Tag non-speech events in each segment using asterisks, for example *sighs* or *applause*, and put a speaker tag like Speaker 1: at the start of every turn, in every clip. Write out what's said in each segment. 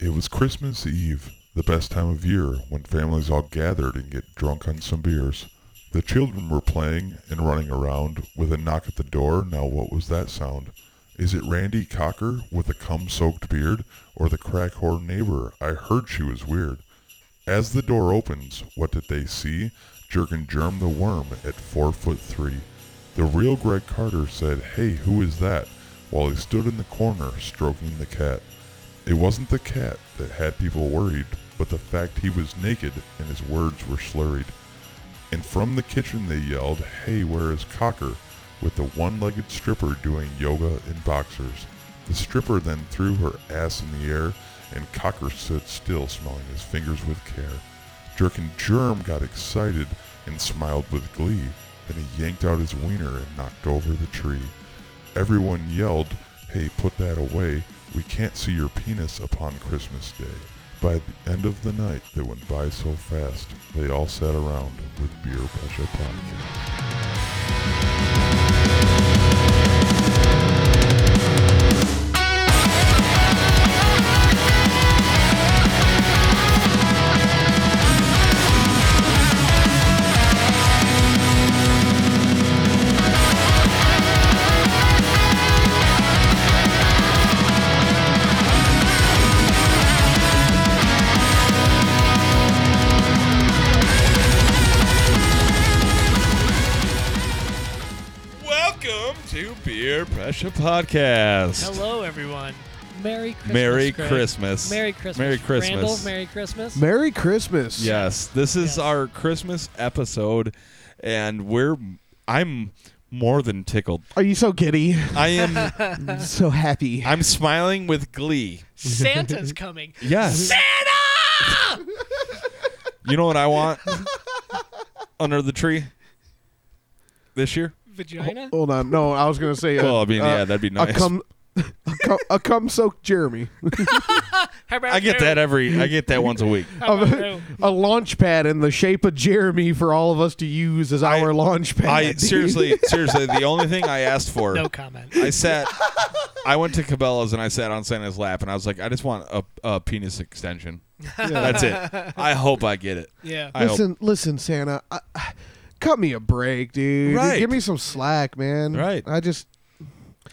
Speaker 1: It was Christmas Eve, the best time of year, when families all gathered and get drunk on some beers. The children were playing and running around, with a knock at the door. Now what was that sound? Is it Randy Cocker with a cum-soaked beard, or the crack whore neighbor? I heard she was weird. As the door opens, what did they see? Jerk and Germ the worm at four foot three. The real Greg Carter said, "Hey, who is that?" while he stood in the corner stroking the cat. It wasn't the cat that had people worried, but the fact he was naked and his words were slurred. And from the kitchen they yelled, hey, where is Cocker? with the one-legged stripper doing yoga in boxers. The stripper then threw her ass in the air, and Cocker stood still, smelling his fingers with care. Jerk and Germ got excited and smiled with glee. Then he yanked out his wiener and knocked over the tree. Everyone yelled, hey, put that away. We can't see your penis upon Christmas Day. By the end of the night that went by so fast, they all sat around with Beer Pesha Podcast.
Speaker 2: Welcome to Beer Pressure Podcast.
Speaker 3: Hello, everyone. Merry Christmas.
Speaker 2: Merry
Speaker 3: Greg.
Speaker 2: Christmas.
Speaker 3: Merry Christmas.
Speaker 2: Merry Christmas.
Speaker 3: Randall, Merry
Speaker 2: *laughs*
Speaker 3: Christmas.
Speaker 4: Merry Christmas.
Speaker 2: Yes, this is
Speaker 3: Yes.
Speaker 2: our Christmas episode, and we're I'm more than tickled.
Speaker 4: Are you
Speaker 3: *laughs*
Speaker 4: so giddy?
Speaker 2: I am
Speaker 4: I'm so happy.
Speaker 2: I'm smiling with glee.
Speaker 3: Santa's coming.
Speaker 2: Yes.
Speaker 3: Santa!
Speaker 2: You know what I want under the tree this year?
Speaker 3: Vagina?
Speaker 2: Oh,
Speaker 4: Hold on. No, I was gonna say. uh,
Speaker 2: Well, I mean,
Speaker 4: uh,
Speaker 2: yeah, that'd be
Speaker 4: A
Speaker 2: nice.
Speaker 4: cum, a cum, a cum
Speaker 3: *laughs*
Speaker 4: soaked Jeremy.
Speaker 3: How about
Speaker 2: oh. I get
Speaker 3: you?
Speaker 2: that every I get that once a
Speaker 3: *laughs*
Speaker 2: week.
Speaker 3: How
Speaker 2: *laughs*
Speaker 3: about
Speaker 4: a,
Speaker 3: you?
Speaker 4: a launch pad in the shape of Jeremy for all of us to use as our launch pad.
Speaker 2: I
Speaker 3: *laughs*
Speaker 4: dude.
Speaker 2: seriously, seriously, the only thing I asked for
Speaker 3: No comment.
Speaker 2: I sat. I went to Cabela's and I sat on Santa's lap and I was like, I just want a, a penis extension. That's
Speaker 3: *laughs*
Speaker 2: it. I hope I get it.
Speaker 3: Yeah.
Speaker 2: I hope.
Speaker 4: Listen, listen, Santa. I, I- cut me a break, dude.
Speaker 2: Right.
Speaker 4: Give me some slack, man.
Speaker 2: Right.
Speaker 4: I just.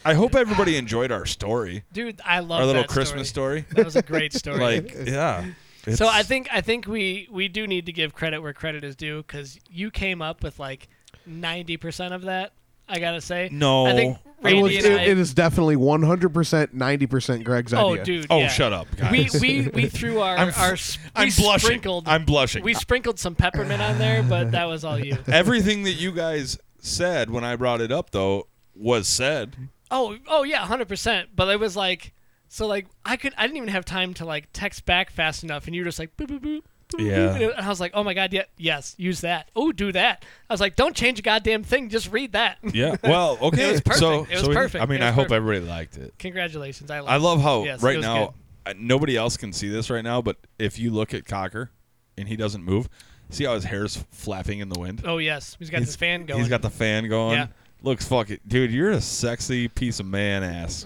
Speaker 2: I hope everybody enjoyed our story,
Speaker 3: Dude, I love
Speaker 2: our little
Speaker 3: that
Speaker 2: Christmas story.
Speaker 3: That was
Speaker 2: *laughs*
Speaker 3: a great story.
Speaker 2: Like, yeah.
Speaker 3: so
Speaker 2: It's-
Speaker 3: I think I think we we do need to give credit where credit is due because you came up with like ninety percent of that. I gotta say.
Speaker 2: No.
Speaker 3: I think
Speaker 2: It
Speaker 3: Randy
Speaker 4: It,
Speaker 2: was-
Speaker 4: was,
Speaker 3: and
Speaker 4: it,
Speaker 3: I,
Speaker 4: it is definitely 100%, 90% Greg's
Speaker 3: oh,
Speaker 4: idea.
Speaker 3: dude.
Speaker 2: Oh,
Speaker 3: yeah.
Speaker 2: shut up, guys.
Speaker 3: We, we we
Speaker 2: *laughs*
Speaker 3: threw our
Speaker 2: I'm,
Speaker 3: our s- we
Speaker 2: I'm blushing.
Speaker 3: sprinkled
Speaker 2: I'm blushing.
Speaker 3: We sprinkled some peppermint on there, but that was all you.
Speaker 2: *laughs* Everything that you guys said when I brought it up, though, was said.
Speaker 3: Oh, oh yeah, hundred percent. But it was like, so like I could, I didn't even have time to like text back fast enough, and you were just like, boop boop boop. boop,
Speaker 2: Yeah.
Speaker 3: boop. And I was like, oh my god, yeah, yes, use that. Oh, do that. I was like, don't change a goddamn thing, just read that. *laughs*
Speaker 2: Yeah. Well, okay.
Speaker 3: It was perfect.
Speaker 2: So,
Speaker 3: It was
Speaker 2: so we-
Speaker 3: perfect.
Speaker 2: I mean,
Speaker 3: It was
Speaker 2: I hope
Speaker 3: perfect.
Speaker 2: everybody liked it.
Speaker 3: Congratulations, I love.
Speaker 2: I love how
Speaker 3: Yes, it
Speaker 2: right
Speaker 3: was
Speaker 2: now I, nobody else can see this right now, but if you look at Cocker and he doesn't move, see how his hair's flapping in the wind.
Speaker 3: Oh yes, he's got his fan going.
Speaker 2: He's got the fan going.
Speaker 3: Yeah.
Speaker 2: Looks fucking dude. You're a sexy piece of man ass.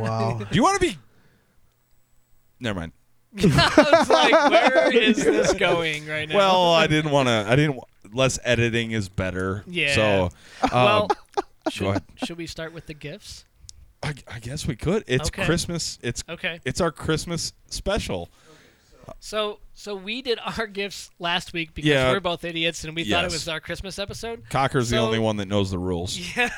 Speaker 3: *laughs*
Speaker 4: wow.
Speaker 2: Do you want to be? Never mind.
Speaker 3: *laughs* I was
Speaker 2: *laughs*
Speaker 3: like, where is this going right now?
Speaker 2: Well, I didn't want to. I didn't. wa- Less editing is better.
Speaker 3: Yeah. *laughs*
Speaker 2: So, um,
Speaker 3: well,
Speaker 2: go ahead.
Speaker 3: should we start with the gifts?
Speaker 2: I, I guess we could. It's
Speaker 3: Okay.
Speaker 2: Christmas. It's
Speaker 3: Okay.
Speaker 2: it's our Christmas special.
Speaker 3: So, so we did our gifts last week because
Speaker 2: Yeah.
Speaker 3: we're both idiots and we thought
Speaker 2: Yes.
Speaker 3: it was our Christmas episode.
Speaker 2: Cocker's the
Speaker 3: So-
Speaker 2: only one that knows the rules.
Speaker 3: *laughs* Yeah,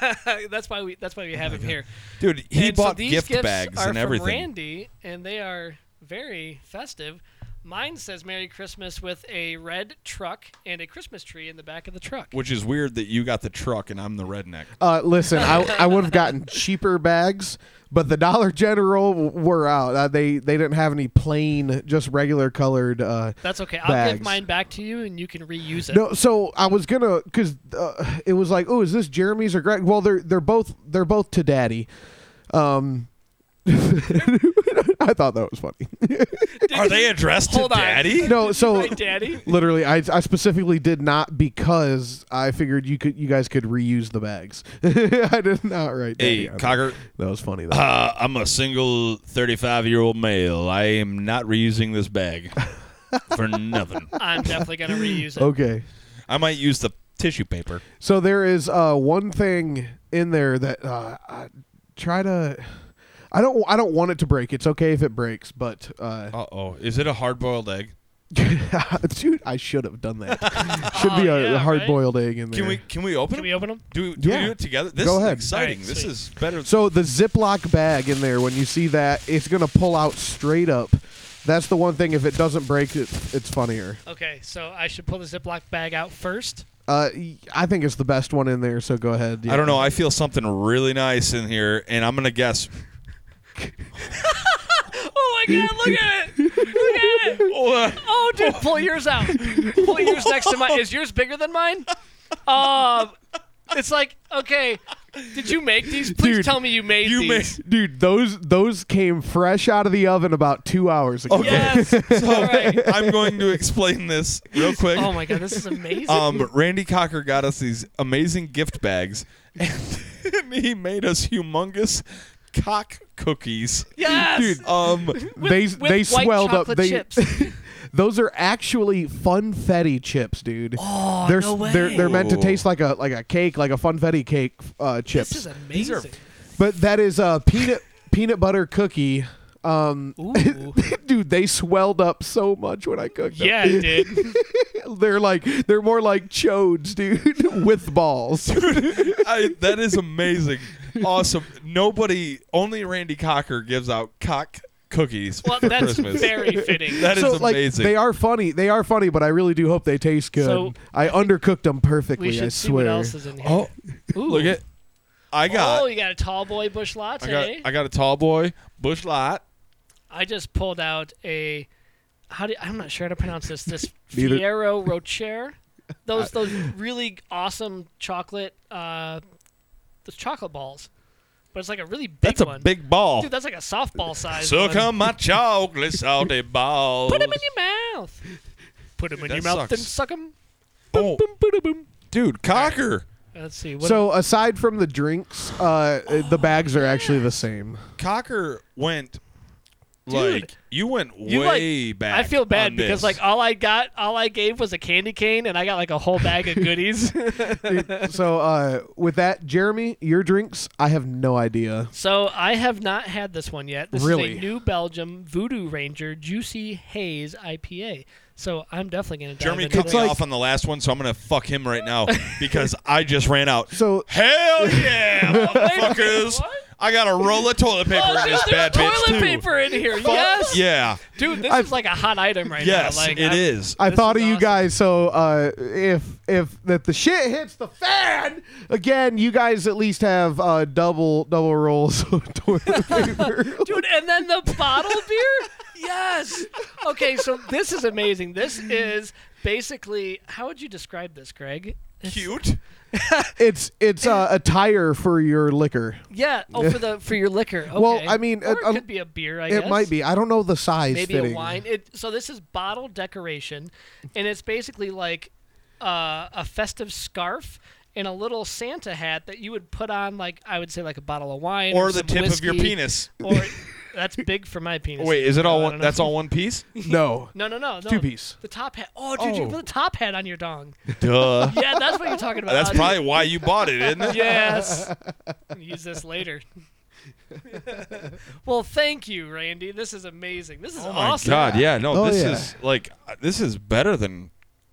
Speaker 3: that's why we that's why we
Speaker 2: Oh
Speaker 3: have him here.
Speaker 2: Dude, he
Speaker 3: And so
Speaker 2: bought
Speaker 3: these
Speaker 2: gift
Speaker 3: gifts
Speaker 2: bags
Speaker 3: are
Speaker 2: and everything.
Speaker 3: From Randy, and they are very festive. Mine says "Merry Christmas" with a red truck and a Christmas tree in the back of the truck.
Speaker 2: Which is weird that you got the truck and I'm the redneck.
Speaker 4: Uh, listen, I, I would have gotten cheaper bags, but the Dollar General w- were out. Uh, they they didn't have any plain, just regular colored. Uh,
Speaker 3: That's okay. I'll give
Speaker 4: Bags.
Speaker 3: mine back to you, and you can reuse it.
Speaker 4: no, so I was gonna because uh, it was like, oh, is this Jeremy's or Greg? Well, they're they're both they're both to Daddy. Um, I *laughs* I thought that was funny.
Speaker 2: Are they addressed to
Speaker 3: Hold on.
Speaker 2: daddy?
Speaker 4: no, so
Speaker 3: Right, Daddy?
Speaker 4: literally, I, I specifically did not because I figured you could you guys could reuse the bags. *laughs* I did not write.
Speaker 2: Hey,
Speaker 4: Daddy on
Speaker 2: Cocker,
Speaker 4: that was funny though.
Speaker 2: uh, I'm a single 35 year old male. I am not reusing this
Speaker 4: *laughs*
Speaker 2: bag for nothing.
Speaker 3: I'm definitely gonna reuse it.
Speaker 4: okay.
Speaker 2: I might use the tissue paper.
Speaker 4: So there is uh, one thing in there that uh, I try to. I don't. I don't want it to break. It's okay if it breaks, but uh, *laughs*
Speaker 2: Uh oh. Is it a hard boiled egg?
Speaker 4: dude, I should have
Speaker 3: *laughs*
Speaker 4: done that. should be
Speaker 3: Oh,
Speaker 4: a,
Speaker 3: yeah, right?
Speaker 4: hard boiled egg in there.
Speaker 2: Can we can we open
Speaker 3: Can
Speaker 2: it?
Speaker 3: we open them?
Speaker 2: Do, do
Speaker 4: Yeah.
Speaker 2: we do it together? This
Speaker 4: Go
Speaker 2: is
Speaker 4: ahead.
Speaker 2: exciting.
Speaker 3: All right,
Speaker 2: this
Speaker 3: sweet.
Speaker 2: is better.
Speaker 4: So the Ziploc bag in there, when you see that, it's gonna pull out straight up. That's the one thing. If it doesn't break, it, it's funnier.
Speaker 3: Okay, so I should pull the Ziploc bag out first.
Speaker 4: Uh, y- I think it's the best one in there. So go ahead.
Speaker 2: I don't know. I feel something really nice in here, and I'm gonna guess.
Speaker 3: Oh my god, look at it! Look at it! Oh dude, pull yours out. Pull yours next to mine. Is yours bigger than mine? Um it's like, okay, did you make these? Please
Speaker 4: Dude,
Speaker 3: tell me you made
Speaker 2: you
Speaker 3: these.
Speaker 4: dude. Those those came fresh out of the oven about two hours ago.
Speaker 2: Okay.
Speaker 4: *laughs*
Speaker 3: Yes. All right.
Speaker 2: I'm going to explain this real quick.
Speaker 3: Oh my god, this is amazing.
Speaker 2: um, Randy Cocker got us these amazing gift bags, *laughs* and, he made us humongous cock cookies.
Speaker 3: yes.
Speaker 2: Um,
Speaker 3: With-
Speaker 4: they
Speaker 3: with
Speaker 4: they
Speaker 3: white
Speaker 4: swelled up.
Speaker 3: chocolate
Speaker 4: They
Speaker 3: chips.
Speaker 4: *laughs* those are actually funfetti chips, dude.
Speaker 3: Oh,
Speaker 4: they're,
Speaker 3: no way.
Speaker 4: they're they're meant to
Speaker 2: Ooh.
Speaker 4: taste like a like a cake, like a funfetti cake uh,
Speaker 3: this
Speaker 4: chips.
Speaker 3: is amazing.
Speaker 2: are-
Speaker 4: but that is a peanut peanut butter cookie. Um, *laughs*
Speaker 3: Ooh.
Speaker 4: dude, they swelled up so much when I cooked
Speaker 3: *laughs*
Speaker 4: them.
Speaker 3: yeah, dude.
Speaker 4: *laughs* they're like they're more like chodes, dude, *laughs* with balls.
Speaker 2: I, that is amazing, awesome. Nobody, only Randy Cocker gives out cock cookies
Speaker 3: Well,
Speaker 2: for
Speaker 3: that's
Speaker 2: Christmas.
Speaker 3: very fitting.
Speaker 2: That is
Speaker 4: *laughs* so like
Speaker 2: amazing.
Speaker 4: they are funny, they are funny, but I really do hope they taste good.
Speaker 3: So-
Speaker 4: I undercooked them perfectly.
Speaker 3: we should
Speaker 4: I swear.
Speaker 3: see what else is in here.
Speaker 2: oh,
Speaker 3: Ooh.
Speaker 2: look at, I got,
Speaker 3: Oh, you got a tall boy bush latte.
Speaker 2: I got, I got a tall boy, bush light.
Speaker 3: I just pulled out a how do I'm not sure how to pronounce
Speaker 2: *laughs*
Speaker 3: this. This
Speaker 4: Neither-
Speaker 3: Fiero Rocher. Those those really awesome chocolate uh those chocolate balls. But it's like a really big
Speaker 2: That's a
Speaker 3: one.
Speaker 2: big ball.
Speaker 3: Dude, that's like a softball size.
Speaker 2: So
Speaker 3: one.
Speaker 2: come my chocolate salty balls.
Speaker 3: Put them in your mouth. Put them in
Speaker 2: That
Speaker 3: your mouth and
Speaker 2: sucks.
Speaker 3: suck them.
Speaker 2: Oh, dude, Cocker.
Speaker 3: Let's see. What
Speaker 4: so aside from the drinks, uh, the bags are actually
Speaker 3: *laughs*
Speaker 4: the same.
Speaker 2: Cocker went
Speaker 3: Dude.
Speaker 2: like you went
Speaker 3: You, like-
Speaker 2: way back.
Speaker 3: I feel bad
Speaker 2: on this.
Speaker 3: because like oh, all I got, all I gave was a candy cane, and I got like a whole bag
Speaker 2: *laughs*
Speaker 3: of goodies.
Speaker 4: so uh, with that, Jeremy, your drinks, I have no idea.
Speaker 3: So I have not had this one yet. This
Speaker 4: Really?
Speaker 3: is a New Belgium Voodoo Ranger Juicy Haze IPA. So I'm definitely gonna. dive
Speaker 2: Jeremy
Speaker 3: into
Speaker 2: cut me
Speaker 3: this.
Speaker 2: off on the last one, so I'm gonna fuck him right
Speaker 3: *laughs*
Speaker 2: now because I just ran out.
Speaker 4: So
Speaker 2: Hell yeah, motherfuckers!
Speaker 3: What?
Speaker 2: I got a roll of toilet paper
Speaker 3: Oh,
Speaker 2: in
Speaker 3: there's
Speaker 2: this bad bitch
Speaker 3: toilet
Speaker 2: too.
Speaker 3: paper in here.
Speaker 2: Fuck
Speaker 3: yes,
Speaker 2: Yeah.
Speaker 3: *laughs* dude, this
Speaker 4: I-
Speaker 3: is like a hot item right
Speaker 2: Yes,
Speaker 3: now. Like,
Speaker 2: it
Speaker 3: I'm-
Speaker 2: is.
Speaker 4: I
Speaker 3: This
Speaker 4: thought of
Speaker 3: is
Speaker 4: you
Speaker 3: awesome.
Speaker 4: guys. So uh, if if that the shit hits the fan again, you guys at least have uh, double double rolls of
Speaker 3: *laughs*
Speaker 4: *laughs* toilet paper.
Speaker 3: Dude, and then the
Speaker 2: *laughs*
Speaker 3: bottle beer? Yes. Okay, so this is amazing. This is basically how would you describe this, Greg?
Speaker 2: Cute.
Speaker 4: it's it's uh, a tire for your liquor.
Speaker 3: Yeah. Oh, for the for your liquor. Okay.
Speaker 4: Well, I mean,
Speaker 3: Or
Speaker 4: it-
Speaker 3: it,
Speaker 4: um,
Speaker 3: could be a beer. I
Speaker 4: It
Speaker 3: guess
Speaker 4: might be. I don't know the size.
Speaker 3: maybe
Speaker 4: fitting.
Speaker 3: a wine. It, so this is bottle decoration, and it's basically like uh, a festive scarf and a little Santa hat that you would put on, like I would say, like a bottle of wine or,
Speaker 2: Or the
Speaker 3: some
Speaker 2: tip of your
Speaker 3: whiskey,
Speaker 2: penis. *laughs*
Speaker 3: Or that's big for my penis.
Speaker 2: Wait, is it all
Speaker 3: No, I
Speaker 2: one?
Speaker 3: don't know.
Speaker 2: That's all one piece?
Speaker 3: *laughs*
Speaker 4: No.
Speaker 3: No, no, no, no.
Speaker 4: Two-piece.
Speaker 3: The top hat. Oh, dude, you
Speaker 2: Oh.
Speaker 3: put the top hat on your dong. *laughs*
Speaker 2: Duh.
Speaker 3: Yeah, that's what you're talking
Speaker 2: *laughs*
Speaker 3: about.
Speaker 2: That's
Speaker 3: Oh, dude.
Speaker 2: probably why you bought it, isn't it? *laughs*
Speaker 3: Yes. Use this later. *laughs* well, thank you, Randy. This is amazing. This is
Speaker 2: Oh my
Speaker 3: awesome.
Speaker 2: god, yeah. No,
Speaker 4: Oh,
Speaker 2: this
Speaker 4: yeah.
Speaker 2: is like uh, this is better than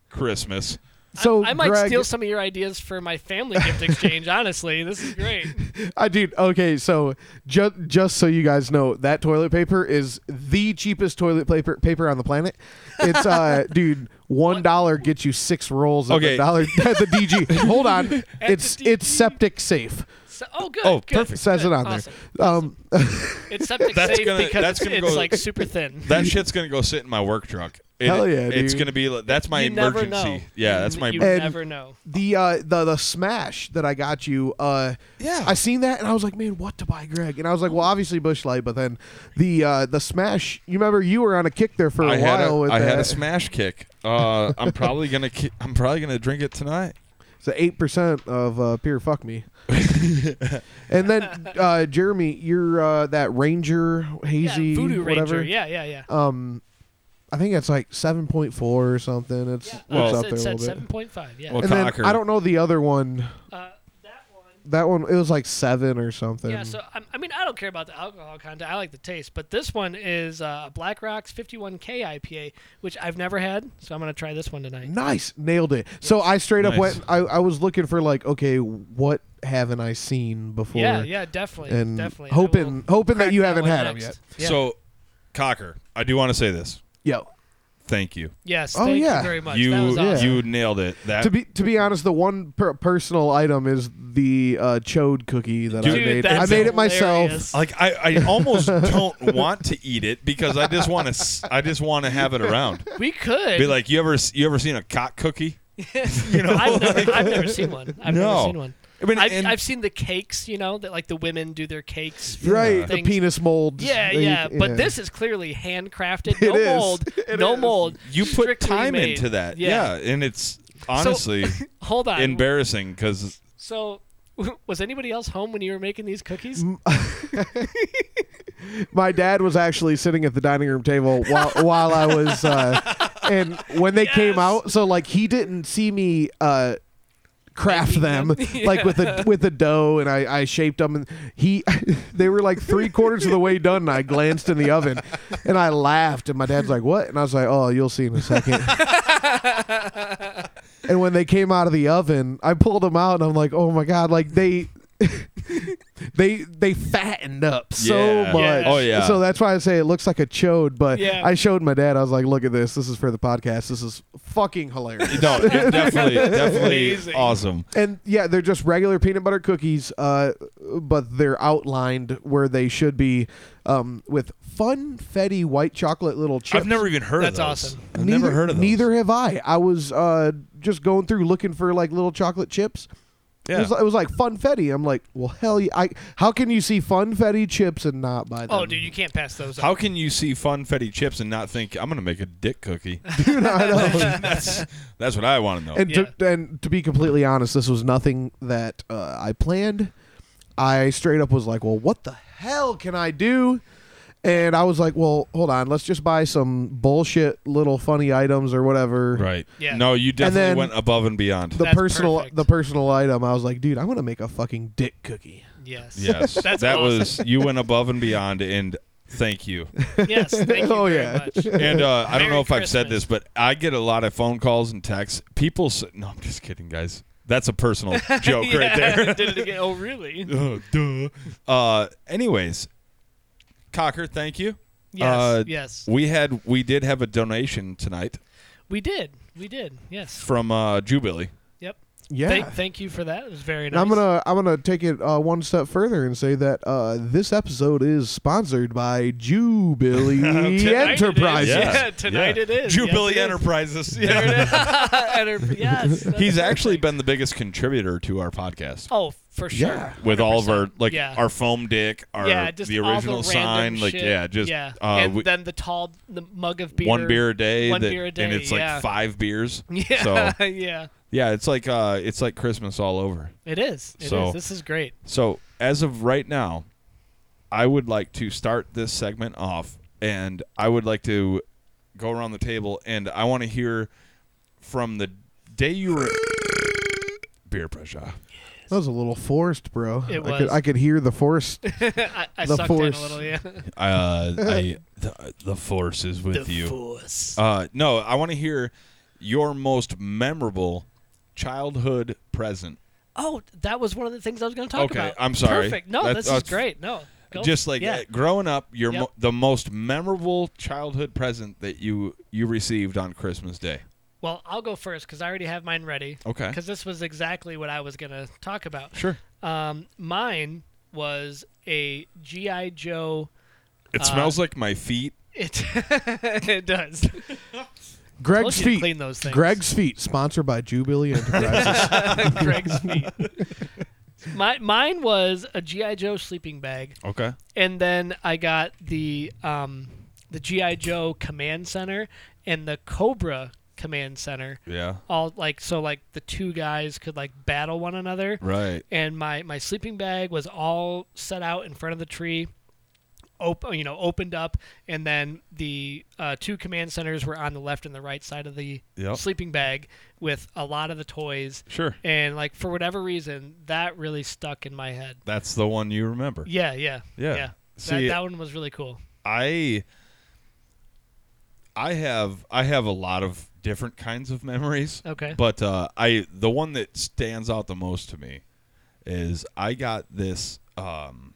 Speaker 2: Christmas.
Speaker 4: So
Speaker 3: I might
Speaker 4: Greg,
Speaker 3: steal some of your ideas for my family gift exchange. Honestly, this is great.
Speaker 4: I dude, okay, so just just so you guys know, that toilet paper is the cheapest toilet paper paper on the planet. It's uh
Speaker 2: *laughs*
Speaker 4: dude, one dollar gets you six rolls of
Speaker 2: Okay. *laughs*
Speaker 4: the dollar at the DG. Hold on.
Speaker 3: At
Speaker 4: it's
Speaker 3: the DG.
Speaker 4: it's septic safe.
Speaker 3: So, oh, good.
Speaker 2: Oh,
Speaker 3: good,
Speaker 2: perfect.
Speaker 4: It says
Speaker 3: good,
Speaker 4: it on
Speaker 3: awesome.
Speaker 4: there. Um
Speaker 3: It's septic
Speaker 2: That's
Speaker 3: safe
Speaker 2: gonna-
Speaker 3: because
Speaker 2: that's
Speaker 3: it's,
Speaker 2: gonna
Speaker 3: it's
Speaker 2: go-
Speaker 4: *laughs*
Speaker 3: like super thin.
Speaker 2: That shit's gonna go sit in my work truck. And
Speaker 4: Hell
Speaker 2: it-
Speaker 4: yeah,
Speaker 2: It's
Speaker 4: dude.
Speaker 2: gonna be like- that's my
Speaker 3: you
Speaker 2: emergency.
Speaker 3: never know.
Speaker 2: Yeah, that's
Speaker 3: You-
Speaker 2: my.
Speaker 3: You
Speaker 4: And-
Speaker 3: never know.
Speaker 4: the uh the the smash that I got you uh
Speaker 2: Yeah.
Speaker 4: I seen that and I was like man what to buy Greg and I was like well obviously Bush Light but then the uh the smash you remember you were on a kick there for a
Speaker 2: I
Speaker 4: while
Speaker 2: had a,
Speaker 4: with
Speaker 2: I
Speaker 4: that.
Speaker 2: had a smash kick. Uh, I'm probably gonna ki- I'm probably gonna drink it tonight.
Speaker 4: it's eight percent of uh, pure fuck me
Speaker 2: *laughs*
Speaker 4: and then uh Jeremy you're uh that Ranger
Speaker 3: Yeah,
Speaker 4: hazy
Speaker 3: Voodoo
Speaker 4: whatever
Speaker 3: Ranger. Yeah, yeah, yeah.
Speaker 4: um I think it's like seven point four or something it's,
Speaker 3: yeah
Speaker 4: it's
Speaker 2: Well-
Speaker 4: up
Speaker 3: it
Speaker 4: there a
Speaker 3: said
Speaker 4: little bit
Speaker 3: seven point five. Yeah.
Speaker 2: Well,
Speaker 4: and then
Speaker 2: Cocker.
Speaker 4: I don't know the other one
Speaker 3: uh, that one.
Speaker 4: that one it was like seven or something
Speaker 3: Yeah, so I'm- I mean, I don't care about the alcohol content. I like the taste, but this one is uh, Black Rock's 51K IPA, which I've never had, so I'm gonna try this one tonight.
Speaker 4: Nice, nailed it. So I straight up
Speaker 2: Nice.
Speaker 4: went. I, I was looking for like, okay, what haven't I seen before?
Speaker 3: yeah, yeah, definitely,
Speaker 4: and
Speaker 3: definitely. I
Speaker 4: hoping
Speaker 3: will
Speaker 4: hoping
Speaker 3: crack
Speaker 4: that you haven't
Speaker 3: one
Speaker 4: had them yet.
Speaker 3: next. Yeah.
Speaker 2: So, Cocker, I do want to say this.
Speaker 4: Yo,
Speaker 2: Thank you.
Speaker 3: yes,
Speaker 4: Oh,
Speaker 3: thank
Speaker 4: yeah.
Speaker 3: you very much.
Speaker 2: you
Speaker 3: that was awesome.
Speaker 2: you nailed it. That
Speaker 4: to be to be honest, the one per- personal item is the uh, chode cookie that I
Speaker 3: Dude,
Speaker 4: made. I
Speaker 3: that's
Speaker 4: made it myself.
Speaker 3: hilarious.
Speaker 2: like I, I almost don't want to eat it because I just want to I just want to have it around.
Speaker 3: *laughs* We could
Speaker 2: Be like you ever you ever seen a cock cookie?
Speaker 3: you know, I've
Speaker 4: *laughs*
Speaker 3: never, I've never seen one. I've
Speaker 2: No.
Speaker 3: never seen one.
Speaker 2: I mean,
Speaker 3: I've,
Speaker 2: and-
Speaker 3: I've seen the cakes, you know, that like the women do their cakes. for
Speaker 4: Right, the
Speaker 3: things.
Speaker 4: penis mold.
Speaker 3: Yeah,
Speaker 4: that you
Speaker 3: yeah,
Speaker 4: can-
Speaker 3: but this is clearly
Speaker 4: *laughs*
Speaker 3: handcrafted.
Speaker 4: It
Speaker 3: No
Speaker 4: is.
Speaker 3: mold, no mold.
Speaker 2: You put
Speaker 3: strictly
Speaker 2: time
Speaker 3: made.
Speaker 2: into that.
Speaker 3: Yeah.
Speaker 2: Yeah, and it's *laughs* honestly
Speaker 3: Hold on.
Speaker 2: embarrassing
Speaker 4: *laughs*
Speaker 2: because
Speaker 3: so, *laughs* was anybody else home when you were making these cookies?
Speaker 4: my dad was actually sitting at the dining
Speaker 3: *laughs*
Speaker 4: room table while while I was, uh, and when they came out, so like he didn't see me uh, craft
Speaker 3: Making
Speaker 4: them,
Speaker 3: them. *laughs*
Speaker 4: like with the with the dough, and I, I shaped them, and he *laughs* they were like three quarters of the way done, and I glanced in the oven, and I laughed, and my dad's like, "What?" and I was like, "Oh, you'll see in a second. And when they came out of the oven, I pulled them out, and I'm like, "Oh my god!" Like they. *laughs* they they fattened up so
Speaker 2: Yeah.
Speaker 4: much.
Speaker 3: Yeah.
Speaker 2: Oh, yeah.
Speaker 4: So that's why I say it looks like a chode, but
Speaker 3: Yeah.
Speaker 4: I showed my dad. I was like, "Look at this. This is for the podcast. This is fucking hilarious."
Speaker 2: no, it definitely definitely
Speaker 3: Amazing.
Speaker 2: awesome.
Speaker 4: and yeah, they're just regular peanut butter cookies, uh, but they're outlined where they should be, um, with funfetti white chocolate little chips.
Speaker 2: I've never even heard
Speaker 3: That's
Speaker 2: of those.
Speaker 3: awesome.
Speaker 2: I've never heard of those.
Speaker 4: Neither have I. I was uh, just going through looking for like little chocolate chips. It,
Speaker 2: Yeah.
Speaker 4: was, it was like funfetti. I'm like, well, hell yeah! I, how can you see funfetti chips and not buy them?
Speaker 3: Oh, dude, you can't pass those
Speaker 2: How
Speaker 3: up.
Speaker 2: can you see funfetti chips and not think I'm gonna make a dick
Speaker 4: *laughs*
Speaker 2: cookie?
Speaker 4: Dude, I know.
Speaker 2: *laughs* that's that's what I want to know. *laughs*
Speaker 4: and to, and to be completely honest, this was nothing that uh, I planned. I straight up was like, well, what the hell can I do? And I was like, well, hold on, let's just buy some bullshit little funny items or whatever.
Speaker 2: right.
Speaker 3: Yeah.
Speaker 2: No, you definitely
Speaker 4: then-
Speaker 2: went above and beyond.
Speaker 4: The
Speaker 3: That's
Speaker 4: personal,
Speaker 3: perfect.
Speaker 4: the personal item. I was like, dude, I'm gonna make a fucking dick cookie.
Speaker 3: Yes.
Speaker 2: yes.
Speaker 3: That's
Speaker 2: that
Speaker 3: awesome.
Speaker 2: was you went above and beyond and thank you.
Speaker 3: *laughs* Yes. Thank you
Speaker 4: *laughs* Oh,
Speaker 3: very
Speaker 4: yeah.
Speaker 3: much.
Speaker 2: And uh, I don't
Speaker 3: Merry
Speaker 2: know if I've said this,
Speaker 3: Christmas.
Speaker 2: but I get a lot of phone calls and texts. People say, "No, I'm just kidding, guys. That's a
Speaker 3: *laughs*
Speaker 2: personal joke right *laughs*
Speaker 3: Yeah, *laughs*
Speaker 2: there."
Speaker 3: did it again. Oh, really?
Speaker 2: Oh, duh. Uh, anyways, Cocker, thank you.
Speaker 3: Yes.
Speaker 2: Uh,
Speaker 3: yes.
Speaker 2: We had we did have a donation tonight
Speaker 3: We did. We did. Yes.
Speaker 2: from uh, Jubilee.
Speaker 3: Yep.
Speaker 4: Yeah.
Speaker 3: Thank, thank you for that. It was very
Speaker 4: And
Speaker 3: nice.
Speaker 4: I'm gonna I'm gonna take it uh, one step further and say that uh, this episode is sponsored by
Speaker 3: *laughs*
Speaker 4: Jubilee
Speaker 3: Oh, Tonight it is.
Speaker 4: Enterprises.
Speaker 2: Yeah.
Speaker 3: Yeah. Tonight
Speaker 2: Yeah.
Speaker 3: it is.
Speaker 2: Jubilee
Speaker 3: yes, it is. *laughs*
Speaker 2: Enterprises.
Speaker 3: There it
Speaker 4: *laughs*
Speaker 3: is. Enter- yes.
Speaker 2: *laughs*
Speaker 3: that's
Speaker 2: He's actually
Speaker 3: perfect.
Speaker 2: been the biggest contributor to our podcast.
Speaker 3: Oh, for sure.
Speaker 4: Yeah.
Speaker 2: With all of our
Speaker 3: 100%.
Speaker 2: like
Speaker 3: yeah.
Speaker 2: our foam dick, our
Speaker 3: yeah, just
Speaker 2: the
Speaker 3: all
Speaker 2: original
Speaker 3: random
Speaker 2: sign, like
Speaker 3: shit.
Speaker 2: yeah, just
Speaker 3: yeah,
Speaker 2: uh,
Speaker 3: and
Speaker 2: we-
Speaker 3: then the tall the mug of beer,
Speaker 2: one beer a day,
Speaker 3: one
Speaker 2: that-
Speaker 3: beer a day,
Speaker 2: and it's
Speaker 3: yeah.
Speaker 2: like five beers.
Speaker 3: *laughs* Yeah,
Speaker 2: So
Speaker 3: yeah,
Speaker 2: yeah, it's like uh, it's like Christmas all over.
Speaker 3: it is. It is.
Speaker 2: So-
Speaker 3: This is great. *laughs*
Speaker 2: So as of right now, I would like to start this segment off, and I would like to go around the table, and I want to hear from the day you were *coughs* beer pressure.
Speaker 4: That was a little forced, bro.
Speaker 3: It
Speaker 4: I could
Speaker 3: was.
Speaker 4: I could hear
Speaker 3: *laughs*
Speaker 4: the forest.
Speaker 3: I, I
Speaker 4: The
Speaker 3: sucked in
Speaker 4: force.
Speaker 3: a little. Yeah,
Speaker 2: Uh,
Speaker 3: *laughs*
Speaker 2: I, the, the force is with
Speaker 3: the
Speaker 2: you.
Speaker 3: force.
Speaker 2: Uh, no, I want to hear your most memorable childhood present.
Speaker 3: oh, that was one of the things I was going to talk
Speaker 2: Okay,
Speaker 3: about.
Speaker 2: I'm sorry.
Speaker 3: Perfect. No,
Speaker 2: That's-
Speaker 3: this is
Speaker 2: that's-
Speaker 3: great. No, go-
Speaker 2: Just like
Speaker 3: yeah.
Speaker 2: uh, growing up, your
Speaker 3: Yep.
Speaker 2: mo- the most memorable childhood present that you you received on Christmas Day.
Speaker 3: Well, I'll go first because I already have mine ready.
Speaker 2: Okay.
Speaker 3: Because this was exactly what I was going to talk about.
Speaker 2: Sure.
Speaker 3: Um, mine was a GI Joe. Uh,
Speaker 2: It smells like my feet
Speaker 3: It *laughs* it does. Told
Speaker 4: Greg's
Speaker 3: you to
Speaker 4: feet.
Speaker 3: clean those things.
Speaker 4: Greg's feet, sponsored by
Speaker 3: *laughs*
Speaker 4: Jubilee Enterprises.
Speaker 3: Greg's feet. My mine was a GI Joe sleeping bag,
Speaker 2: Okay.
Speaker 3: and then I got the um, the GI Joe command center and the Cobra command center.
Speaker 2: Yeah.
Speaker 3: All like so, like the two guys could like battle one another.
Speaker 2: Right.
Speaker 3: and my my sleeping bag was all set out in front of the tree op- you know opened up and then the uh, two command centers were on the left and the right side of the
Speaker 2: Yep.
Speaker 3: sleeping bag with a lot of the toys
Speaker 2: Sure.
Speaker 3: and like for whatever reason that really stuck in my head
Speaker 2: That's the one you remember.
Speaker 3: yeah yeah
Speaker 2: Yeah.
Speaker 3: yeah
Speaker 2: See-
Speaker 3: that, that one was really cool
Speaker 2: I I have I have a lot of different kinds of memories.
Speaker 3: Okay.
Speaker 2: But uh, I the one that stands out the most to me is I got this um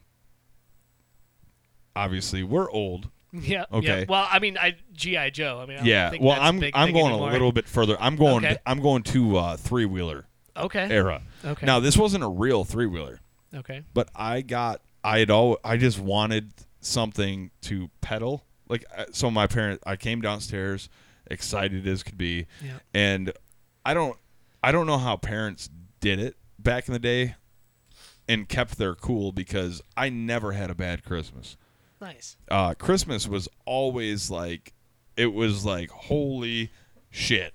Speaker 2: obviously we're old.
Speaker 3: *laughs* yeah yeah.
Speaker 2: Okay.
Speaker 3: well i mean i gi joe i mean I don't
Speaker 2: yeah.
Speaker 3: think
Speaker 2: Well,
Speaker 3: that's a
Speaker 2: I'm
Speaker 3: big
Speaker 2: I'm
Speaker 3: thing
Speaker 2: going
Speaker 3: anymore.
Speaker 2: a little bit further. I'm going
Speaker 3: Okay.
Speaker 2: I'm going to uh 3-wheeler
Speaker 3: okay
Speaker 2: era.
Speaker 3: Okay.
Speaker 2: Now, this wasn't a real 3-wheeler.
Speaker 3: okay
Speaker 2: but I got I had all I just wanted something to pedal. Like I- so, my parent I came downstairs excited as could be,
Speaker 3: Yeah.
Speaker 2: and I don't I don't know how parents did it back in the day, and kept their cool because I never had a bad Christmas.
Speaker 3: nice
Speaker 2: Uh, Christmas was always like it was like holy shit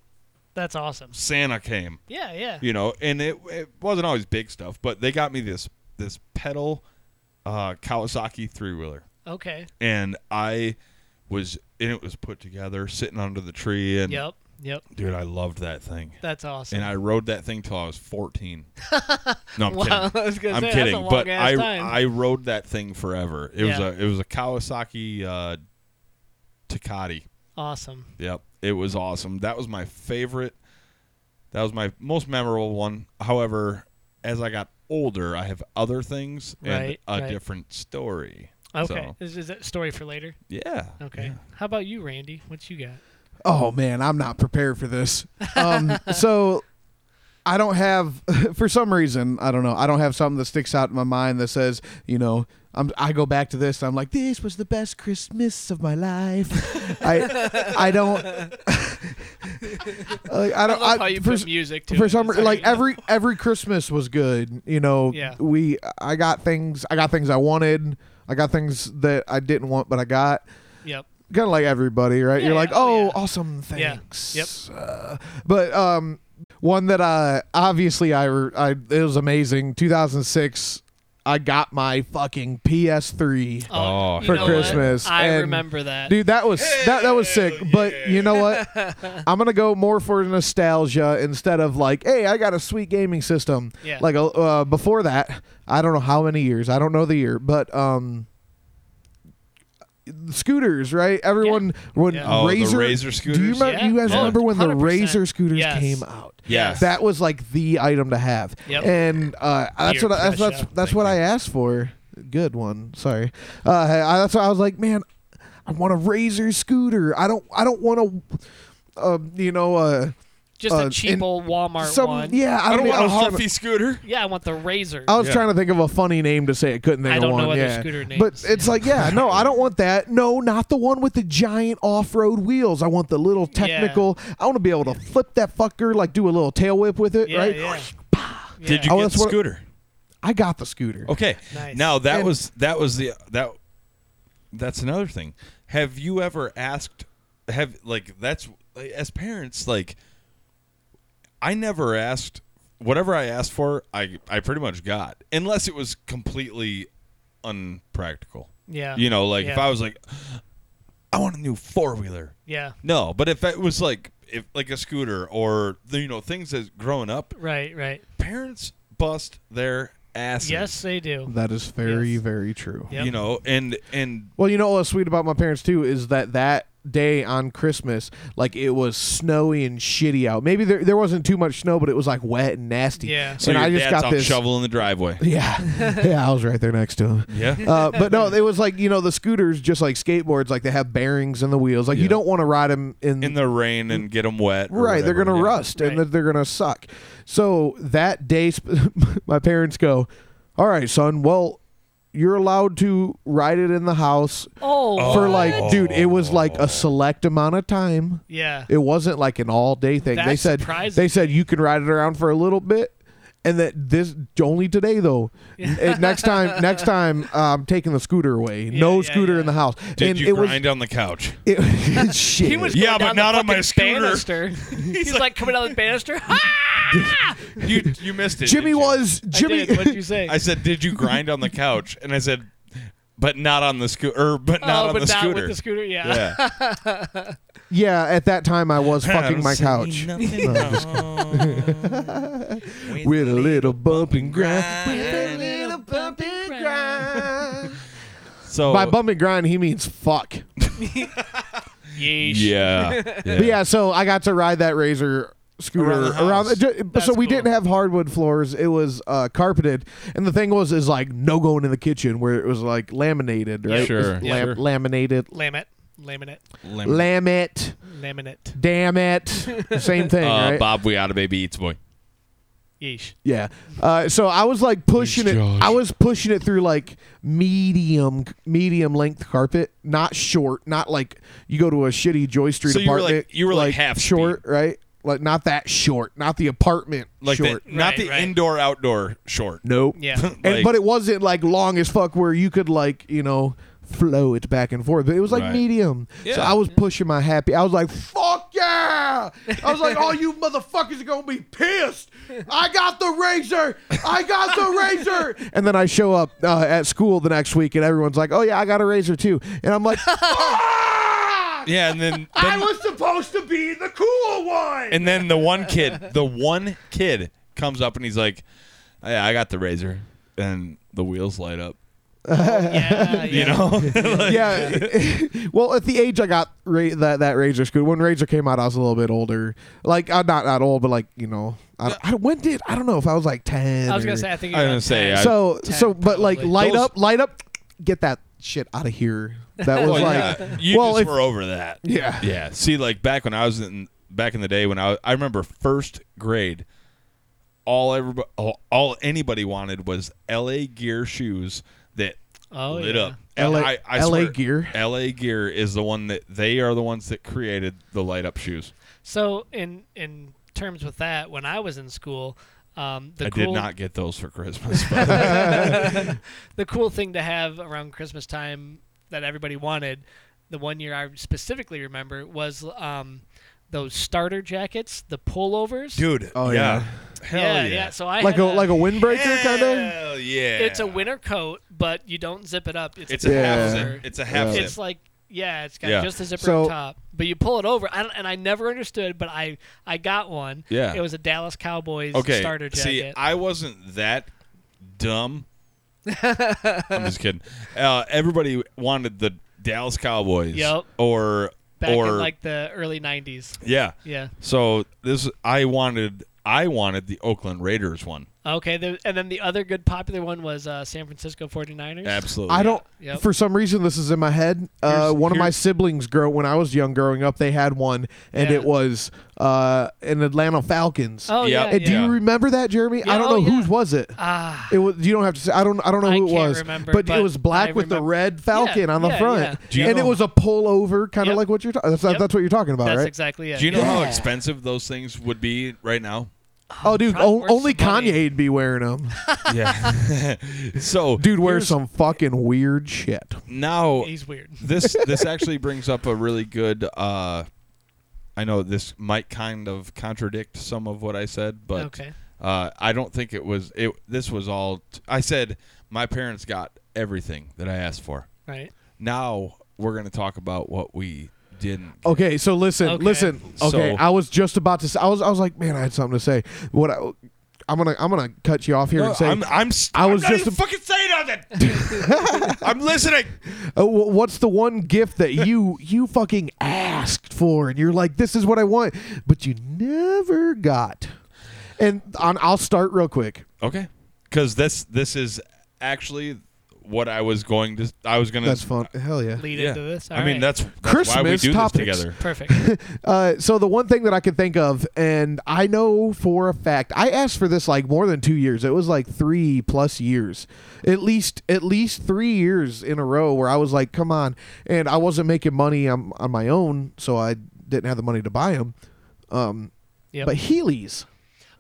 Speaker 3: that's awesome
Speaker 2: Santa came
Speaker 3: yeah yeah
Speaker 2: you know and it, it wasn't always big stuff but they got me this this pedal uh kawasaki three-wheeler
Speaker 3: okay
Speaker 2: and i was and it was put together sitting under the tree and
Speaker 3: yep yep
Speaker 2: dude i loved that thing
Speaker 3: that's awesome
Speaker 2: and i rode that thing till i was
Speaker 3: *laughs*
Speaker 2: 14 no i'm
Speaker 3: Wow,
Speaker 2: kidding
Speaker 3: I was *laughs* gonna
Speaker 2: i'm
Speaker 3: say, that's a
Speaker 2: kidding but
Speaker 3: long-ass
Speaker 2: i
Speaker 3: time.
Speaker 2: i rode that thing forever it
Speaker 3: Yeah.
Speaker 2: was a it was a kawasaki uh takati
Speaker 3: Awesome.
Speaker 2: Yep, it was awesome. That was my favorite. That was my most memorable one. However, as I got older, I have other things
Speaker 3: Right,
Speaker 2: and a
Speaker 3: right.
Speaker 2: different story.
Speaker 3: Okay.
Speaker 2: So,
Speaker 3: This is a story for later.
Speaker 2: yeah.
Speaker 3: Okay.
Speaker 2: yeah.
Speaker 3: How about you, Randy? What you got?
Speaker 4: oh man, I'm not prepared for this. Um, so I don't have, *laughs* for some reason, I don't know. I don't have something that sticks out in my mind that says, you know, I'm, I go back to this. I'm like, this was the best Christmas of my life. I, I don't. *laughs* like, I
Speaker 3: love
Speaker 4: don't. I-
Speaker 3: how you
Speaker 4: for
Speaker 3: put
Speaker 4: s-
Speaker 3: music to
Speaker 4: for
Speaker 3: it.
Speaker 4: some
Speaker 3: It's
Speaker 4: like every every Christmas was good. You know,
Speaker 3: Yeah.
Speaker 4: we I got things I got things I wanted. I got things that I didn't want, but I got
Speaker 3: Yep.
Speaker 4: kind of like everybody, right?
Speaker 3: Yeah,
Speaker 4: You're like,
Speaker 3: yeah, oh,
Speaker 4: oh,
Speaker 3: yeah.
Speaker 4: awesome,
Speaker 3: Yeah,
Speaker 4: thanks. Uh, but um, one that I obviously I, re- I it was amazing. 2006, I got my fucking PS3.
Speaker 2: Oh,
Speaker 3: you
Speaker 2: for
Speaker 3: know what?
Speaker 4: Christmas,
Speaker 3: I
Speaker 4: and-
Speaker 3: remember that.
Speaker 4: Dude, that was that that was sick. But you
Speaker 3: *laughs*
Speaker 4: know what? I'm gonna go more for nostalgia instead of like, hey, I got a sweet gaming system.
Speaker 3: Yeah.
Speaker 4: Like uh, before that, I don't know how many years. I don't know the year, but um, scooters, right? Everyone when
Speaker 3: Yeah.
Speaker 2: Oh, the
Speaker 4: razor
Speaker 2: Razor
Speaker 4: Do you,
Speaker 2: scooters?
Speaker 4: remember,
Speaker 3: Yeah.
Speaker 4: you guys
Speaker 2: Yeah.
Speaker 4: remember when the
Speaker 3: 100%.
Speaker 4: razor scooters
Speaker 3: Oh, Yes.
Speaker 4: came out?
Speaker 2: Yes.
Speaker 4: That was like the item to have.
Speaker 3: Yep.
Speaker 4: And uh, that's
Speaker 3: Here,
Speaker 4: what I, that's
Speaker 3: finish
Speaker 4: that's,
Speaker 3: up.
Speaker 4: that's
Speaker 2: Thank
Speaker 4: what
Speaker 2: you.
Speaker 4: I asked for. Good one. Sorry. Uh, I, that's why I was like, man, I want a razor scooter. I don't I don't want a, uh, you know, uh,
Speaker 3: Just
Speaker 4: uh,
Speaker 3: a cheap
Speaker 4: and
Speaker 3: old Walmart
Speaker 4: some
Speaker 3: one.
Speaker 4: yeah. I,
Speaker 2: I don't
Speaker 4: mean,
Speaker 2: want
Speaker 4: I
Speaker 2: a
Speaker 4: was trying to-
Speaker 2: Huffy scooter.
Speaker 3: Yeah, I want the razor.
Speaker 4: I was
Speaker 2: Yeah.
Speaker 4: trying to think of a funny name to say. I couldn't think
Speaker 3: I
Speaker 4: of
Speaker 3: don't
Speaker 4: one.
Speaker 3: know other
Speaker 4: yeah.
Speaker 3: scooter
Speaker 4: But
Speaker 3: names.
Speaker 4: it's like, yeah, no, I don't want that. No, not the one with the giant off-road wheels. I want the little technical. I want to be able to flip that fucker, like do a little tail whip with it,
Speaker 3: yeah,
Speaker 4: right?
Speaker 3: yeah.
Speaker 2: Did you
Speaker 4: Oh,
Speaker 2: get
Speaker 4: that's
Speaker 2: the
Speaker 4: what-
Speaker 2: scooter?
Speaker 4: I got the scooter.
Speaker 2: Okay.
Speaker 3: Nice.
Speaker 2: Now that
Speaker 4: And-
Speaker 2: was that was the that that's another thing. Have you ever asked have like that's as parents like I never asked whatever I asked for, I I pretty much got unless it was completely unpractical.
Speaker 3: Yeah.
Speaker 2: You know, like if
Speaker 3: Yeah.
Speaker 2: I was like I want a new four-wheeler.
Speaker 3: Yeah.
Speaker 2: No, but if it was like if like a scooter or you know things that growing up,
Speaker 3: Right. Right.
Speaker 2: parents bust their asses.
Speaker 3: Yes, they do.
Speaker 4: That is very,
Speaker 3: Yes.
Speaker 4: very true.
Speaker 3: Yep.
Speaker 2: You know, and and
Speaker 4: Well, you know what's sweet about my parents too is that that day on Christmas, like it was snowy and shitty out. Maybe there there wasn't too much snow, but it was like wet and nasty.
Speaker 3: Yeah.
Speaker 2: So
Speaker 4: and
Speaker 2: your
Speaker 4: I just
Speaker 2: dad's
Speaker 4: got
Speaker 2: out
Speaker 4: this.
Speaker 2: shoveling the driveway.
Speaker 4: Yeah,
Speaker 3: *laughs*
Speaker 4: yeah, I was right there next to him.
Speaker 2: Yeah.
Speaker 4: *laughs* uh, but no, it was like you know the scooters, just like skateboards, like they have bearings in the wheels. Like
Speaker 2: Yeah.
Speaker 4: you don't want to ride them
Speaker 2: *laughs*
Speaker 4: in,
Speaker 2: In the rain and get them wet. or
Speaker 4: right. They're
Speaker 2: whatever,
Speaker 4: gonna
Speaker 2: yeah.
Speaker 4: rust and
Speaker 3: Right.
Speaker 4: that they're gonna suck. *laughs* So that day, sp- my parents go, "All right, son. Well, you're allowed to ride it in the house
Speaker 3: Oh,
Speaker 4: for
Speaker 3: what?
Speaker 4: like, dude, it was like
Speaker 2: Oh.
Speaker 4: a select amount of time.
Speaker 3: yeah.
Speaker 4: It wasn't like an all day thing. they
Speaker 3: That's
Speaker 4: said
Speaker 3: surprising.
Speaker 4: they said you could ride it around for a little bit, and that this only today though. Eh, next time, next time, uh, I'm taking the scooter away. no
Speaker 3: yeah,
Speaker 4: scooter
Speaker 3: yeah.
Speaker 4: in the house.
Speaker 2: Did
Speaker 4: and
Speaker 2: you
Speaker 4: it
Speaker 2: grind on the
Speaker 3: *laughs*
Speaker 2: couch?
Speaker 4: was it, *laughs* shit.
Speaker 3: He was
Speaker 2: Yeah, but
Speaker 3: going down
Speaker 2: not
Speaker 3: the
Speaker 2: on my
Speaker 3: fucking
Speaker 2: scooter. *laughs*
Speaker 3: Banister. He's like, coming down the banister.
Speaker 2: You you missed it.
Speaker 4: Jimmy
Speaker 2: didn't you?
Speaker 4: was *laughs* Jimmy.
Speaker 3: Jimmy, what did you say?
Speaker 2: I said, "Did you grind on the couch?" And I said, "But not on the scooter. But not
Speaker 3: oh,
Speaker 2: on
Speaker 3: but
Speaker 2: the
Speaker 3: not
Speaker 2: scooter."
Speaker 3: with the scooter. Yeah. *laughs*
Speaker 2: yeah,
Speaker 4: *laughs* yeah, at that time I was *laughs* fucking my *laughs* couch *laughs* with a little bump and grind. With a little bump and grind.
Speaker 2: So
Speaker 4: By bump and grind, he means fuck.
Speaker 3: Yeesh. *laughs*
Speaker 2: yeah, yeah.
Speaker 4: But yeah, so I got to ride that razor scooter
Speaker 2: Around
Speaker 4: around.
Speaker 2: the house.
Speaker 4: ju- so we
Speaker 3: cool.
Speaker 4: didn't have hardwood floors; it was uh, carpeted. And the thing was, is like no going in the kitchen where it was like laminated, right?
Speaker 2: Sure,
Speaker 4: It was
Speaker 2: yeah, sure.
Speaker 4: Laminated,
Speaker 3: Laminate. Laminate.
Speaker 2: Lim-
Speaker 4: lam it,
Speaker 3: Laminate.
Speaker 4: damn it, same thing,
Speaker 2: uh,
Speaker 4: right?
Speaker 2: Bob, we out of baby eats boy.
Speaker 4: *laughs*
Speaker 3: Yeesh.
Speaker 4: Yeah. Uh, so I was like pushing it. I was pushing it through like medium, medium length carpet, not short, not like you go to a shitty Joy Street
Speaker 2: So you were, like-
Speaker 4: apartment.
Speaker 2: you were, like, half
Speaker 4: short, right? Like not that short, not the apartment
Speaker 2: Like
Speaker 4: short.
Speaker 2: the, not
Speaker 3: Right,
Speaker 2: the
Speaker 3: right.
Speaker 2: indoor outdoor short.
Speaker 4: Nope.
Speaker 3: Yeah.
Speaker 2: *laughs*
Speaker 4: And,
Speaker 2: Like-
Speaker 4: but it wasn't like long as fuck where you could like you know flow it back and forth. But it was like
Speaker 2: Right.
Speaker 4: medium. So
Speaker 2: Yeah.
Speaker 4: I was pushing my happy. I was like, fuck yeah! I was like, all you motherfuckers are gonna be pissed. I got the razor. I got the razor. And then I show up uh, at school the next week, and everyone's like, oh yeah, I got a razor too. And I'm like, "Fuck!
Speaker 2: Yeah, and then,
Speaker 4: I
Speaker 2: then
Speaker 4: was supposed to be the cool one.
Speaker 2: and then the one
Speaker 4: *laughs*
Speaker 2: kid, the one kid comes up and he's like, "Yeah, I got the razor," and the wheels light up.
Speaker 3: Yeah.
Speaker 2: You
Speaker 3: yeah.
Speaker 2: know, *laughs*
Speaker 4: yeah. *laughs* well, at the age I got ra- that that Razor scooter, when Razor came out, I was a little bit older. Like, uh, not not old, but like you know, I, I- when did I don't know if I was like ten.
Speaker 3: I was
Speaker 4: or-
Speaker 3: gonna say. I think.
Speaker 2: I was
Speaker 3: you're
Speaker 2: gonna say,
Speaker 3: on
Speaker 2: I-
Speaker 4: So
Speaker 3: 10,
Speaker 4: so, but like
Speaker 3: probably.
Speaker 4: light
Speaker 2: Those-
Speaker 4: up, light up, get that shit out of here.
Speaker 2: *laughs*
Speaker 4: That
Speaker 2: Well,
Speaker 4: was like
Speaker 2: Oh, yeah, you
Speaker 4: well,
Speaker 2: just
Speaker 4: if-
Speaker 2: were over that.
Speaker 4: yeah.
Speaker 2: Yeah. See, like back when I was in back in the day when I was, I remember first grade, all everybody all, all anybody wanted was L.A. Gear shoes that
Speaker 3: Oh,
Speaker 2: lit
Speaker 3: yeah.
Speaker 2: up.
Speaker 4: LA
Speaker 2: I- I
Speaker 4: LA
Speaker 2: swear,
Speaker 4: Gear.
Speaker 2: L.A. Gear is the one that they are the ones that created the light up shoes.
Speaker 3: So in in terms with that, when I was in school, um, the
Speaker 2: I
Speaker 3: cool
Speaker 2: did not get those for Christmas. But
Speaker 3: *laughs* the cool thing to have around Christmas time that everybody wanted, the one year I specifically remember was um, those starter jackets, the pullovers.
Speaker 2: dude,
Speaker 4: Oh,
Speaker 2: hell
Speaker 3: yeah,
Speaker 2: yeah,
Speaker 3: So I
Speaker 4: Like a
Speaker 3: had
Speaker 4: like a windbreaker kind of.
Speaker 2: hell yeah.
Speaker 3: It's a winter coat, but you don't zip it up. It's,
Speaker 2: It's
Speaker 3: a
Speaker 2: a
Speaker 4: Yeah.
Speaker 2: half zip. It's a half
Speaker 4: Yeah.
Speaker 2: zip.
Speaker 3: it's like yeah, it's got
Speaker 2: Yeah.
Speaker 3: just a zipper
Speaker 4: So-
Speaker 3: up top, but you pull it over. I don't, and I never understood, but I I got one.
Speaker 2: Yeah.
Speaker 3: it was a Dallas Cowboys
Speaker 2: okay.
Speaker 3: starter jacket.
Speaker 2: See, I wasn't that dumb.
Speaker 3: *laughs*
Speaker 2: I'm just kidding. Uh, everybody wanted the Dallas Cowboys.
Speaker 3: Yep.
Speaker 2: Or
Speaker 3: back
Speaker 2: or
Speaker 3: in like the early '90s.
Speaker 2: yeah.
Speaker 3: Yeah.
Speaker 2: So this I wanted I wanted the Oakland Raiders
Speaker 3: *laughs*
Speaker 2: one.
Speaker 3: Okay. The, and then the other good popular one was uh, San Francisco 49ers.
Speaker 2: Absolutely.
Speaker 4: I don't.
Speaker 3: Yep.
Speaker 4: For some reason, this is in my head. Uh,
Speaker 2: Here's-
Speaker 4: one of my
Speaker 2: here's-
Speaker 4: siblings, grow when I was young, growing up, they had one, and
Speaker 3: Yeah.
Speaker 4: it was uh, an Atlanta Falcons.
Speaker 3: Oh
Speaker 2: Yeah.
Speaker 3: yeah.
Speaker 4: And do
Speaker 3: yeah.
Speaker 4: you remember that, Jeremy?
Speaker 3: Yeah,
Speaker 4: I don't
Speaker 3: oh,
Speaker 4: know
Speaker 3: yeah.
Speaker 4: whose was it.
Speaker 3: Ah.
Speaker 4: It was. You don't have to say. I don't. I don't know
Speaker 3: I
Speaker 4: who it
Speaker 3: can't
Speaker 4: was.
Speaker 3: remember,
Speaker 4: but,
Speaker 3: but
Speaker 4: it was black
Speaker 3: I
Speaker 4: with the
Speaker 3: remember-
Speaker 4: red falcon
Speaker 3: Yeah,
Speaker 4: on the
Speaker 3: yeah,
Speaker 4: front,
Speaker 3: yeah.
Speaker 2: Do you
Speaker 4: and it
Speaker 2: know-
Speaker 4: was a pullover, kind of
Speaker 3: Yep.
Speaker 4: like what you're talking. That's,
Speaker 3: Yep.
Speaker 4: that's what you're talking about,
Speaker 3: That's
Speaker 4: right?
Speaker 3: exactly it.
Speaker 2: Do you know how
Speaker 4: Yeah.
Speaker 2: expensive those things would be right
Speaker 3: *laughs*
Speaker 2: now?
Speaker 4: oh, dude,
Speaker 3: Probably
Speaker 4: o-
Speaker 3: worth
Speaker 4: only
Speaker 3: some money.
Speaker 4: Kanye'd be wearing them.
Speaker 2: Yeah. *laughs* so
Speaker 4: Dude wears
Speaker 2: here's-
Speaker 4: some fucking weird shit.
Speaker 2: now
Speaker 3: He's weird. *laughs*
Speaker 2: this this actually brings up a really good uh I know this might kind of contradict some of what I said, but
Speaker 3: Okay.
Speaker 2: uh, I don't think it was it this was all t- I said my parents got everything that I asked for.
Speaker 3: Right.
Speaker 2: Now we're going to talk about what we didn't. get.
Speaker 4: Okay, so listen,
Speaker 3: Okay.
Speaker 4: listen. Okay,
Speaker 2: So-
Speaker 4: I was just about to. Say, I was. I was like, man, I had something to say. What? I, I'm gonna. I'm gonna cut you off here and say.
Speaker 2: I'm I'm s-
Speaker 4: I
Speaker 2: I'm
Speaker 4: was
Speaker 2: not
Speaker 4: just
Speaker 2: even
Speaker 4: a-
Speaker 2: fucking saying nothing. I'm listening.
Speaker 4: Uh, wh- what's the one gift that you you fucking asked for and you're like this is what i want but you never got and on, i'll start real quick
Speaker 2: Okay. Cuz this this is actually what I was going to. I was gonna.
Speaker 4: That's fun. Hell yeah.
Speaker 3: Lead
Speaker 2: Yeah.
Speaker 3: into this.
Speaker 2: I mean,
Speaker 3: Alright.
Speaker 2: that's, that's why we
Speaker 4: Christmas
Speaker 2: do
Speaker 4: topics.
Speaker 2: this together.
Speaker 4: *laughs*
Speaker 3: perfect.
Speaker 4: Uh, so the one thing that I could think of, and I know for a fact, I asked for this like more than two years. It was like three plus years, at least at least three years in a row where I was like, "Come on!" And I wasn't making money on, on my own, so I didn't have the money to buy them. Um,
Speaker 3: Yep.
Speaker 4: But Heelys,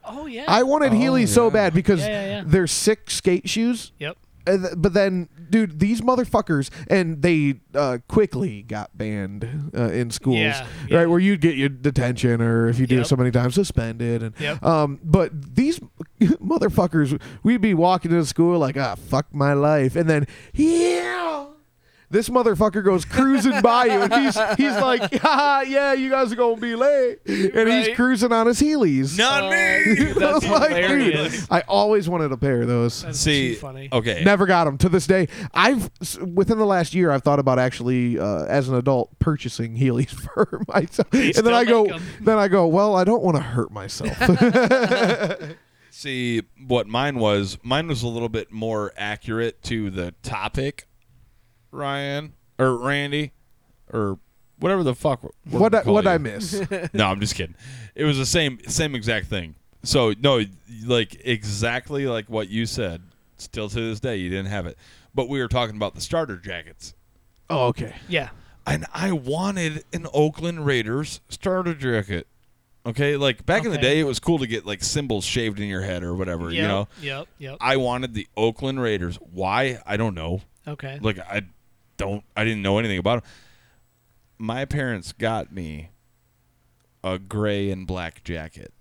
Speaker 3: oh yeah.
Speaker 4: I wanted
Speaker 2: Oh,
Speaker 4: Heelys so
Speaker 2: yeah.
Speaker 4: bad because
Speaker 3: Yeah, yeah, yeah.
Speaker 4: they're sick skate shoes.
Speaker 3: yep.
Speaker 4: Uh, th- but then, dude, these motherfuckers, and they uh, quickly got banned uh, in schools,
Speaker 3: Yeah, yeah.
Speaker 4: right? Where you'd get your detention, or if you do
Speaker 3: Yep.
Speaker 4: it so many times, suspended. And
Speaker 3: Yep.
Speaker 4: um, but these *laughs* motherfuckers, we'd be walking to school like, ah, fuck my life, and then yeah. This motherfucker goes cruising by you, and he's he's like, *laughs* ah, yeah, you guys are gonna be late, and
Speaker 3: Right.
Speaker 4: he's cruising on his heelys.
Speaker 2: Not
Speaker 3: *laughs* me!
Speaker 4: I was like, *laughs* dude,
Speaker 3: Oh, hilarious.
Speaker 4: I always wanted a pair of those.
Speaker 3: That's
Speaker 2: See,
Speaker 3: too funny.
Speaker 2: okay.
Speaker 4: Never got them to this day. I've s- within the last year, I've thought about actually, uh, as an adult, purchasing Heelys *laughs* for myself. and
Speaker 3: still
Speaker 4: then I go,
Speaker 3: make 'em.
Speaker 4: then I go. Well, I don't want to
Speaker 3: *laughs*
Speaker 4: hurt myself.
Speaker 2: See what mine was. Mine was a little bit more accurate to the topic, Ryan or Randy, or whatever the fuck. we're- we're
Speaker 4: what I,
Speaker 2: gonna call
Speaker 4: what I
Speaker 2: you.
Speaker 3: *laughs*
Speaker 4: miss?
Speaker 2: *laughs* no, I'm just kidding. It was the same same exact thing. So no, like exactly like what you said. Still to this day, you didn't have it. But we were talking about the starter jackets,
Speaker 4: oh, okay.
Speaker 3: Yeah.
Speaker 2: and I wanted an Oakland Raiders starter jacket. Okay, like back in the
Speaker 3: Okay.
Speaker 2: day, it was cool to get like symbols shaved in your head or whatever.
Speaker 3: Yep,
Speaker 2: You know,
Speaker 3: Yep. Yep.
Speaker 2: I wanted the Oakland Raiders. Why? I don't know.
Speaker 3: Okay.
Speaker 2: Like I don't. I didn't know anything about them. My parents got me a gray and black jacket.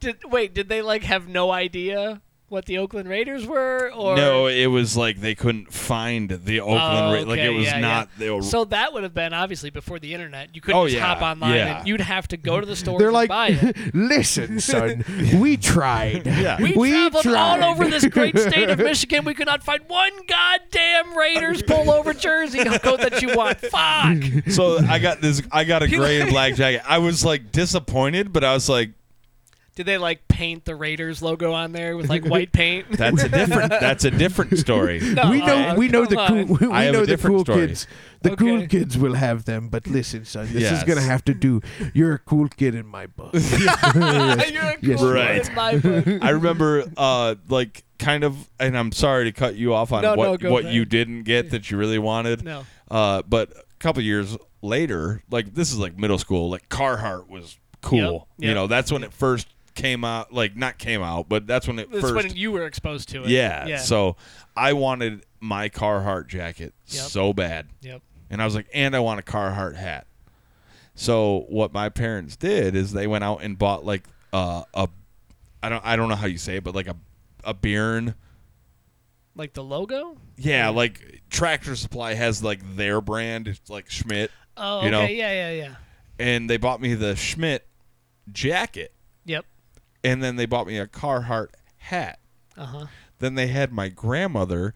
Speaker 3: Did wait? Did they like have no idea what the Oakland Raiders were? Or
Speaker 2: no, it was like they couldn't find the Oakland.
Speaker 3: Oh,
Speaker 2: Ra- like
Speaker 3: okay,
Speaker 2: it was
Speaker 3: yeah,
Speaker 2: not. They were,
Speaker 3: So that would have been obviously before the internet. You couldn't
Speaker 2: Oh,
Speaker 3: just
Speaker 2: yeah,
Speaker 3: hop online,
Speaker 2: yeah.
Speaker 3: and you'd have to go to
Speaker 4: *laughs*
Speaker 3: the store
Speaker 4: They're
Speaker 3: and
Speaker 4: like,
Speaker 3: buy
Speaker 4: *laughs*
Speaker 3: it. *laughs*
Speaker 4: listen, son, we tried.
Speaker 2: yeah.
Speaker 3: We,
Speaker 4: We
Speaker 3: traveled
Speaker 4: tried.
Speaker 3: all over this great state
Speaker 4: *laughs*
Speaker 3: of Michigan. We could not find one goddamn Raiders pullover jersey coat that you
Speaker 4: *laughs*
Speaker 3: want. Fuck.
Speaker 2: so I got this. I got
Speaker 3: *laughs*
Speaker 2: a
Speaker 3: He
Speaker 2: gray and black
Speaker 3: like-
Speaker 2: jacket. I was like disappointed, but I was like,
Speaker 3: Did they like paint the Raiders logo on there with like
Speaker 2: *laughs*
Speaker 3: white paint?
Speaker 2: that's a
Speaker 3: *laughs*
Speaker 2: different. that's a different story.
Speaker 3: No,
Speaker 4: we know,
Speaker 3: uh,
Speaker 4: we know the
Speaker 3: come
Speaker 4: cool,
Speaker 3: on.
Speaker 4: we
Speaker 2: I have a
Speaker 4: know the
Speaker 2: different
Speaker 4: cool
Speaker 2: story.
Speaker 4: kids. The cool
Speaker 3: Okay.
Speaker 4: kids will have them, but listen, son, this
Speaker 2: Yes.
Speaker 4: is gonna have to do. You're a cool kid in my
Speaker 3: *laughs*
Speaker 4: book.
Speaker 3: You're a
Speaker 4: Yes,
Speaker 3: cool
Speaker 2: right.
Speaker 3: kid in my
Speaker 4: *laughs*
Speaker 3: book.
Speaker 2: I remember, uh, like, kind of, and I'm sorry to cut you off on
Speaker 3: No, no,
Speaker 2: what
Speaker 3: go
Speaker 2: what
Speaker 3: ahead.
Speaker 2: you didn't get that you really wanted.
Speaker 3: No.
Speaker 2: Uh, but a couple years later, like this is like middle school, like Carhartt was cool.
Speaker 3: yep.
Speaker 2: You know, that's when it first came out. Like, not came out, but that's when it
Speaker 3: That's
Speaker 2: first.
Speaker 3: when you were exposed to it.
Speaker 2: yeah,
Speaker 3: Yeah.
Speaker 2: So I wanted my Carhartt jacket
Speaker 3: Yep.
Speaker 2: so bad,
Speaker 3: Yep.
Speaker 2: and I was like, and I want a Carhartt hat. So what my parents did is they went out and bought like uh, a, I don't I don't know how you say it, but like a a Bearn.
Speaker 3: Like the logo.
Speaker 2: Yeah,
Speaker 3: Mm-hmm.
Speaker 2: like Tractor Supply has like their brand, it's like Schmidt.
Speaker 3: Oh, okay.
Speaker 2: You know?
Speaker 3: yeah, yeah, yeah.
Speaker 2: and they bought me the Schmidt jacket,
Speaker 3: Yep.
Speaker 2: and then they bought me a Carhartt hat.
Speaker 3: Uh huh.
Speaker 2: Then they had my grandmother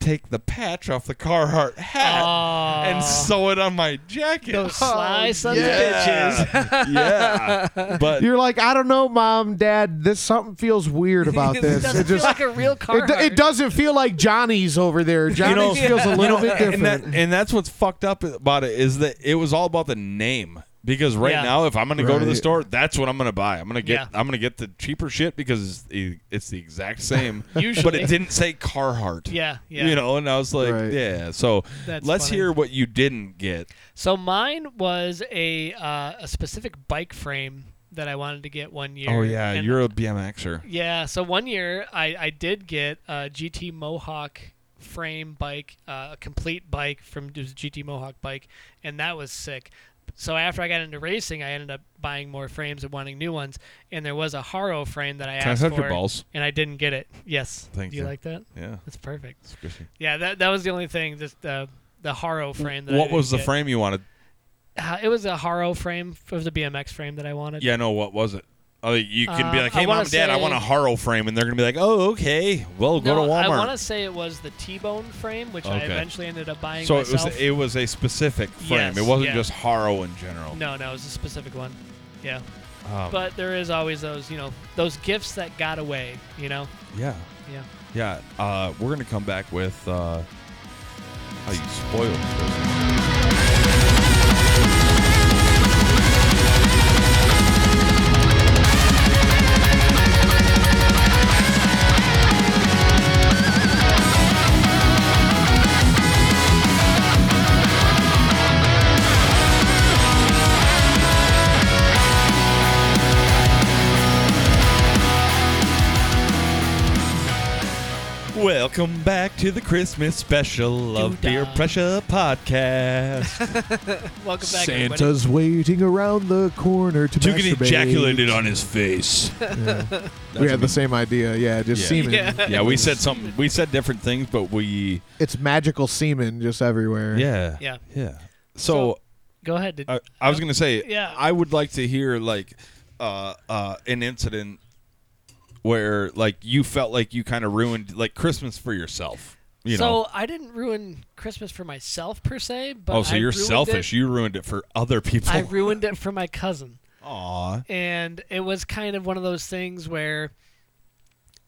Speaker 2: take the patch off the Carhartt hat
Speaker 3: Aw.
Speaker 2: and sew it on my jacket.
Speaker 4: Oh,
Speaker 3: Those sly sons
Speaker 2: yeah.
Speaker 3: of bitches. *laughs*
Speaker 2: yeah, but
Speaker 4: You're like, I don't know, mom, dad. This something feels weird about this.
Speaker 3: doesn't
Speaker 4: It just
Speaker 3: feel like a real
Speaker 4: It,
Speaker 3: Carhartt.
Speaker 4: do- it doesn't feel like Johnny's over there. Johnny's feels a little bit
Speaker 2: and
Speaker 4: different.
Speaker 2: that and that's what's fucked up about it is that it was all about the name. Because right
Speaker 3: Yeah.
Speaker 2: now, if I'm going to go to the
Speaker 4: Right.
Speaker 2: store, that's what I'm going to buy. I'm going to get
Speaker 3: Yeah.
Speaker 2: I'm going to get the cheaper shit because it's the, it's the
Speaker 3: *laughs*
Speaker 2: exact same. but
Speaker 3: Usually.
Speaker 2: it didn't say Carhartt.
Speaker 3: Yeah, yeah.
Speaker 2: You know, and I was like,
Speaker 4: Right.
Speaker 2: yeah. So
Speaker 3: That's
Speaker 2: let's
Speaker 3: funny.
Speaker 2: hear what you didn't get.
Speaker 3: So mine was a uh, a specific bike frame that I wanted to get one year.
Speaker 2: Oh yeah,
Speaker 3: and-
Speaker 2: you're a BMXer.
Speaker 3: Yeah, so one year I, I did get a GT Mohawk frame bike, uh, a complete bike from just GT Mohawk bike, and that was sick. So after I got into racing, I ended up buying more frames and wanting new ones. And there was a Haro frame that I
Speaker 2: Can I
Speaker 3: asked
Speaker 2: touch
Speaker 3: for,
Speaker 2: your balls?
Speaker 3: and I didn't get it. Yes,
Speaker 2: Thank
Speaker 3: Do you
Speaker 2: you.
Speaker 3: like that?
Speaker 2: Yeah.
Speaker 3: That's perfect.
Speaker 2: It's crazy.
Speaker 3: Yeah, that that was the only thing. Just the the Haro frame. That I
Speaker 2: What
Speaker 3: didn't
Speaker 2: was the
Speaker 3: get.
Speaker 2: frame you wanted?
Speaker 3: Uh, it was a Haro frame. It was a BMX frame that I wanted.
Speaker 2: Yeah, no, what was it? Oh, you can be
Speaker 3: Um,
Speaker 2: like,
Speaker 3: I
Speaker 2: hey,
Speaker 3: wanna
Speaker 2: mom and dad, I
Speaker 3: say-
Speaker 2: want a Haro frame, and they're gonna be like, oh, okay, well,
Speaker 3: No,
Speaker 2: go to Walmart.
Speaker 3: I want to say it was the T-bone frame, which I
Speaker 2: Okay.
Speaker 3: eventually ended up buying
Speaker 2: So
Speaker 3: myself.
Speaker 2: it was it was a specific frame.
Speaker 3: Yes,
Speaker 2: it wasn't
Speaker 3: yeah.
Speaker 2: just Haro in general.
Speaker 3: No, no, it was a specific one. Yeah.
Speaker 2: Um,
Speaker 3: But there is always those, you know, those gifts that got away, you know?
Speaker 2: yeah,
Speaker 3: Yeah.
Speaker 2: yeah. Uh, we're gonna come back with uh, how you spoil. This. Welcome back to the Christmas special of
Speaker 3: Doo-dah.
Speaker 2: Beer Pressure Podcast.
Speaker 3: Welcome back, everybody.
Speaker 4: Santa's waiting around the corner to
Speaker 2: Duke
Speaker 4: masturbate.
Speaker 2: ejaculated on his face.
Speaker 4: We had the same idea. Yeah, just
Speaker 2: Yeah.
Speaker 4: semen.
Speaker 3: Yeah.
Speaker 2: Yeah, we said something. We said different things, but we
Speaker 4: *laughs* It's magical semen just everywhere. *laughs*
Speaker 2: yeah
Speaker 3: Yeah.
Speaker 2: yeah. So,
Speaker 3: Go ahead. Did,
Speaker 2: I, I was gonna say
Speaker 3: Yeah.
Speaker 2: I would like to hear like uh, uh, an incident where like you felt like you kind of ruined like Christmas for yourself. You
Speaker 3: so
Speaker 2: know.
Speaker 3: I didn't ruin Christmas for myself per se, but
Speaker 2: Oh, so
Speaker 3: I
Speaker 2: you're
Speaker 3: ruined
Speaker 2: selfish.
Speaker 3: It.
Speaker 2: You ruined it for other people. *laughs*
Speaker 3: I ruined it for my cousin.
Speaker 2: Aw.
Speaker 3: and it was kind of one of those things where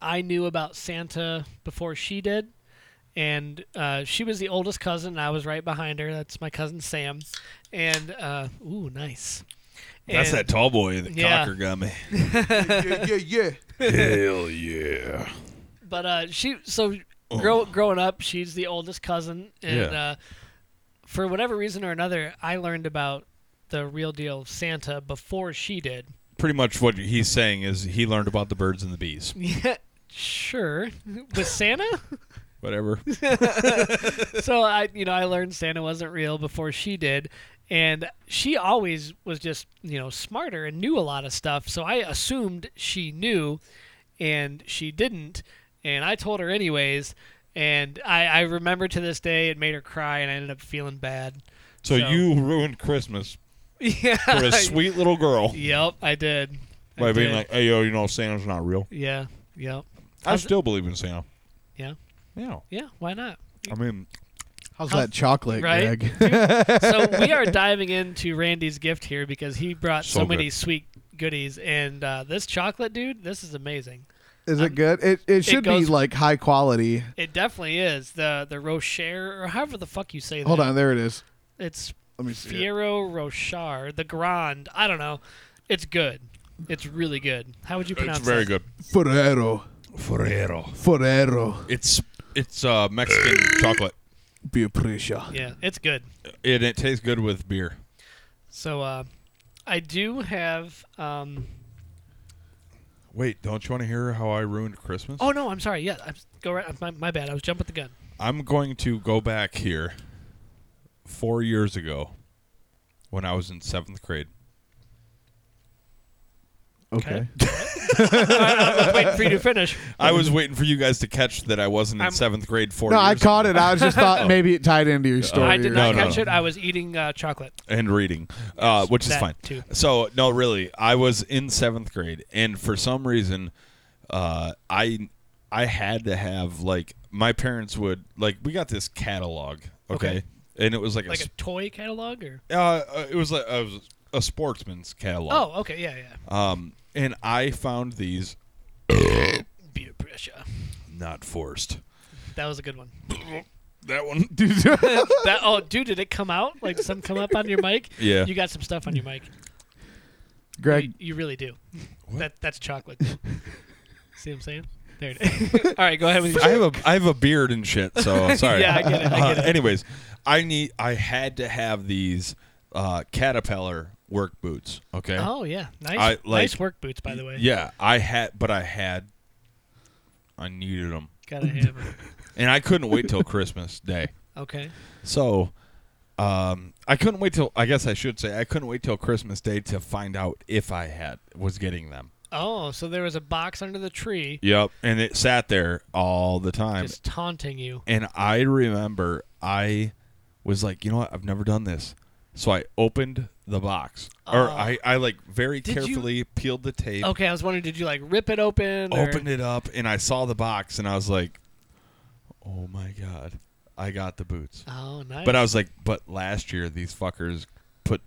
Speaker 3: I knew about Santa before she did, and uh, she was the oldest cousin, and I was right behind her. That's my cousin Sam, and uh, ooh, nice.
Speaker 2: That's
Speaker 3: And-
Speaker 2: that tall boy that
Speaker 3: Yeah.
Speaker 2: cocker got me.
Speaker 4: yeah, yeah. yeah.
Speaker 2: Hell yeah.
Speaker 3: But uh, she so grow, growing up, she's the oldest cousin, and
Speaker 2: Oh. Yeah.
Speaker 3: uh, for whatever reason or another, I learned about the real deal Santa before she did. *laughs*
Speaker 2: Pretty much what he's saying is he learned about the birds and the bees.
Speaker 3: Yeah, sure. With Santa? *laughs*
Speaker 2: Whatever.
Speaker 3: so I, you know, I learned Santa wasn't real before she did, and she always was just, you know, smarter and knew a lot of stuff. So I assumed she knew, and she didn't, and I told her anyways. And I, I remember to this day, it made her cry, and I ended up feeling bad.
Speaker 2: So,
Speaker 3: So-
Speaker 2: you ruined Christmas
Speaker 3: Yeah.
Speaker 2: for
Speaker 3: *laughs*
Speaker 2: a sweet little girl
Speaker 3: yep, I did. I
Speaker 2: by being
Speaker 3: did.
Speaker 2: like, hey, yo, you know, Santa's not real.
Speaker 3: yeah, yep,
Speaker 2: I
Speaker 3: How's-
Speaker 2: still believe in Santa.
Speaker 3: Yeah.
Speaker 2: Yeah.
Speaker 3: yeah. Why not?
Speaker 2: I mean,
Speaker 4: How's
Speaker 3: How's-
Speaker 4: that chocolate,
Speaker 3: right?
Speaker 2: *laughs*
Speaker 4: Greg?
Speaker 3: so we are diving into Randy's gift here because he brought so,
Speaker 2: So
Speaker 3: many
Speaker 2: good.
Speaker 3: sweet goodies, and uh, this chocolate, dude, this is amazing.
Speaker 4: Is
Speaker 3: Um,
Speaker 4: it good? It it should be
Speaker 3: goes-
Speaker 4: like high quality.
Speaker 3: It definitely is the the Rocher or however the fuck you say that.
Speaker 4: Hold on, there it is.
Speaker 3: it's
Speaker 4: Let me see. it.
Speaker 3: Fiero Rochard, the Grand. I don't know. It's good. It's really good. How would you pronounce
Speaker 2: it's
Speaker 3: it?
Speaker 2: very good.
Speaker 4: Ferrero,
Speaker 2: Ferrero.
Speaker 4: Ferrero,
Speaker 2: It's it's uh, Mexican chocolate,
Speaker 4: be pressure.
Speaker 3: Yeah, it's good.
Speaker 2: and it tastes good with beer.
Speaker 3: So uh, I do have. Um,
Speaker 2: Wait, don't you want to hear how I ruined Christmas?
Speaker 3: oh no, I'm sorry. Yeah, I'm, go right. My, my bad. I was jumping the gun.
Speaker 2: I'm going to go back here. Four years ago, when I was in seventh grade,
Speaker 4: Okay.
Speaker 3: I was waiting for you
Speaker 2: *laughs*
Speaker 3: to finish.
Speaker 2: I was waiting for you guys to catch that I wasn't in
Speaker 3: I'm-
Speaker 2: seventh grade. Four.
Speaker 4: *laughs* No, I
Speaker 2: years
Speaker 4: caught
Speaker 2: ago.
Speaker 4: it. I was just thought maybe it tied into your story.
Speaker 3: I did
Speaker 4: or-
Speaker 2: No,
Speaker 3: not
Speaker 2: no,
Speaker 3: catch
Speaker 2: no.
Speaker 3: it. I was eating uh, chocolate.
Speaker 2: and reading, uh, which is
Speaker 3: that
Speaker 2: fine.
Speaker 3: too.
Speaker 2: So no, really, I was in seventh grade, and for some reason, uh, I I had to have like my parents would like we got this catalog, okay,
Speaker 3: Okay.
Speaker 2: and it was like,
Speaker 3: Like a
Speaker 2: a,
Speaker 3: toy catalog, or
Speaker 2: sp- uh, uh, it was like a, a sportsman's catalog.
Speaker 3: oh, okay, yeah, yeah.
Speaker 2: Um, and I found these
Speaker 3: Beer pressure.
Speaker 2: not forced.
Speaker 3: That was a
Speaker 2: *laughs*
Speaker 3: good one.
Speaker 2: That one, *laughs*
Speaker 3: that oh dude did it come out like some come up on your mic
Speaker 2: *laughs* yeah.
Speaker 3: you got some stuff on your mic you,
Speaker 4: Greg,
Speaker 3: you really do that that's chocolate
Speaker 2: *laughs*
Speaker 3: see what i'm saying there it is all right go ahead with your
Speaker 2: I have a I have a beard and shit,
Speaker 3: *laughs*
Speaker 2: so sorry.
Speaker 3: Yeah, I get it, I get
Speaker 2: Uh,
Speaker 3: it.
Speaker 2: anyways, I need I had to have these uh, caterpillar work boots. Okay.
Speaker 3: oh yeah nice
Speaker 2: I, like-
Speaker 3: nice work boots by the way
Speaker 2: Yeah, I had, but I had, I needed them,
Speaker 3: gotta
Speaker 2: *laughs*
Speaker 3: have 'em.
Speaker 2: and I couldn't wait till Christmas Day.
Speaker 3: okay
Speaker 2: So, um, I couldn't wait till I guess I should say I couldn't wait till Christmas Day to find out if I had was getting them.
Speaker 3: oh so there was a box under the tree
Speaker 2: Yep, and it sat there all the time,
Speaker 3: just taunting you
Speaker 2: And I remember I was like, you know what? I've never done this. So I opened the box, or
Speaker 3: Oh.
Speaker 2: I, I like very
Speaker 3: Did you-
Speaker 2: carefully peeled the tape,
Speaker 3: okay i was wondering did you like rip it open or-
Speaker 2: opened it up, and I saw the box, and I was like, oh my god, I got the boots.
Speaker 3: oh nice
Speaker 2: But I was like, but last year these fuckers put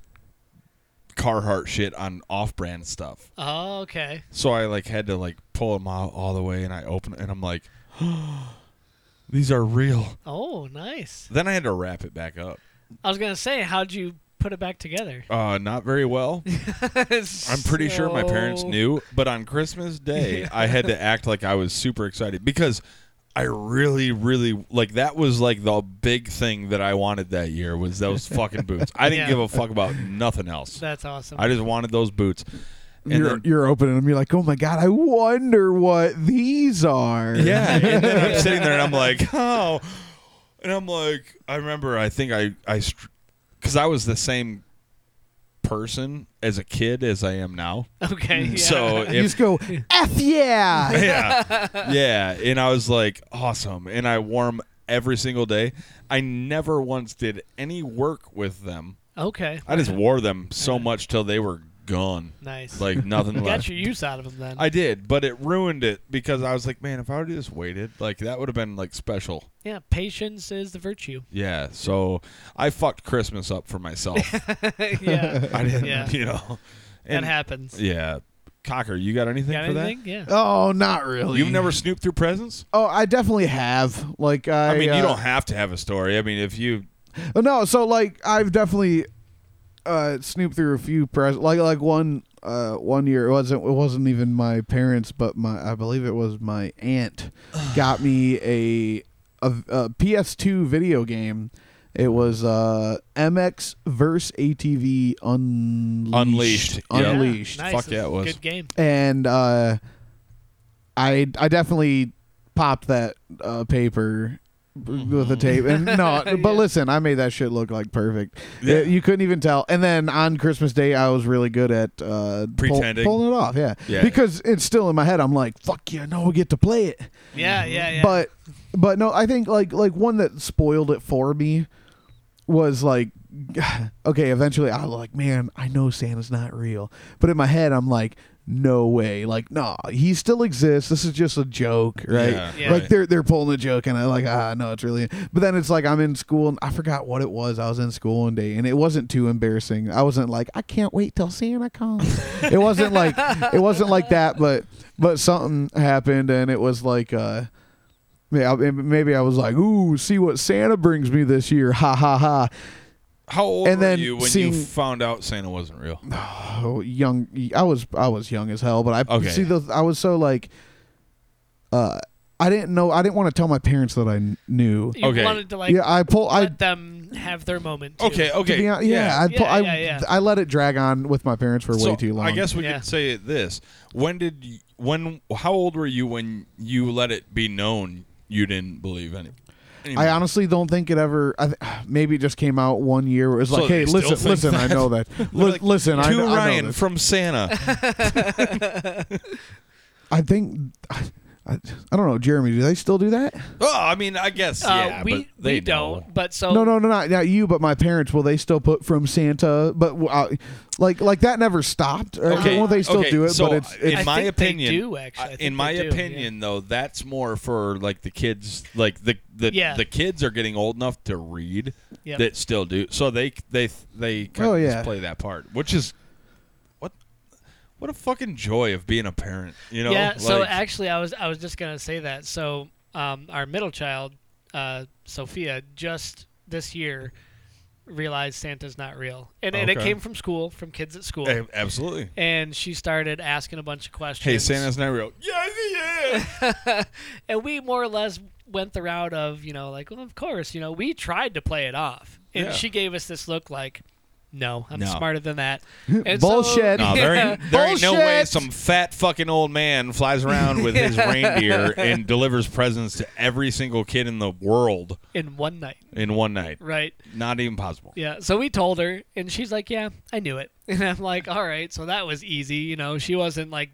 Speaker 2: Carhartt shit on off-brand stuff.
Speaker 3: Oh, okay.
Speaker 2: So I like had to like pull them out all the way, and I open it, and I'm like, *gasps* these are real.
Speaker 3: Oh, nice.
Speaker 2: Then I had to wrap it back up.
Speaker 3: I was gonna say, how'd you put it back together?
Speaker 2: Uh, not very well. *laughs* I'm
Speaker 3: *laughs*
Speaker 2: pretty sure my parents
Speaker 3: So-
Speaker 2: knew, but on Christmas Day, I had to act like I was super excited because I really, really like that was like the big thing that I wanted that year was
Speaker 3: *laughs*
Speaker 2: those fucking boots. I didn't
Speaker 3: Yeah.
Speaker 2: give a fuck about nothing else.
Speaker 3: That's awesome.
Speaker 2: I just wanted those boots. And
Speaker 4: you're
Speaker 2: then-
Speaker 4: you're opening them. You're like, oh my god, I wonder what these are.
Speaker 2: Yeah, and then
Speaker 3: *laughs*
Speaker 2: I'm sitting there and I'm like, oh, and I'm like, I remember, I think I I, because I was the same person as a kid as I am now.
Speaker 3: *laughs* okay. Yeah.
Speaker 2: Mm, So
Speaker 4: you
Speaker 2: if *laughs*
Speaker 4: just go f yeah.
Speaker 2: yeah, yeah. And I was like, awesome. And I wore 'em every single day. I never once did any work with them.
Speaker 3: *laughs* okay.
Speaker 2: I just wore them so much till they were gone,
Speaker 3: Nice. *laughs*
Speaker 2: like nothing
Speaker 3: you
Speaker 2: left.
Speaker 3: got your use out of them then.
Speaker 2: uh, I did, but it ruined it because I was like, man, if I would have just waited, like that would have been like special.
Speaker 3: yeah. Patience is
Speaker 2: *laughs*
Speaker 3: the virtue.
Speaker 2: Yeah, so I fucked Christmas up for myself.
Speaker 3: *laughs* yeah.
Speaker 2: *laughs* I didn't,
Speaker 3: Yeah.
Speaker 2: you know.
Speaker 3: That
Speaker 2: And
Speaker 3: happens.
Speaker 2: yeah, Cocker, you got anything
Speaker 3: got
Speaker 2: for
Speaker 3: anything? Yeah.
Speaker 4: Oh, not
Speaker 2: that?
Speaker 4: really.
Speaker 2: You've never snooped through presents?
Speaker 4: Oh, I definitely have. Like I,
Speaker 2: I mean,
Speaker 4: uh,
Speaker 2: you don't have to have a story. I mean, if you
Speaker 4: No, so like I've definitely uh snooped through a few pres like like one uh one year it wasn't it wasn't even my parents but my I believe it was my aunt got me a a, a PS2 video game. It was uh MX verse ATV Unleashed.
Speaker 2: Unleashed, yeah.
Speaker 4: Unleashed.
Speaker 3: Nice.
Speaker 2: Fuck yeah,
Speaker 3: That's
Speaker 2: it was.
Speaker 3: Good game.
Speaker 4: And uh I I definitely popped that uh paper with the tape and no but
Speaker 3: Yeah.
Speaker 4: listen i made that shit look like perfect
Speaker 2: Yeah.
Speaker 4: Uh, you couldn't even tell and then on christmas day i was really good at uh pull-
Speaker 2: Pretending.
Speaker 4: pulling it off yeah.
Speaker 2: Yeah.
Speaker 4: because it's still in my head i'm like fuck yeah no we get to play it
Speaker 2: Mm-hmm.
Speaker 3: Yeah, yeah, yeah.
Speaker 4: but but no i think like like one that spoiled it for me was like *sighs* okay eventually i was like man i know santa's not real but in my head i'm like no way like nah he still exists this is just a joke right
Speaker 2: Yeah,
Speaker 3: Yeah.
Speaker 4: like
Speaker 2: right.
Speaker 4: they're they're pulling a joke and i like ah no it's really but then it's like i'm in school and i forgot what it was i was in school one day and it wasn't too embarrassing i wasn't like i can't wait till santa comes it wasn't
Speaker 3: *laughs*
Speaker 4: like it wasn't like that but but something happened and it was like uh yeah, I- maybe I was like, "Ooh, see what Santa brings me this year!" Ha ha ha!
Speaker 2: how old
Speaker 4: And
Speaker 2: were
Speaker 4: then
Speaker 2: you when
Speaker 4: seeing-
Speaker 2: you found out Santa wasn't real?
Speaker 4: Oh, young, I was I was young as hell, but I
Speaker 2: Okay.
Speaker 4: see those. I was so like, uh, I didn't know. I didn't want to tell my parents that I kn- knew.
Speaker 3: you
Speaker 2: okay.
Speaker 3: wanted to like
Speaker 4: yeah, I pull. I
Speaker 3: let them have their moment. too.
Speaker 2: Okay,
Speaker 4: to
Speaker 2: okay,
Speaker 4: be honest, yeah, I, pull,
Speaker 3: Yeah,
Speaker 4: I,
Speaker 3: yeah, yeah.
Speaker 4: I let it drag on with my parents for
Speaker 2: So,
Speaker 4: way too long.
Speaker 2: I guess we
Speaker 3: Yeah.
Speaker 2: could say this: When did you, when? How old were you when you let it be known you didn't believe in it?
Speaker 4: I honestly don't think it ever. I th- *sighs* maybe it just came out one year. Where it was
Speaker 2: So
Speaker 4: like, hey,
Speaker 2: they still
Speaker 4: listen,
Speaker 2: think
Speaker 4: listen, I
Speaker 2: that? *laughs*
Speaker 4: know that. Li-
Speaker 2: Like,
Speaker 4: listen, I,
Speaker 2: to
Speaker 4: kn- I
Speaker 2: Ryan
Speaker 4: know this.
Speaker 2: from
Speaker 3: *laughs*
Speaker 2: Santa.
Speaker 4: I think. I, I, I don't know, Jeremy. Do they still do that?
Speaker 2: oh, I mean, I guess
Speaker 3: Uh,
Speaker 2: yeah,
Speaker 3: we
Speaker 2: but they
Speaker 3: we
Speaker 2: know.
Speaker 3: don't, but so
Speaker 4: No, no, no, not, not you, but my parents. Will they still put from Santa? But uh, like, like that never stopped. Or
Speaker 2: Okay,
Speaker 4: Won't they still
Speaker 2: okay,
Speaker 4: do it?
Speaker 2: so
Speaker 4: but it's,
Speaker 2: in
Speaker 4: it's
Speaker 3: I
Speaker 2: my
Speaker 3: think they
Speaker 2: opinion,
Speaker 3: do, actually. I
Speaker 2: I-
Speaker 3: think
Speaker 2: in
Speaker 3: they
Speaker 2: my
Speaker 3: do, yeah.
Speaker 2: opinion, though, that's more for like the kids. Like the the,
Speaker 3: Yeah.
Speaker 2: the kids are getting old enough to read
Speaker 3: Yep.
Speaker 2: that still do. So they they they kind
Speaker 4: Oh,
Speaker 2: of
Speaker 4: yeah.
Speaker 2: just play that part, which is what what a fucking joy of being a parent. You know,
Speaker 3: yeah. so
Speaker 2: Like,
Speaker 3: actually, I was I was just gonna say that. So um, our middle child, uh, Sophia, just this year realized Santa's not real, and, and it
Speaker 2: Okay.
Speaker 3: came from school, from kids at school,
Speaker 2: a- absolutely.
Speaker 3: and she started asking a bunch of questions.
Speaker 2: Hey, Santa's not real. Yes, he is.
Speaker 3: and we more or less went the route of you know like well of course you know we tried to play it off and
Speaker 2: Yeah.
Speaker 3: she gave us this look like no i'm
Speaker 2: No.
Speaker 3: smarter
Speaker 2: *laughs*
Speaker 3: than that and
Speaker 4: *laughs* Bullshit.
Speaker 3: so,
Speaker 2: No, there ain't, there ain't no way
Speaker 4: Bullshit.
Speaker 2: some fat fucking old man flies around with his
Speaker 4: *laughs*
Speaker 2: reindeer and delivers presents to every single kid in the world
Speaker 3: in one night
Speaker 2: in one night.
Speaker 3: right
Speaker 2: Not even possible.
Speaker 3: yeah so we told her and she's like yeah i knew it *laughs* and i'm like all right so that was easy you know she wasn't like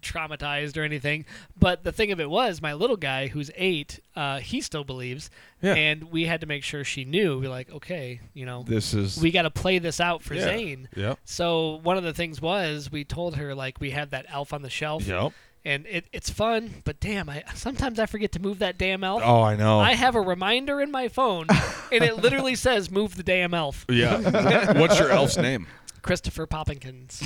Speaker 3: traumatized or anything but the thing of it was my little guy who's eight uh, he still believes
Speaker 2: Yeah.
Speaker 3: and we had to make sure she knew we are like okay you know
Speaker 2: This is
Speaker 3: we got to play this out for
Speaker 2: Yeah.
Speaker 3: Zane.
Speaker 2: Yep.
Speaker 3: *laughs* So one of the things was we told her like we had that elf on the shelf,
Speaker 2: Yep.
Speaker 3: and it, it's fun. But damn, I sometimes I forget to move that damn elf.
Speaker 2: Oh, I know.
Speaker 3: I have a reminder in my phone, and it
Speaker 2: *laughs*
Speaker 3: literally says move the damn elf. *laughs*
Speaker 2: yeah. What's your elf's name?
Speaker 3: Christopher Poppins.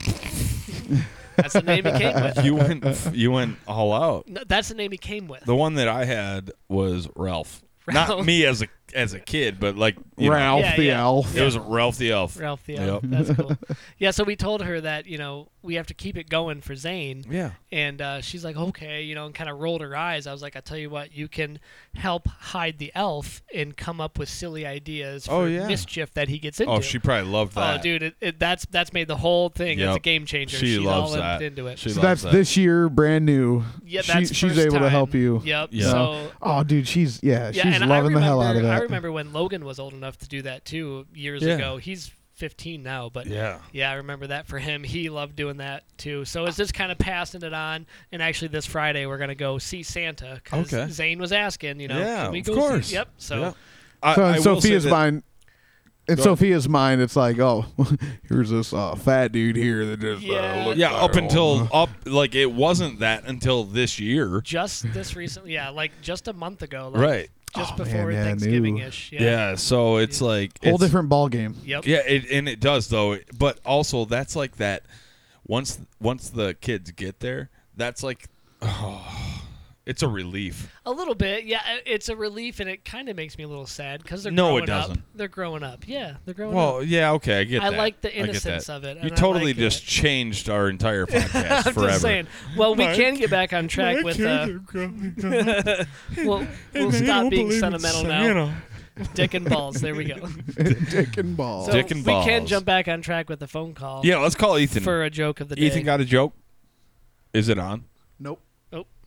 Speaker 3: That's the name he came with.
Speaker 2: You went. You went all out.
Speaker 3: No, that's the name he came with.
Speaker 2: The one that I had was Ralph. Not
Speaker 3: Ralph.
Speaker 2: me as a as a kid, but like you know,
Speaker 4: Ralph
Speaker 3: Yeah,
Speaker 4: the
Speaker 3: yeah.
Speaker 4: elf.
Speaker 2: It was Ralph the elf.
Speaker 3: Ralph the
Speaker 2: Yep.
Speaker 3: elf. That's cool.
Speaker 2: *laughs*
Speaker 3: Yeah, so we told her that you know we have to keep it going for Zane.
Speaker 2: Yeah.
Speaker 3: And uh, she's like, okay, you know, and kind of rolled her eyes. I was like, I tell you what, you can help hide the elf and come up with silly ideas for
Speaker 2: Oh, yeah.
Speaker 3: mischief that he gets into.
Speaker 2: Oh, she probably loved that.
Speaker 3: Oh, dude, it, it, that's that's made the whole thing. It's a
Speaker 2: Yep.
Speaker 3: game changer.
Speaker 2: She
Speaker 3: she's
Speaker 2: loves
Speaker 3: all in-
Speaker 2: that.
Speaker 3: into it.
Speaker 2: She
Speaker 4: So
Speaker 2: loves
Speaker 4: that's
Speaker 2: that.
Speaker 4: this year, brand new.
Speaker 3: yeah,
Speaker 4: She-
Speaker 3: that's
Speaker 4: she's
Speaker 3: first
Speaker 4: able to
Speaker 3: time.
Speaker 4: help you.
Speaker 3: Yep.
Speaker 2: Yeah.
Speaker 4: So-
Speaker 3: So
Speaker 4: Oh, dude, she's yeah,
Speaker 3: yeah,
Speaker 4: she's
Speaker 3: and
Speaker 4: loving
Speaker 3: I remember,
Speaker 4: the hell out of that.
Speaker 3: I remember when Logan was old enough to do that too years
Speaker 2: Yeah.
Speaker 3: ago. He's 15 now, but
Speaker 2: yeah.
Speaker 3: Yeah, I remember that for him. He loved doing that too. So it's just kind of passing it on. And actually, this Friday we're gonna go see Santa because
Speaker 2: Okay.
Speaker 3: Zane was asking, you know,
Speaker 2: Yeah,
Speaker 3: can we
Speaker 2: of
Speaker 3: go
Speaker 2: course.
Speaker 3: See? Yep. So
Speaker 2: Yeah. I,
Speaker 4: So
Speaker 2: I
Speaker 4: in
Speaker 2: will say
Speaker 4: Sophia's
Speaker 2: that-
Speaker 4: mind, in
Speaker 2: Go ahead.
Speaker 4: Sophia's mind, it's like, oh, *laughs* here's this uh, fat dude here that just
Speaker 3: Yeah.
Speaker 4: uh, looks
Speaker 2: Yeah,
Speaker 4: like
Speaker 2: up
Speaker 4: a-
Speaker 2: until
Speaker 4: Oh.
Speaker 2: up like it wasn't that until this year.
Speaker 3: just this recently, yeah, like just a month ago, like,
Speaker 2: Right.
Speaker 3: Just
Speaker 4: Oh,
Speaker 3: before
Speaker 4: man, yeah, I knew.
Speaker 3: Thanksgiving ish.
Speaker 2: Yeah. so it's like
Speaker 4: whole
Speaker 2: it's-
Speaker 4: different ball game.
Speaker 3: Yep.
Speaker 2: Yeah, it, and it does though. But also, that's like that. Once once the kids get there, that's like, oh, it's a relief.
Speaker 3: A little bit. Yeah. i- It's a relief, and it kind of makes me a little sad because they're
Speaker 2: No,
Speaker 3: growing
Speaker 2: it
Speaker 3: up.
Speaker 2: doesn't.
Speaker 3: They're growing up. Yeah, they're growing up.
Speaker 2: Well, yeah, okay, I get.
Speaker 3: Oh, I
Speaker 2: that.
Speaker 3: like the
Speaker 2: get
Speaker 3: innocence
Speaker 2: that.
Speaker 3: of it,
Speaker 2: You
Speaker 3: and I
Speaker 2: totally
Speaker 3: like
Speaker 2: just
Speaker 3: it.
Speaker 2: changed our
Speaker 3: *laughs*
Speaker 2: entire podcast
Speaker 3: I'm
Speaker 2: forever.
Speaker 3: just saying. Well, we
Speaker 2: My
Speaker 3: can get back on track with. Uh, we'll
Speaker 4: *laughs*
Speaker 3: we'll stop being sentimental now. Dick and balls. There we go.
Speaker 4: *laughs* Dick and ball.
Speaker 3: So
Speaker 2: Dick and balls.
Speaker 3: We can jump back on track with the phone call.
Speaker 2: Yeah, let's call Ethan.
Speaker 3: For a joke of the day.
Speaker 2: Ethan got a joke. Is it on?
Speaker 4: nope.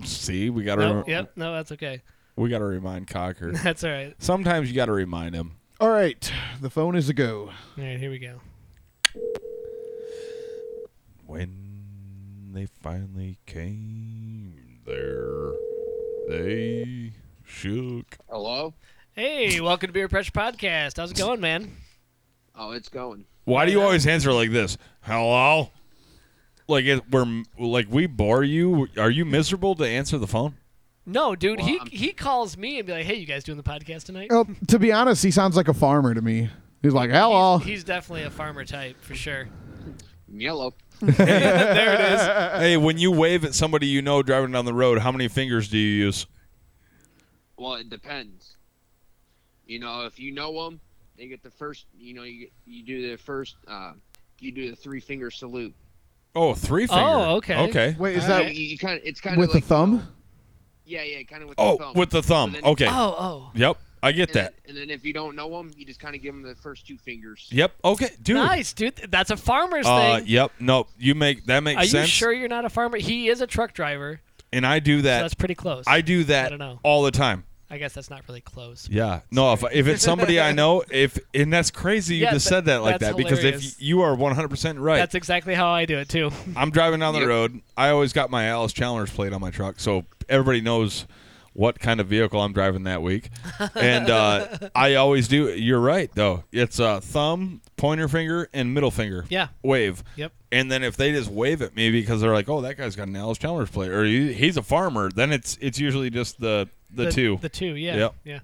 Speaker 2: See, we got to
Speaker 3: no, Yep. No, that's okay. *laughs*
Speaker 2: we got to remind Cocker.
Speaker 3: That's all right.
Speaker 2: Sometimes you got to remind him.
Speaker 4: All right, the phone is a go.
Speaker 3: All right. Here we go.
Speaker 2: When they finally came there, they shook.
Speaker 5: Hello?
Speaker 3: Hey, welcome to Beer Pressure Podcast. How's it going, man?
Speaker 5: Oh, it's going.
Speaker 2: Why do you always answer like this? Hello? Like it, we're like we bore you. Are you miserable to answer the phone?
Speaker 3: No, dude.
Speaker 5: Well,
Speaker 3: he
Speaker 5: I'm- Oh,
Speaker 3: he calls me and be like, "Hey, you guys doing the podcast tonight?"
Speaker 4: Well, to be honest, he sounds like a farmer to me. He's like, hello.
Speaker 3: He's, he's definitely a farmer type for sure.
Speaker 5: Yellow.
Speaker 2: Hey, when you wave at somebody you know driving down the road, how many fingers do you use?
Speaker 5: Well, it depends. You know, if you know them, they get the first, you know, you, get- you do the first, uh, you do the three finger salute.
Speaker 2: Oh, three finger.
Speaker 3: Oh, okay.
Speaker 2: Okay.
Speaker 4: Wait, is
Speaker 3: All
Speaker 4: that
Speaker 3: right.
Speaker 5: you, kind of, it's kind
Speaker 4: with
Speaker 5: of like,
Speaker 4: the thumb?
Speaker 5: yeah, yeah, kind of with
Speaker 2: Oh,
Speaker 5: the thumb.
Speaker 2: with the thumb.
Speaker 5: And then-
Speaker 2: Okay.
Speaker 3: Oh, oh,
Speaker 2: Yep. I get
Speaker 5: and then,
Speaker 2: that.
Speaker 5: and then if you don't know them, you just kind of give them the first two fingers.
Speaker 2: Yep. Okay, dude.
Speaker 3: nice, dude. That's a farmer's
Speaker 2: Uh,
Speaker 3: thing.
Speaker 2: yep. No, you make that makes
Speaker 3: Are you
Speaker 2: sense.
Speaker 3: sure you're not a farmer? He is a truck driver,
Speaker 2: And I do
Speaker 3: so
Speaker 2: that.
Speaker 3: that's pretty close.
Speaker 2: I do that
Speaker 3: I don't know.
Speaker 2: all the time.
Speaker 3: I guess that's not really close.
Speaker 2: Yeah. No, if, if it's somebody I
Speaker 3: *laughs*
Speaker 2: know, if and that's crazy you
Speaker 3: Yeah,
Speaker 2: just
Speaker 3: tha-
Speaker 2: said that like
Speaker 3: that's
Speaker 2: that because if
Speaker 3: hilarious.
Speaker 2: y- you are 100% right.
Speaker 3: That's exactly how I do it too. *laughs*
Speaker 2: I'm driving down the
Speaker 5: Yep.
Speaker 2: road. I always got my Alice Chalmers plate on my truck, so everybody knows what kind of vehicle I'm driving that week. And
Speaker 3: *laughs*
Speaker 2: uh, I always do. You're right though. It's uh, thumb, pointer finger, and middle finger.
Speaker 3: Yeah.
Speaker 2: Wave.
Speaker 3: Yep.
Speaker 2: And then if they just wave at me because they're like, "Oh, that guy's got an Alice Chalmers plate," or "He- "He's a farmer," then it's it's usually just the the, two.
Speaker 3: The two, yeah.
Speaker 2: Yep.
Speaker 3: Yeah.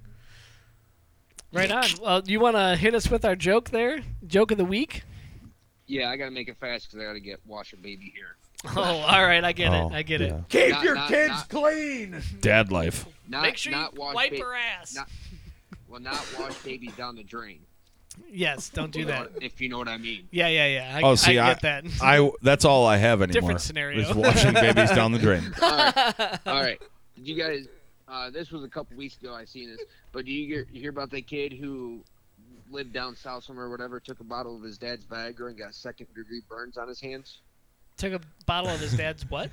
Speaker 3: Right on. Well, you want to hit us with our joke there? Joke of the week?
Speaker 5: Yeah, I got to make it fast because I got to get wash a baby here.
Speaker 3: *laughs* Oh, all right. I get
Speaker 2: Oh,
Speaker 3: it. I get it.
Speaker 5: Keep your kids clean.
Speaker 2: it. Dad life.
Speaker 5: Not,
Speaker 3: Make sure
Speaker 5: not
Speaker 3: you
Speaker 5: wash
Speaker 3: wipe
Speaker 5: ba-
Speaker 3: her ass.
Speaker 5: not- Well, not wash babies down the drain.
Speaker 3: yes, don't
Speaker 5: *laughs*
Speaker 3: do that.
Speaker 5: If you know what
Speaker 4: *laughs*
Speaker 5: I mean.
Speaker 3: Yeah, yeah, yeah. I,
Speaker 2: Oh, see,
Speaker 3: I
Speaker 2: I
Speaker 3: get
Speaker 5: *laughs*
Speaker 3: that. *laughs*
Speaker 2: I that's all I have anymore.
Speaker 3: Different scenario.
Speaker 2: Is washing babies down the
Speaker 3: *laughs*
Speaker 2: drain.
Speaker 5: All right. All right. Did you guys? Uh, this was a couple weeks ago. I seen this, but do you hear, you hear about that kid who lived down south somewhere, or whatever, took a bottle of his dad's Viagra and got second degree burns on his hands?
Speaker 3: Took a bottle of his dad's
Speaker 5: *laughs*
Speaker 3: what?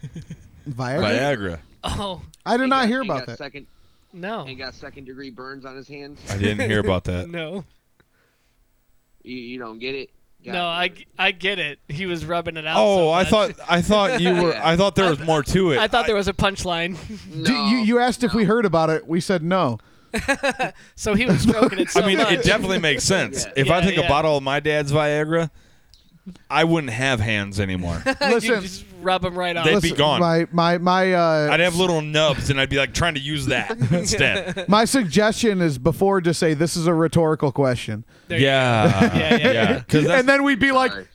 Speaker 4: Viagra?
Speaker 2: Viagra.
Speaker 3: Oh,
Speaker 4: I did
Speaker 5: And
Speaker 4: not
Speaker 5: got-
Speaker 4: hear
Speaker 5: and
Speaker 4: about
Speaker 5: got
Speaker 4: that. Oh.
Speaker 5: Second
Speaker 3: no.
Speaker 5: and got second degree burns on his hands.
Speaker 2: I didn't hear about
Speaker 3: *laughs*
Speaker 2: that.
Speaker 3: No.
Speaker 5: You, you don't get it. Got
Speaker 3: No, I,
Speaker 5: it.
Speaker 3: I get it. He was rubbing it out.
Speaker 2: Oh,
Speaker 3: so
Speaker 2: I
Speaker 3: much.
Speaker 2: thought I thought you were. I thought there was more to it.
Speaker 3: *laughs* I thought there was a punchline. *laughs*
Speaker 4: Do- you, you asked if we
Speaker 5: no.
Speaker 4: heard about it. We said no.
Speaker 3: so he was stroking it so
Speaker 2: *laughs* I mean,
Speaker 3: much.
Speaker 2: it definitely makes sense.
Speaker 5: Yeah.
Speaker 2: If I
Speaker 3: *laughs* Yeah,
Speaker 2: take
Speaker 3: yeah.
Speaker 2: a bottle of my dad's Viagra, I wouldn't have hands
Speaker 3: *laughs*
Speaker 2: anymore.
Speaker 4: Listen.
Speaker 3: *laughs* you just rub them right off. *laughs*
Speaker 2: They'd be
Speaker 4: Listen,
Speaker 2: gone.
Speaker 4: My my my uh,
Speaker 2: I'd have little nubs, and I'd be like trying to use
Speaker 3: *laughs*
Speaker 2: that instead.
Speaker 4: my suggestion is before to say this is a rhetorical *laughs* question,
Speaker 3: There you
Speaker 2: yeah.
Speaker 3: Yeah, yeah, yeah.
Speaker 2: Because
Speaker 4: and then we'd be like,
Speaker 5: Sorry.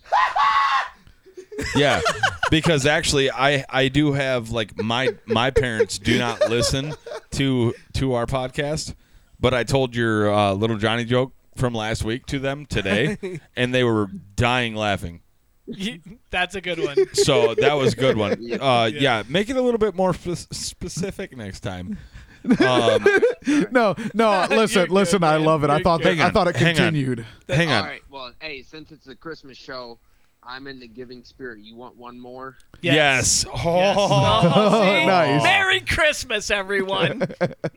Speaker 2: yeah because actually i i do have like my my parents do not listen to to our podcast but i told your uh, little johnny joke from last week to them today and they were dying laughing
Speaker 3: You- That's a good one.
Speaker 2: so that was a good one uh, yeah. make it a little bit more spe- specific next time um,
Speaker 4: no, no,
Speaker 3: You're
Speaker 4: listen,
Speaker 3: good,
Speaker 4: listen, I
Speaker 3: man.
Speaker 4: love it. I
Speaker 3: You're
Speaker 4: thought
Speaker 2: good.
Speaker 4: that, I thought it
Speaker 2: Hang on.
Speaker 4: continued.
Speaker 2: hang
Speaker 5: All
Speaker 2: on
Speaker 5: right. Well, hey, since it's the Christmas show, I'm in the giving spirit. You want one more?
Speaker 2: yes, *laughs*
Speaker 3: Yes.
Speaker 2: *laughs*
Speaker 3: *laughs*
Speaker 2: Oh.
Speaker 3: Oh, see?
Speaker 4: Nice.
Speaker 3: Merry Christmas, everyone.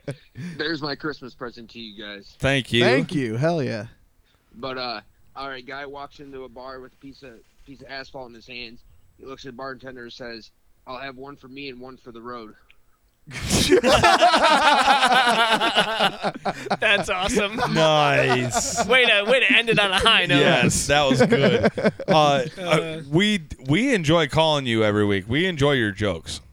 Speaker 3: *laughs*
Speaker 5: There's my Christmas present to you guys.
Speaker 2: thank you
Speaker 4: Thank you, hell yeah.
Speaker 5: But uh, all right, guy walks into a bar with a piece of piece of asphalt in his hands. He looks at the bartender and says, "I'll have one for me and one for the road."
Speaker 3: That's awesome.
Speaker 2: nice
Speaker 3: Way to way to end it on a high note.
Speaker 2: Yes, that was *laughs* good. Uh, uh, we we enjoy calling you every week. We enjoy your jokes.
Speaker 5: Well,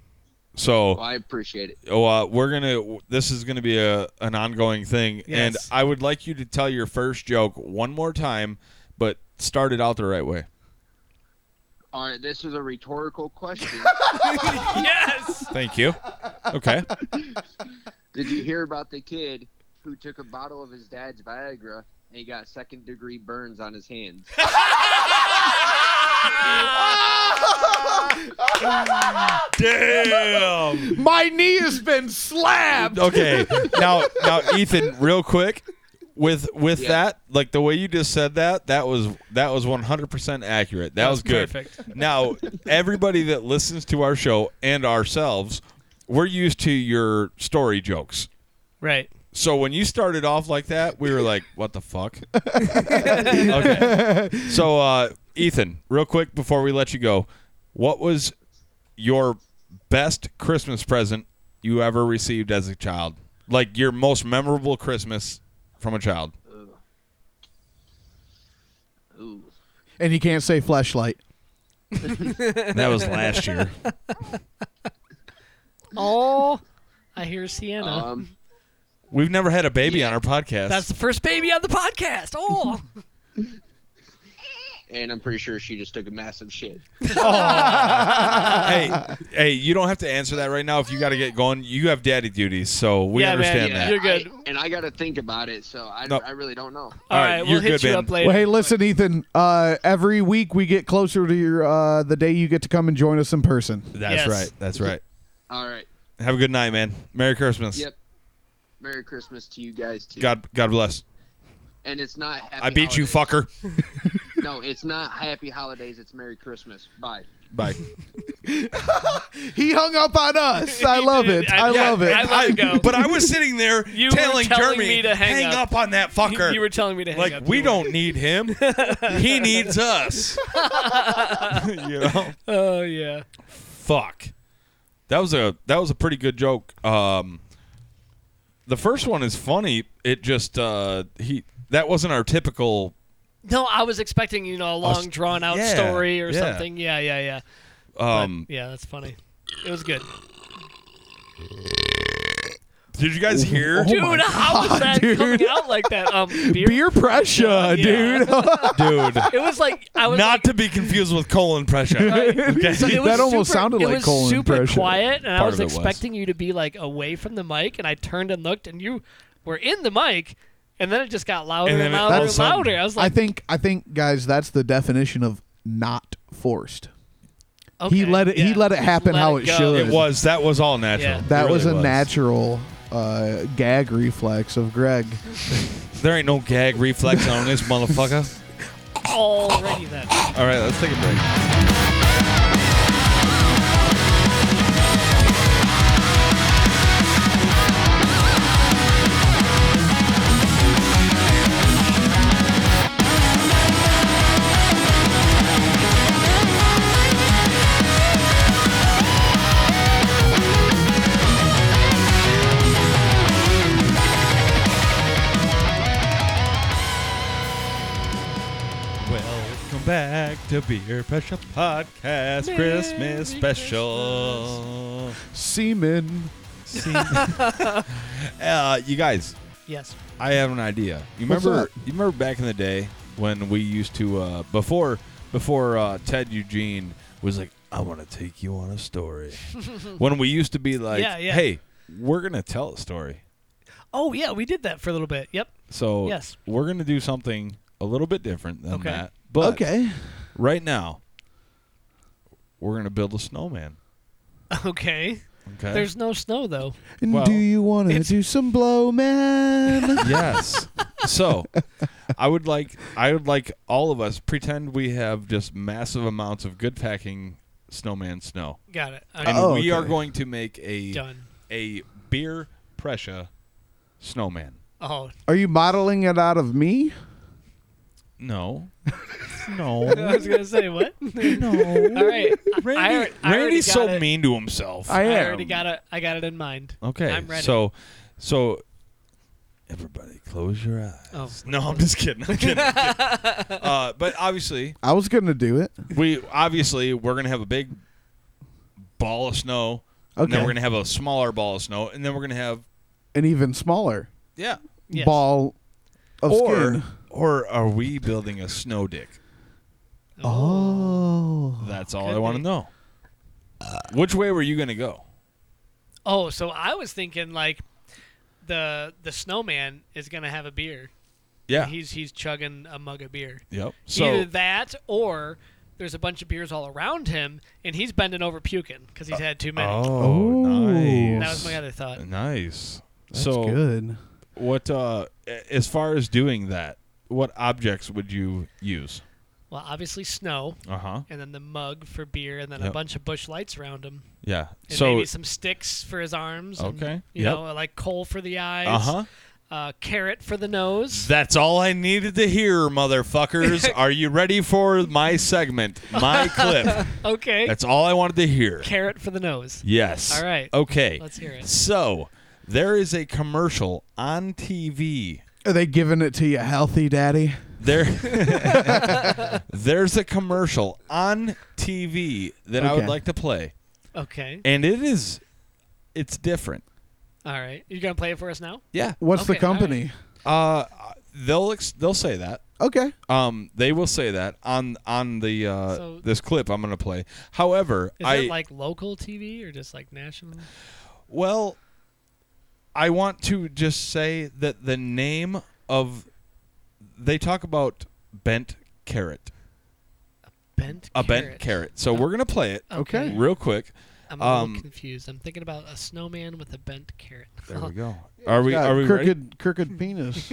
Speaker 2: So
Speaker 5: I appreciate it.
Speaker 2: uh, we're gonna. This is gonna be a an ongoing thing. And
Speaker 3: Yes.
Speaker 2: I would like you to tell your first joke one more time, but start it out the right way.
Speaker 5: All right, this is a rhetorical question.
Speaker 3: Yes.
Speaker 2: Thank you. Okay.
Speaker 5: Did you hear about the kid who took a bottle of his dad's Viagra and he got second degree burns on his hands?
Speaker 2: Damn.
Speaker 4: *laughs* My knee has been slapped.
Speaker 2: *laughs* Okay. Now now Ethan, real quick. With with
Speaker 5: Yeah.
Speaker 2: that, like the way you just said that, that was that was 100% accurate. That, was good.
Speaker 3: Perfect.
Speaker 2: Now, everybody that listens to our show and ourselves, we're used to your story jokes.
Speaker 3: Right.
Speaker 2: So when you started off like that, we were like, "What the fuck?" okay. So, uh, Ethan, real quick before we let you go, what was your best Christmas present you ever received as a child? Like your most memorable Christmas from a child?
Speaker 5: Ooh.
Speaker 4: And you can't say flashlight.
Speaker 2: That was last year.
Speaker 3: Oh, I hear Sienna.
Speaker 5: Um,
Speaker 2: We've never had a baby on our podcast.
Speaker 3: That's the first baby on the
Speaker 2: *laughs*
Speaker 3: podcast. Oh.
Speaker 5: and I'm pretty sure she just took a massive shit.
Speaker 2: hey, hey, you don't have to answer that right now. If you got to get going, you have daddy duties, so we
Speaker 3: Yeah, man,
Speaker 2: understand
Speaker 3: yeah.
Speaker 2: that.
Speaker 3: You're good.
Speaker 5: I- and I got to think about it, so I,
Speaker 2: No.
Speaker 5: I really don't know.
Speaker 3: All
Speaker 2: All right,
Speaker 3: right,
Speaker 2: you're
Speaker 3: we'll hit
Speaker 2: good,
Speaker 3: you
Speaker 2: man.
Speaker 3: up later.
Speaker 4: Well, hey, listen, Ethan. Uh, every week we get closer to your uh, the day you get to come and join us in person.
Speaker 2: That's
Speaker 3: Yes.
Speaker 2: right. That's right.
Speaker 5: All right.
Speaker 2: Have a good night, man. Merry Christmas.
Speaker 5: Yep. Merry Christmas to you guys too.
Speaker 2: God, God bless.
Speaker 5: And it's not. Happy
Speaker 2: I beat you,
Speaker 5: holidays.
Speaker 2: fucker.
Speaker 5: No, it's not happy holidays. It's Merry Christmas. Bye.
Speaker 3: *laughs*
Speaker 2: Bye.
Speaker 4: He hung up on us. I *laughs*
Speaker 3: He
Speaker 4: love
Speaker 3: did.
Speaker 4: it. I
Speaker 3: yeah,
Speaker 4: love it.
Speaker 3: I let it go.
Speaker 2: But I was sitting there
Speaker 3: *laughs* You were
Speaker 2: telling,
Speaker 3: telling
Speaker 2: Jeremy
Speaker 3: me to hang up.
Speaker 2: up. on that fucker.
Speaker 3: *laughs* You were telling me to hang
Speaker 2: like
Speaker 3: up.
Speaker 2: we
Speaker 3: You weren't.
Speaker 2: don't need him.
Speaker 3: *laughs*
Speaker 2: he needs us. you know.
Speaker 3: Oh yeah.
Speaker 2: fuck that was a that was a pretty good joke um the first one is funny it just uh he that wasn't our typical
Speaker 3: No, I was expecting you know a long drawn out
Speaker 2: yeah,
Speaker 3: story or
Speaker 2: yeah.
Speaker 3: something. Yeah, yeah, yeah. But,
Speaker 2: um
Speaker 3: yeah, that's funny. It was good,
Speaker 4: Oh
Speaker 2: did you
Speaker 3: *laughs*
Speaker 2: guys hear
Speaker 4: Oh
Speaker 3: dude.
Speaker 4: my
Speaker 3: how was
Speaker 4: God,
Speaker 3: that
Speaker 4: dude.
Speaker 3: coming out like that? Um, beer.
Speaker 4: *laughs* Beer pressure,
Speaker 2: *laughs* dude
Speaker 4: dude. *laughs*
Speaker 3: It was like I was
Speaker 2: not to be confused with colon
Speaker 3: *laughs*
Speaker 2: pressure okay
Speaker 3: Like, it was
Speaker 4: That almost
Speaker 3: super-
Speaker 4: sounded like
Speaker 3: it was
Speaker 4: colon
Speaker 3: super
Speaker 4: pressure.
Speaker 3: quiet, and I
Speaker 2: Part
Speaker 3: was
Speaker 2: of it was.
Speaker 3: expecting you to be like away from the mic. And I turned and looked, and you were in the mic, and then it just got louder
Speaker 2: And
Speaker 3: and,
Speaker 2: then it-
Speaker 3: louder
Speaker 2: all of
Speaker 3: and
Speaker 2: a sudden-
Speaker 3: louder. I was
Speaker 4: I
Speaker 3: like,
Speaker 4: think I think guys, that's the definition of not forced. he
Speaker 3: okay,
Speaker 4: let it- he
Speaker 3: yeah,
Speaker 4: let it
Speaker 3: just
Speaker 4: happen
Speaker 3: let
Speaker 4: how it
Speaker 3: go.
Speaker 4: should.
Speaker 2: it was that was all natural
Speaker 3: Yeah.
Speaker 2: It
Speaker 4: That
Speaker 2: really
Speaker 4: was a natural uh, gag reflex of Greg.
Speaker 2: there ain't no gag reflex on this motherfucker *laughs*
Speaker 3: Already then.
Speaker 2: all right let's take a break Welcome back to Beer Pressure Podcast Christmas special.
Speaker 4: Semen.
Speaker 2: Uh, you guys,
Speaker 3: Yes.
Speaker 2: I have an idea. You
Speaker 4: What's
Speaker 2: remember?
Speaker 4: up?
Speaker 2: You remember back in the day when we used to uh, before before uh, Ted Eugene was like, "I want to take you on a *laughs* story." when we used to be like,
Speaker 3: Yeah, yeah.
Speaker 2: "Hey, we're gonna tell a story."
Speaker 3: Oh yeah, we did that for a little bit. Yep. *laughs*
Speaker 2: So
Speaker 3: Yes.
Speaker 2: we're gonna do something a little bit different than
Speaker 3: Okay.
Speaker 2: that. But
Speaker 4: okay.
Speaker 2: right now, we're gonna build a snowman.
Speaker 3: Okay.
Speaker 2: Okay.
Speaker 3: There's no snow though.
Speaker 4: And
Speaker 2: Well,
Speaker 4: do you want to
Speaker 3: it's-
Speaker 4: do some
Speaker 2: *laughs*
Speaker 4: blow, man?
Speaker 3: *laughs*
Speaker 2: yes. So, I would like I would like all of us pretend we have just massive amounts of good packing snowman snow,
Speaker 3: Got it. Okay.
Speaker 2: and
Speaker 4: Oh,
Speaker 2: we are
Speaker 4: okay.
Speaker 2: going to make a
Speaker 3: Done.
Speaker 2: a beer pressure snowman.
Speaker 3: Oh
Speaker 4: Are you modeling it out of me?
Speaker 2: No, *laughs*
Speaker 3: I *laughs*
Speaker 2: no,
Speaker 3: was gonna say
Speaker 4: *laughs*
Speaker 3: what? *laughs*
Speaker 2: no.
Speaker 3: All right.
Speaker 2: Randy,
Speaker 3: I, alre- I already
Speaker 2: Randy's so
Speaker 3: got it.
Speaker 2: mean to himself.
Speaker 3: I, already got it. I got it in mind.
Speaker 2: okay,
Speaker 3: I'm ready.
Speaker 2: so so everybody close your eyes.
Speaker 3: Oh.
Speaker 2: No, I'm just kidding. I'm kidding. I'm kidding. Uh, but obviously,
Speaker 4: I was gonna do it.
Speaker 2: we obviously we're gonna have a big ball of snow. And then
Speaker 4: Okay.
Speaker 2: we're gonna have a smaller ball of snow, and then we're gonna have
Speaker 4: An even smaller
Speaker 2: yeah.
Speaker 3: Yes.
Speaker 4: ball of
Speaker 2: or
Speaker 4: skin.
Speaker 2: or are we building a snow dick?
Speaker 4: Oh.
Speaker 2: That's all
Speaker 3: Could
Speaker 2: I want to
Speaker 3: be.
Speaker 2: know. Which way were you gonna go?
Speaker 3: Oh, so I was thinking like the the snowman is gonna have a beer.
Speaker 2: Yeah.
Speaker 3: He's he's chugging a mug of beer.
Speaker 2: yep. So
Speaker 3: Either that or there's a bunch of beers all around him and he's bending over puking because he's had too many.
Speaker 2: oh,
Speaker 4: Ooh.
Speaker 2: nice.
Speaker 3: That was my other thought.
Speaker 2: Nice.
Speaker 4: That's
Speaker 2: so
Speaker 4: good.
Speaker 2: what? Uh, a- as far as doing that, what objects would you use?
Speaker 3: Well, obviously snow,
Speaker 2: Uh huh.
Speaker 3: and then the mug for beer, and then a
Speaker 2: Yep.
Speaker 3: bunch of bush lights around him,
Speaker 2: Yeah.
Speaker 3: and
Speaker 2: so
Speaker 3: maybe some sticks for his arms. and,
Speaker 2: Okay.
Speaker 3: you
Speaker 2: Yep.
Speaker 3: know, like coal for the eyes.
Speaker 2: uh huh.
Speaker 3: Uh, carrot for the nose.
Speaker 2: That's all I needed to hear,
Speaker 3: *laughs*
Speaker 2: motherfuckers. Are you ready for my segment, my clip?
Speaker 3: Okay.
Speaker 2: That's all I wanted to hear.
Speaker 3: carrot for the nose.
Speaker 2: Yes.
Speaker 3: All right.
Speaker 2: Okay.
Speaker 3: Let's hear it.
Speaker 2: So, there is a commercial on TV.
Speaker 4: Are they giving it to you healthy, Daddy?
Speaker 2: There
Speaker 3: *laughs*
Speaker 2: *laughs* There's a commercial on TV that I would
Speaker 4: Okay.
Speaker 2: like to play.
Speaker 3: Okay.
Speaker 2: And it is it's different.
Speaker 3: All right. You gonna play it for us now?
Speaker 2: Yeah.
Speaker 4: What's the
Speaker 3: Okay, all right.
Speaker 4: company?
Speaker 2: Uh they'll ex- they'll say that.
Speaker 4: Okay.
Speaker 2: Um, they will say that on on the uh,
Speaker 3: So-
Speaker 2: this clip I'm gonna play. However,
Speaker 3: Is
Speaker 2: I
Speaker 3: it like local TV or just like national?
Speaker 2: well, I want to just say that the name of they talk about bent carrot,
Speaker 3: Bent.
Speaker 2: a
Speaker 3: carrot.
Speaker 2: bent carrot. So we're gonna play it
Speaker 4: Okay.
Speaker 2: real quick.
Speaker 3: I'm a
Speaker 2: Um,
Speaker 3: little confused. I'm thinking about a snowman with a bent carrot.
Speaker 2: There
Speaker 3: *laughs*
Speaker 2: we go. Are we
Speaker 4: Got
Speaker 2: are we
Speaker 4: crooked,
Speaker 2: ready?
Speaker 4: crooked penis.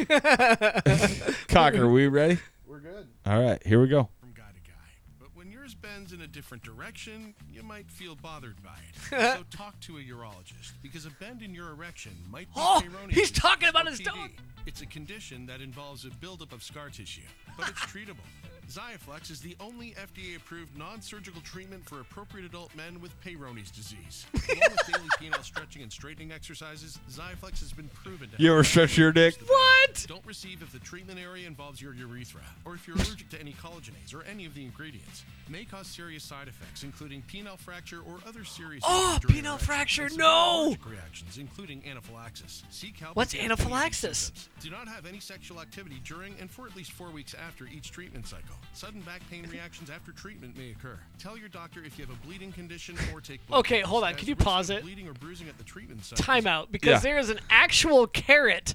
Speaker 2: Cocker, are we ready?
Speaker 6: We're good.
Speaker 2: All right, here we go.
Speaker 6: From guy to guy. But when yours bends in a different direction, you might feel bothered by
Speaker 3: *laughs*
Speaker 6: it. so talk to a urologist because a bend in your erection might be
Speaker 3: Oh,
Speaker 6: peyronie
Speaker 3: he's
Speaker 6: disease,
Speaker 3: talking about his
Speaker 6: or PV.
Speaker 3: dog.
Speaker 6: It's a condition that involves a buildup of scar tissue, but it's treatable. *laughs* Xiaflex is the only FDA-approved non-surgical treatment for appropriate adult men with Peyronie's disease. Along with daily
Speaker 3: *laughs*
Speaker 6: penile stretching and straightening exercises, Xiaflex has been proven to
Speaker 2: You ever
Speaker 6: help
Speaker 2: stretch your dick?
Speaker 3: What?
Speaker 6: don't receive if the treatment area involves your urethra or if you're allergic to any collagenase or any of the ingredients. May cause serious side effects, including penile fracture or other serious.
Speaker 3: Oh,
Speaker 6: injury during
Speaker 3: penile
Speaker 6: erection
Speaker 3: fracture,
Speaker 6: and severe
Speaker 3: no!
Speaker 6: allergic Reactions, including anaphylaxis. Seek help.
Speaker 3: What's
Speaker 6: if you have any of these
Speaker 3: anaphylaxis?
Speaker 6: symptoms. Do not have any sexual activity during and for at least four weeks after each treatment cycle. Sudden back pain reactions after treatment may occur. Tell your doctor if you have a bleeding condition or take. blood
Speaker 3: Okay,
Speaker 6: tests,
Speaker 3: hold on,
Speaker 6: as
Speaker 3: can you
Speaker 6: risk of
Speaker 3: pause it?
Speaker 6: Bleeding or bruising at the treatment site. is
Speaker 3: Timeout because
Speaker 2: Yeah.
Speaker 3: there is an actual carrot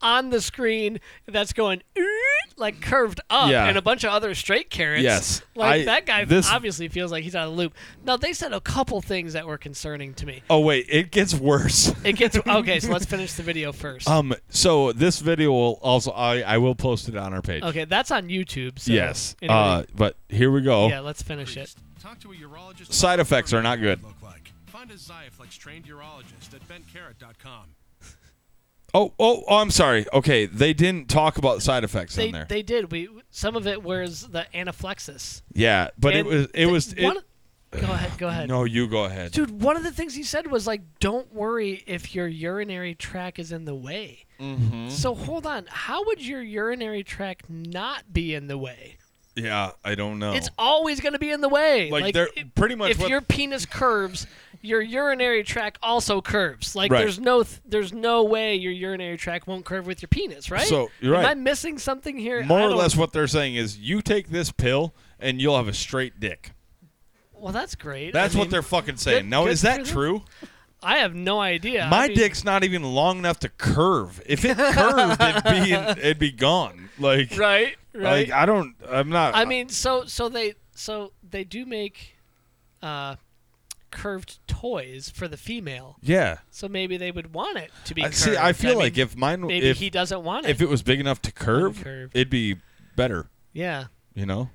Speaker 3: on the screen that's going "Eeeet," like curved up
Speaker 2: Yeah.
Speaker 3: and a bunch of other straight carrots.
Speaker 2: Yes.
Speaker 3: Like
Speaker 2: I-
Speaker 3: that guy
Speaker 2: this-
Speaker 3: obviously feels like he's out of the loop. Now they said a couple things that were concerning to me.
Speaker 2: Oh wait, it gets worse.
Speaker 3: It gets
Speaker 2: *laughs*
Speaker 3: okay, so let's finish the video first.
Speaker 2: Um, so this video will also I I will post it on our page.
Speaker 3: okay, that's on YouTube. So
Speaker 2: Yes.
Speaker 3: anyway,
Speaker 2: Uh, oh. but here we go.
Speaker 3: yeah, let's finish it.
Speaker 6: increased. Talk to a urologist.
Speaker 2: Side effects are not good.
Speaker 6: Look like. Find a Xiaflex trained urologist at bentcarrot.com.
Speaker 2: Oh, oh, oh, I'm sorry. Okay, they didn't talk about side effects
Speaker 3: They,
Speaker 2: in there.
Speaker 3: they did. We some of it was the anaphylaxis.
Speaker 2: yeah, but it
Speaker 3: And uh,
Speaker 2: was it
Speaker 3: the-
Speaker 2: was it,
Speaker 3: one of- go ahead, go ahead.
Speaker 2: No, you go ahead.
Speaker 3: Dude, one of the things he said was like, "Don't worry if your urinary tract is in the way." So hold on, how would your urinary tract not be in the way?
Speaker 2: Yeah, I don't know.
Speaker 3: It's always going to be in the way.
Speaker 2: Oh. Like, they're-
Speaker 3: it-
Speaker 2: pretty much
Speaker 3: If
Speaker 2: what-
Speaker 3: your penis curves, your urinary tract also curves. Like
Speaker 2: Right.
Speaker 3: there's no th- there's no way your urinary tract won't curve with your penis, right?
Speaker 2: So, you're
Speaker 3: Am
Speaker 2: right.
Speaker 3: I missing something here?
Speaker 2: More
Speaker 3: I
Speaker 2: or
Speaker 3: don't-
Speaker 2: less, what they're saying is, you take this pill and you'll have a straight dick.
Speaker 3: Well, that's great.
Speaker 2: That's
Speaker 3: I
Speaker 2: what
Speaker 3: mean,
Speaker 2: they're fucking saying.
Speaker 3: good-
Speaker 2: now,
Speaker 3: good
Speaker 2: is
Speaker 3: for
Speaker 2: that
Speaker 3: them.
Speaker 2: true?
Speaker 3: I have no idea. I
Speaker 2: My
Speaker 3: mean,
Speaker 2: dick's not even long enough to curve. If it curved, it'd be
Speaker 3: *laughs*
Speaker 2: in, it'd be gone. Like,
Speaker 3: Right. Right.
Speaker 2: like I don't. I'm not.
Speaker 3: I mean, so so they so they do make uh, curved toys for the female.
Speaker 2: yeah.
Speaker 3: So maybe they would want it to be.
Speaker 2: I,
Speaker 3: Curved.
Speaker 2: see, I feel
Speaker 3: mean,
Speaker 2: like if mine,
Speaker 3: maybe
Speaker 2: if
Speaker 3: he doesn't want it.
Speaker 2: if it was big enough to curve,
Speaker 3: curve.
Speaker 2: it'd be better.
Speaker 3: yeah.
Speaker 2: You know.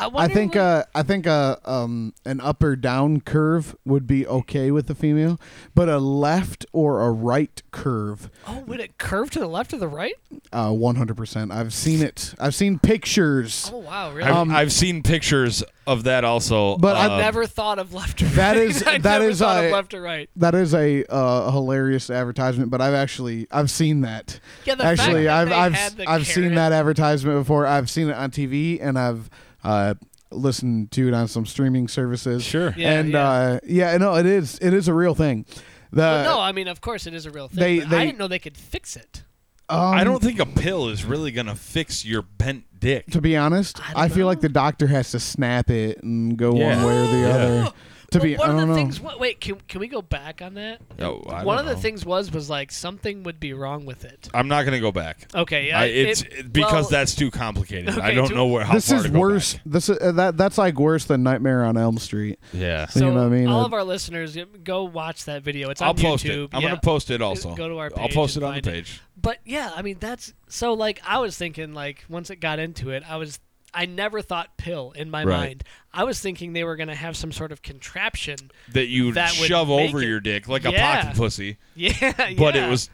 Speaker 3: I,
Speaker 4: I
Speaker 3: wonder
Speaker 4: think
Speaker 3: what-
Speaker 4: uh, I think uh, um, an up or down curve would be okay with the female, but a left or a right curve, uh,
Speaker 3: oh, would it curve to the left or the right?
Speaker 4: one hundred percent. I've seen it. I've seen pictures.
Speaker 3: Oh wow, really?
Speaker 2: I've, I've seen pictures of that also.
Speaker 4: Um, But
Speaker 2: uh,
Speaker 4: I've
Speaker 3: I've never thought of left or right. *laughs*
Speaker 4: That is-
Speaker 3: I
Speaker 4: that
Speaker 3: never
Speaker 4: is uh,
Speaker 3: thought
Speaker 4: a-
Speaker 3: of left or right.
Speaker 4: That is a uh, hilarious advertisement, but I've actually I've seen that.
Speaker 3: Yeah, the fact
Speaker 4: actually,
Speaker 3: that
Speaker 4: I've
Speaker 3: they
Speaker 4: I've
Speaker 3: had the
Speaker 4: I've seen
Speaker 3: carrot-
Speaker 4: that advertisement before. I've seen it on TV, and I've uh, listened to it on some streaming services.
Speaker 2: Sure.
Speaker 3: Yeah,
Speaker 4: and
Speaker 3: yeah.
Speaker 4: uh, yeah, no, it is it is a real thing. The
Speaker 3: But no, I mean, of course, it is a real thing.
Speaker 4: uh, they-
Speaker 3: but
Speaker 4: they-
Speaker 3: I didn't know they could fix it.
Speaker 4: um,
Speaker 2: I don't think a pill is really gonna fix your bent dick.
Speaker 4: To be honest, I, feel like the doctor has to snap it and go
Speaker 2: Yeah.
Speaker 4: one way or the
Speaker 2: Yeah.
Speaker 4: other. To
Speaker 3: Well,
Speaker 4: be,
Speaker 3: one
Speaker 4: I
Speaker 3: of the
Speaker 4: don't know.
Speaker 3: things. What, wait, can can we go back on that?
Speaker 2: Oh, I
Speaker 3: one
Speaker 2: don't
Speaker 3: of the
Speaker 2: know.
Speaker 3: things was was like something would be wrong with it.
Speaker 2: I'm not gonna go back.
Speaker 3: Okay, yeah,
Speaker 2: I, it's
Speaker 3: it-
Speaker 2: because
Speaker 3: well,
Speaker 2: that's too complicated. I
Speaker 3: Okay,
Speaker 2: don't
Speaker 3: too-
Speaker 2: know where how
Speaker 4: this
Speaker 2: far
Speaker 4: is
Speaker 2: to go
Speaker 4: worse.
Speaker 2: back.
Speaker 4: This is, uh, that that's like worse than Nightmare on Elm Street.
Speaker 2: Yeah,
Speaker 4: you know what I mean?
Speaker 3: all
Speaker 4: Uh,
Speaker 3: of our listeners, y- go watch that video. It's
Speaker 2: I'll
Speaker 3: on
Speaker 2: post
Speaker 3: YouTube.
Speaker 2: it. I'm
Speaker 3: yeah.
Speaker 2: gonna post it also.
Speaker 3: Go to our
Speaker 2: I'll
Speaker 3: page
Speaker 2: post it
Speaker 3: and
Speaker 2: on the
Speaker 3: find it.
Speaker 2: page.
Speaker 3: But yeah, I mean that's so like I was thinking like once it got into it, I was I never thought pill in my
Speaker 2: Right.
Speaker 3: mind. I was thinking they were gonna have some sort of contraption.
Speaker 2: That you
Speaker 3: That would
Speaker 2: shove
Speaker 3: make
Speaker 2: over
Speaker 3: it-
Speaker 2: your dick like a
Speaker 3: Yeah.
Speaker 2: pocket pussy,
Speaker 3: Yeah,
Speaker 2: but
Speaker 3: yeah.
Speaker 2: it was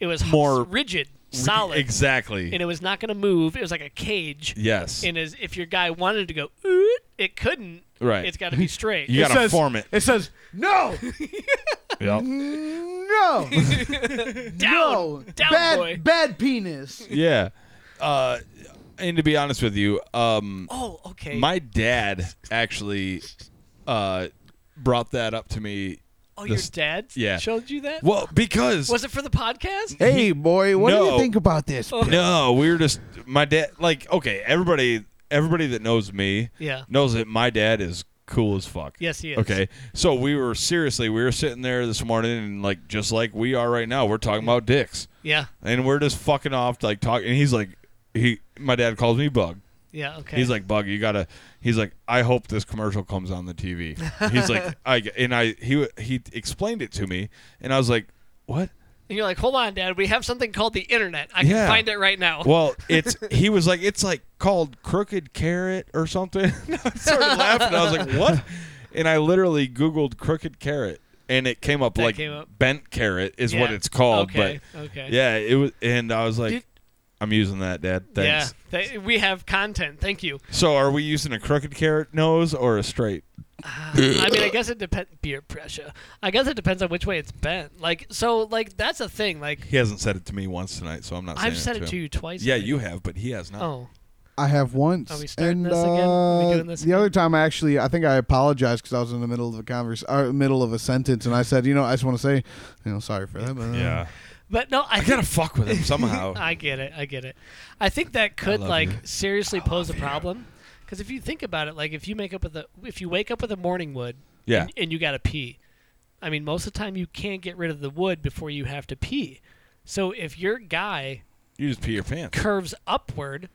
Speaker 3: it was h-
Speaker 2: more
Speaker 3: rigid, solid,
Speaker 2: exactly.
Speaker 3: and it was not gonna move. It was like a cage.
Speaker 2: yes,
Speaker 3: And as if your guy wanted to go, "Oot," it couldn't.
Speaker 2: Right.
Speaker 3: It's got to be straight.
Speaker 2: you gotta
Speaker 4: says-
Speaker 2: form it.
Speaker 4: It says no,
Speaker 2: Yep.
Speaker 4: *laughs*
Speaker 3: *laughs*
Speaker 4: no, no,
Speaker 3: down,
Speaker 4: bad
Speaker 3: boy.
Speaker 4: bad penis.
Speaker 2: yeah. Uh, and to be honest with you, um,
Speaker 3: oh, okay.
Speaker 2: My dad actually uh, brought that up to me.
Speaker 3: oh,
Speaker 2: the
Speaker 3: your
Speaker 2: s-
Speaker 3: dad
Speaker 2: yeah.
Speaker 3: showed you that?
Speaker 2: Well, because
Speaker 3: Was it for the podcast?
Speaker 4: Hey boy, what do
Speaker 2: No.
Speaker 4: you think about this?
Speaker 3: Oh.
Speaker 2: no, we were just my dad. Like, okay, everybody, everybody that knows me,
Speaker 3: Yeah.
Speaker 2: knows that my dad is cool as fuck.
Speaker 3: Yes, he is.
Speaker 2: Okay, so we were seriously, we were sitting there this morning, and like just like we are right now, we're talking about dicks,
Speaker 3: Yeah.
Speaker 2: and we're just fucking off, like talking. And he's like, he, my dad calls me Bug.
Speaker 3: Yeah. Okay.
Speaker 2: He's like, Bug, you gotta. He's like, I hope this commercial comes on the TV. He's
Speaker 3: *laughs*
Speaker 2: like, I and I he w- he explained it to me, and I was like, what?
Speaker 3: and you're like, hold on, Dad. We have something called the internet. I can
Speaker 2: Yeah.
Speaker 3: find it right now.
Speaker 2: Well,
Speaker 3: *laughs*
Speaker 2: it's he was like, it's like called crooked carrot or something. *laughs* And I started laughing. I was like, what? And I literally googled crooked carrot, and it came up
Speaker 3: That
Speaker 2: like
Speaker 3: came up.
Speaker 2: bent carrot is what
Speaker 3: Yeah.
Speaker 2: it's called.
Speaker 3: Okay,
Speaker 2: But
Speaker 3: okay.
Speaker 2: yeah, it was, and I was like,
Speaker 3: Did-
Speaker 2: I'm using that, Dad. Thanks.
Speaker 3: Yeah. Th- we have content. Thank you.
Speaker 2: So, are we using a crooked carrot nose or a straight?
Speaker 3: I mean, I guess it depends. Beer pressure. I guess it depends on which way it's bent. Like, so, like that's a thing. Like,
Speaker 2: He hasn't said it to me once tonight, so I'm not. Saying
Speaker 3: I've said it to you twice.
Speaker 2: Yeah,
Speaker 3: I think.
Speaker 2: you have, but he has not.
Speaker 3: Oh.
Speaker 4: I have once.
Speaker 3: Are we starting
Speaker 4: and,
Speaker 3: this again? Are we
Speaker 4: uh,
Speaker 3: doing this
Speaker 4: the
Speaker 3: again?
Speaker 4: other time, I actually, I think I apologized because I was in the middle of a converse, or middle of a sentence, and I said, you know, I just want to say, you know, sorry for that. But, uh,
Speaker 2: Yeah,
Speaker 3: But no, I,
Speaker 2: Mm. I
Speaker 3: think-
Speaker 2: gotta fuck with him somehow.
Speaker 3: *laughs* I get it. I get it. I think that could
Speaker 2: love
Speaker 3: like
Speaker 2: you.
Speaker 3: seriously pose a problem. Because if you think about it, like if you make up with a if you wake up with a morning wood,
Speaker 2: Yeah.
Speaker 3: and, and you got to pee, I mean most of the time you can't get rid of the wood before you have to pee. So if your guy
Speaker 2: you just pee your pants.
Speaker 3: curves upward,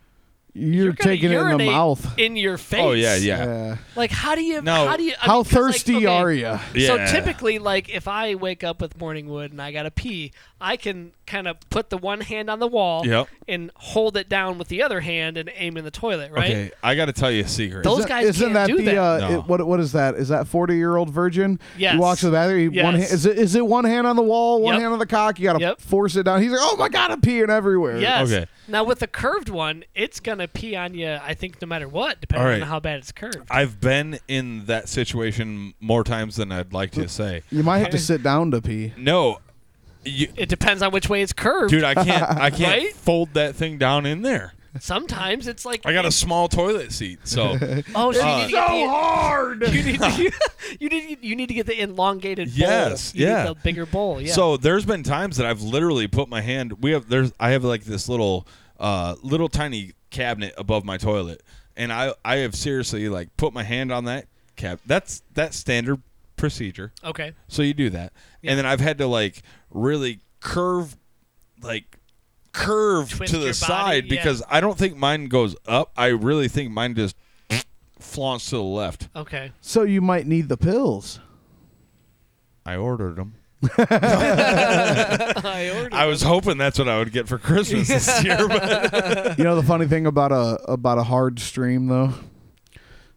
Speaker 4: You're,
Speaker 3: you're gonna
Speaker 4: taking it in the
Speaker 3: urinate
Speaker 4: mouth.
Speaker 3: in your face.
Speaker 2: Oh yeah, yeah,
Speaker 4: Yeah.
Speaker 3: Like how do you?
Speaker 2: No.
Speaker 3: How do you? I
Speaker 4: How
Speaker 3: mean, 'cause, like,
Speaker 4: thirsty
Speaker 3: okay,
Speaker 4: are you?
Speaker 2: Yeah.
Speaker 3: So typically, like if I wake up with morning wood and I gotta pee, I can kind of put the one hand on the wall
Speaker 2: Yep.
Speaker 3: and hold it down with the other hand and aim in the toilet, right?
Speaker 2: Okay, I gotta tell you a secret.
Speaker 3: Those
Speaker 4: Isn't-
Speaker 3: guys
Speaker 4: isn't
Speaker 3: can't
Speaker 4: that
Speaker 3: do
Speaker 4: the
Speaker 3: that.
Speaker 4: Uh,
Speaker 2: No.
Speaker 4: it- what what is that? Is that forty year old virgin?
Speaker 3: Yes.
Speaker 4: You walk to the bathroom. You One
Speaker 3: Yes.
Speaker 4: hand, is it is it one hand on the wall, one
Speaker 3: Yep.
Speaker 4: hand on the cock? You gotta
Speaker 3: Yep.
Speaker 4: force it down. He's like, oh my god, I'm peeing everywhere.
Speaker 3: Yes.
Speaker 2: Okay.
Speaker 3: Now with the curved one, it's gonna pee on you. I think no matter what, depending
Speaker 2: All right.
Speaker 3: on how bad it's curved.
Speaker 2: I've been in that situation more times than I'd like to say.
Speaker 4: You might have
Speaker 3: *laughs*
Speaker 4: to sit down to pee.
Speaker 2: No, you,
Speaker 3: It depends on which way it's curved.
Speaker 2: dude, I can't. I can't
Speaker 3: *laughs* Right?
Speaker 2: fold that thing down in there.
Speaker 3: Sometimes it's like,
Speaker 2: I got a small toilet seat, *laughs* so
Speaker 3: oh, so you
Speaker 2: Uh,
Speaker 3: need to get so hard. *laughs* You
Speaker 2: *laughs*
Speaker 3: need to, you need you need to get the elongated. bowl.
Speaker 2: Yes,
Speaker 3: You need
Speaker 2: yeah.
Speaker 3: the bigger bowl. Yeah.
Speaker 2: So there's been times that I've literally put my hand. We have there's I have like this little uh little tiny cabinet above my toilet, and I I have seriously like put my hand on that cab. That's that's standard procedure.
Speaker 3: okay.
Speaker 2: So you do that, and then I've had to like really curve, like curve
Speaker 3: Twist
Speaker 2: to the
Speaker 3: your body,
Speaker 2: side
Speaker 3: yeah.
Speaker 2: because I don't think mine goes up. I really think mine just flaunts to the left.
Speaker 3: Okay.
Speaker 4: So you might need the pills.
Speaker 2: I ordered them.
Speaker 3: *laughs* I ordered.
Speaker 2: *laughs* I was hoping that's what I would get for Christmas this year, but
Speaker 4: You know the funny thing about a about a hard stream though,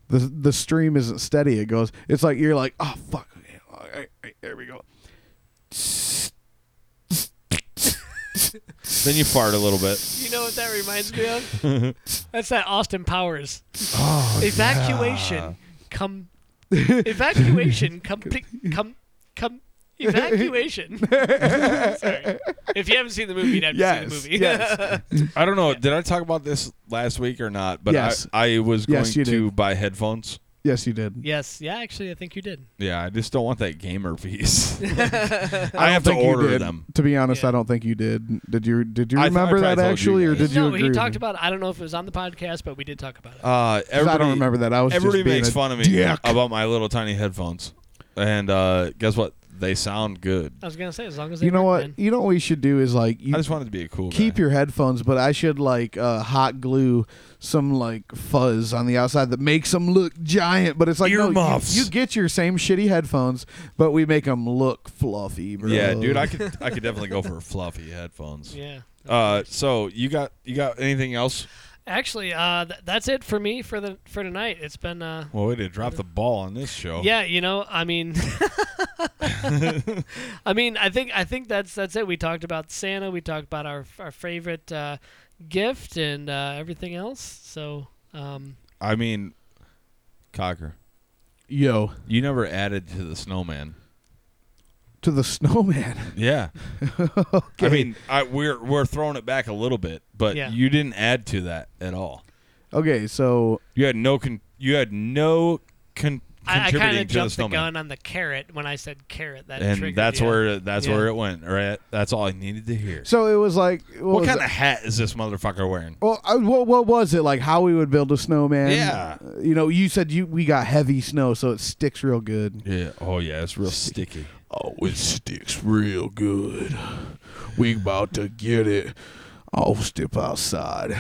Speaker 4: the the stream isn't steady. It goes. It's like you're like, oh fuck, okay, all right, all right, there we go. *laughs*
Speaker 2: then you fart a little bit.
Speaker 3: You know what that reminds me of?
Speaker 2: *laughs*
Speaker 3: That's that Austin Powers.
Speaker 2: Oh,
Speaker 3: evacuation.
Speaker 2: *laughs*
Speaker 3: Come. Evacuation. Come. Pick, come. Come.
Speaker 2: *laughs*
Speaker 3: Evacuation. Sorry. If you haven't seen the movie, you'd have to
Speaker 4: Yes,
Speaker 3: see the movie.
Speaker 4: yes.
Speaker 2: I don't know. Did I talk about this last week or not? But
Speaker 4: Yes.
Speaker 2: I, I was going
Speaker 4: Yes, you
Speaker 2: to buy headphones.
Speaker 4: Yes, you did.
Speaker 3: *laughs* yes. Yeah. Actually, I think you did.
Speaker 2: Yeah, I just don't want that gamer
Speaker 4: *laughs*
Speaker 2: piece. I, have to
Speaker 4: think you
Speaker 2: order
Speaker 4: did.
Speaker 2: them.
Speaker 4: To be honest,
Speaker 3: Yeah.
Speaker 4: I don't think you did. Did you? Did you
Speaker 2: I th- I
Speaker 4: remember
Speaker 2: probably
Speaker 4: that
Speaker 2: told you
Speaker 4: actually, or
Speaker 2: guys.
Speaker 4: did you?
Speaker 3: no,
Speaker 4: agree
Speaker 3: he
Speaker 4: with
Speaker 3: talked
Speaker 4: me?
Speaker 3: about. I don't know if it was on the podcast, but we did talk about it.
Speaker 2: Uh, everybody,
Speaker 4: I don't remember that. I was
Speaker 2: Everybody
Speaker 4: just being
Speaker 2: makes
Speaker 4: a
Speaker 2: fun of me
Speaker 4: dick.
Speaker 2: about my little tiny headphones, and uh, guess what? They sound good.
Speaker 3: I was gonna say as long as they
Speaker 4: You know
Speaker 3: work,
Speaker 4: what? You know what we should do is like you
Speaker 2: I just wanted to be a cool
Speaker 4: keep
Speaker 2: guy.
Speaker 4: your headphones, but I should like uh, hot glue some like fuzz on the outside that makes them look giant. But it's like no, you-
Speaker 2: Earmuffs.
Speaker 4: you, get your same shitty headphones, but we make them look fluffy, bro.
Speaker 2: yeah, dude, I could I could definitely go
Speaker 4: *laughs*
Speaker 2: for fluffy headphones.
Speaker 3: man. Yeah.
Speaker 2: Uh, so you got you got anything else?
Speaker 3: Actually, uh, th- that's it for me for the for tonight. It's been uh,
Speaker 2: Well, we did drop the ball on this show.
Speaker 3: yeah, you know, I mean, *laughs* I mean, I think I think that's that's it. We talked about Santa. We talked about our our favorite uh, gift and uh, everything else. So um,
Speaker 2: I mean, Cocker,
Speaker 4: yo
Speaker 2: you never added to the snowman.
Speaker 4: to the *laughs* snowman. *laughs*
Speaker 2: Yeah. I mean, I, we're we're throwing it back a little bit, but
Speaker 3: Yeah.
Speaker 2: you didn't add to that at all.
Speaker 4: Okay, so
Speaker 2: You had no con- you had no con-
Speaker 3: I, I
Speaker 2: contributing
Speaker 3: kind
Speaker 2: to
Speaker 3: of
Speaker 2: the
Speaker 3: jumped the,
Speaker 2: snowman.
Speaker 3: gun on the carrot when I said carrot. That
Speaker 2: and
Speaker 3: triggered,
Speaker 2: that's
Speaker 3: yeah.
Speaker 2: where that's
Speaker 3: Yeah.
Speaker 2: where it went. Right, that's all I needed to hear.
Speaker 4: so it was like
Speaker 2: what
Speaker 4: was
Speaker 2: kind
Speaker 4: it?
Speaker 2: of hat is this motherfucker wearing?
Speaker 4: Well, I, what, what was it like? How we would build a snowman?
Speaker 2: Yeah.
Speaker 4: Uh, you know, you said you we got heavy snow, so it sticks real good.
Speaker 2: Yeah. Oh yeah, it's real *laughs* sticky.
Speaker 7: Oh, it sticks real good. We about to get it. I'll step outside.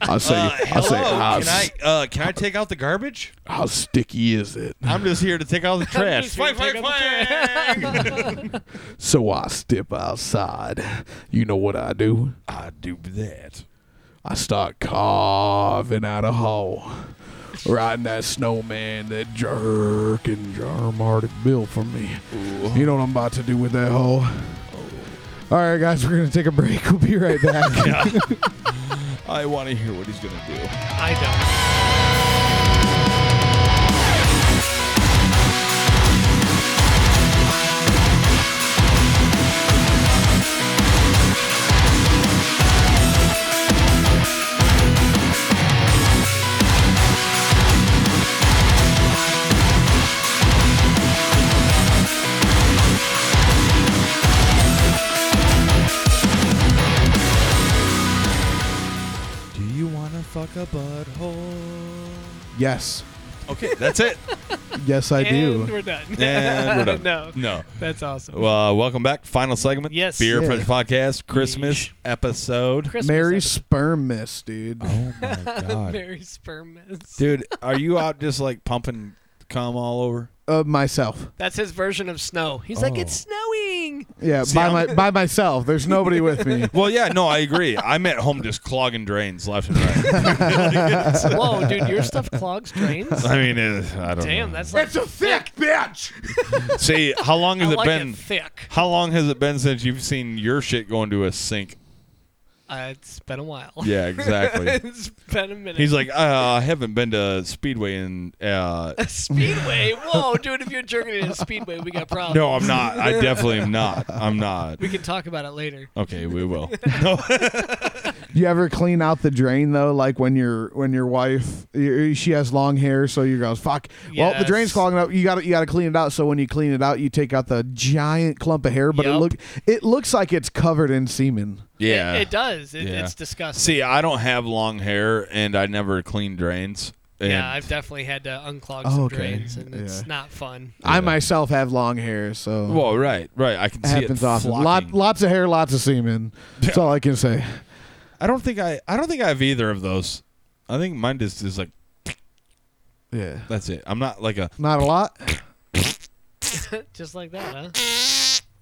Speaker 7: I say, I say, how,
Speaker 2: Uh, can I uh, can I take out the garbage?
Speaker 7: how sticky is it?
Speaker 2: I'm just here to take out the *laughs* trash.
Speaker 3: just here to
Speaker 2: Fwang,
Speaker 3: take
Speaker 2: fwang, fwang.
Speaker 7: So I step outside. You know what I do?
Speaker 2: I do that.
Speaker 7: I start carving out a hole. Riding that
Speaker 2: *laughs*
Speaker 7: snowman that jerk and germ hearted built for me. You know what I'm about to do with that
Speaker 4: Oh.
Speaker 7: hole?
Speaker 4: All right, guys, we're gonna take a
Speaker 7: *laughs*
Speaker 4: break. We'll be right back.
Speaker 2: I want to hear what he's gonna do.
Speaker 3: I don't.
Speaker 2: Do you want to fuck a butthole?
Speaker 4: yes,
Speaker 2: Okay, that's *laughs* it.
Speaker 4: yes, I
Speaker 3: and
Speaker 4: do.
Speaker 3: we're done. *laughs*
Speaker 2: And we're done.
Speaker 3: no,
Speaker 2: No.
Speaker 3: that's awesome.
Speaker 2: Well, welcome back. Final segment.
Speaker 3: Yes.
Speaker 2: Beer
Speaker 4: Yeah.
Speaker 2: Pressure Podcast Christmas
Speaker 3: Yeesh.
Speaker 2: episode.
Speaker 3: Christmas
Speaker 4: Mary
Speaker 3: episode.
Speaker 4: sperm miss, dude.
Speaker 2: Oh my god,
Speaker 3: *laughs* Mary sperm. is-
Speaker 2: dude, are you out just like pumping cum all over?
Speaker 4: Uh, myself.
Speaker 3: That's his version of snow. He's like,
Speaker 2: Oh.
Speaker 3: it's snowing.
Speaker 4: *laughs* Yeah,
Speaker 2: See,
Speaker 4: by
Speaker 2: I'm-
Speaker 4: my by myself. There's nobody with me.
Speaker 2: Well, yeah, no, I agree. I'm at home just clogging drains left and right.
Speaker 3: Whoa, dude, your stuff clogs
Speaker 4: *laughs*
Speaker 3: drains.
Speaker 2: I mean, it, I don't.
Speaker 3: Damn,
Speaker 2: know.
Speaker 3: that's like
Speaker 4: a thick bitch.
Speaker 2: See, how long
Speaker 3: I
Speaker 2: has it
Speaker 3: like
Speaker 2: been?
Speaker 3: it thick.
Speaker 2: How long has it been since you've seen your shit go into a sink?
Speaker 3: Uh, it's been a while. *laughs*
Speaker 2: Yeah, exactly.
Speaker 3: it's been a minute.
Speaker 2: He's like, uh, I haven't been to Speedway in. Uh,
Speaker 3: *laughs* speedway. Whoa, dude, if you're jerking it in a speedway, we got problems.
Speaker 2: no, I'm not.
Speaker 4: *laughs*
Speaker 2: I definitely am not. I'm not.
Speaker 3: We can talk about it later.
Speaker 2: Okay, we will. No.
Speaker 4: *laughs* You ever clean out the drain though, like when your when your wife you- she has long hair, so you goes fuck. Well, the drain's
Speaker 3: Yes.
Speaker 4: clogging up. You got to you got to clean it out. So when you clean it out, you take out the giant clump of hair, but it
Speaker 3: Yup.
Speaker 4: look it looks like it's covered in semen.
Speaker 2: Yeah.
Speaker 3: It, it does. It,
Speaker 2: Yeah.
Speaker 3: It's disgusting.
Speaker 2: See, I don't have long hair, and I never clean drains. And
Speaker 3: yeah, I've definitely had to unclog
Speaker 4: Oh,
Speaker 3: some
Speaker 4: okay.
Speaker 3: drains, and it's
Speaker 4: Yeah.
Speaker 3: not fun.
Speaker 4: I myself have long hair, so
Speaker 2: well, right, right. I can
Speaker 4: it
Speaker 2: see
Speaker 4: happens
Speaker 2: it
Speaker 4: often. Lot,
Speaker 2: flocking.
Speaker 4: lots of hair, lots of semen. That's all I can say.
Speaker 2: I don't think I. I don't think I have either of those. I think mine just is like
Speaker 4: Yeah,
Speaker 2: that's it. I'm not like a.
Speaker 4: not a lot.
Speaker 3: just like that,
Speaker 2: *laughs*
Speaker 3: huh?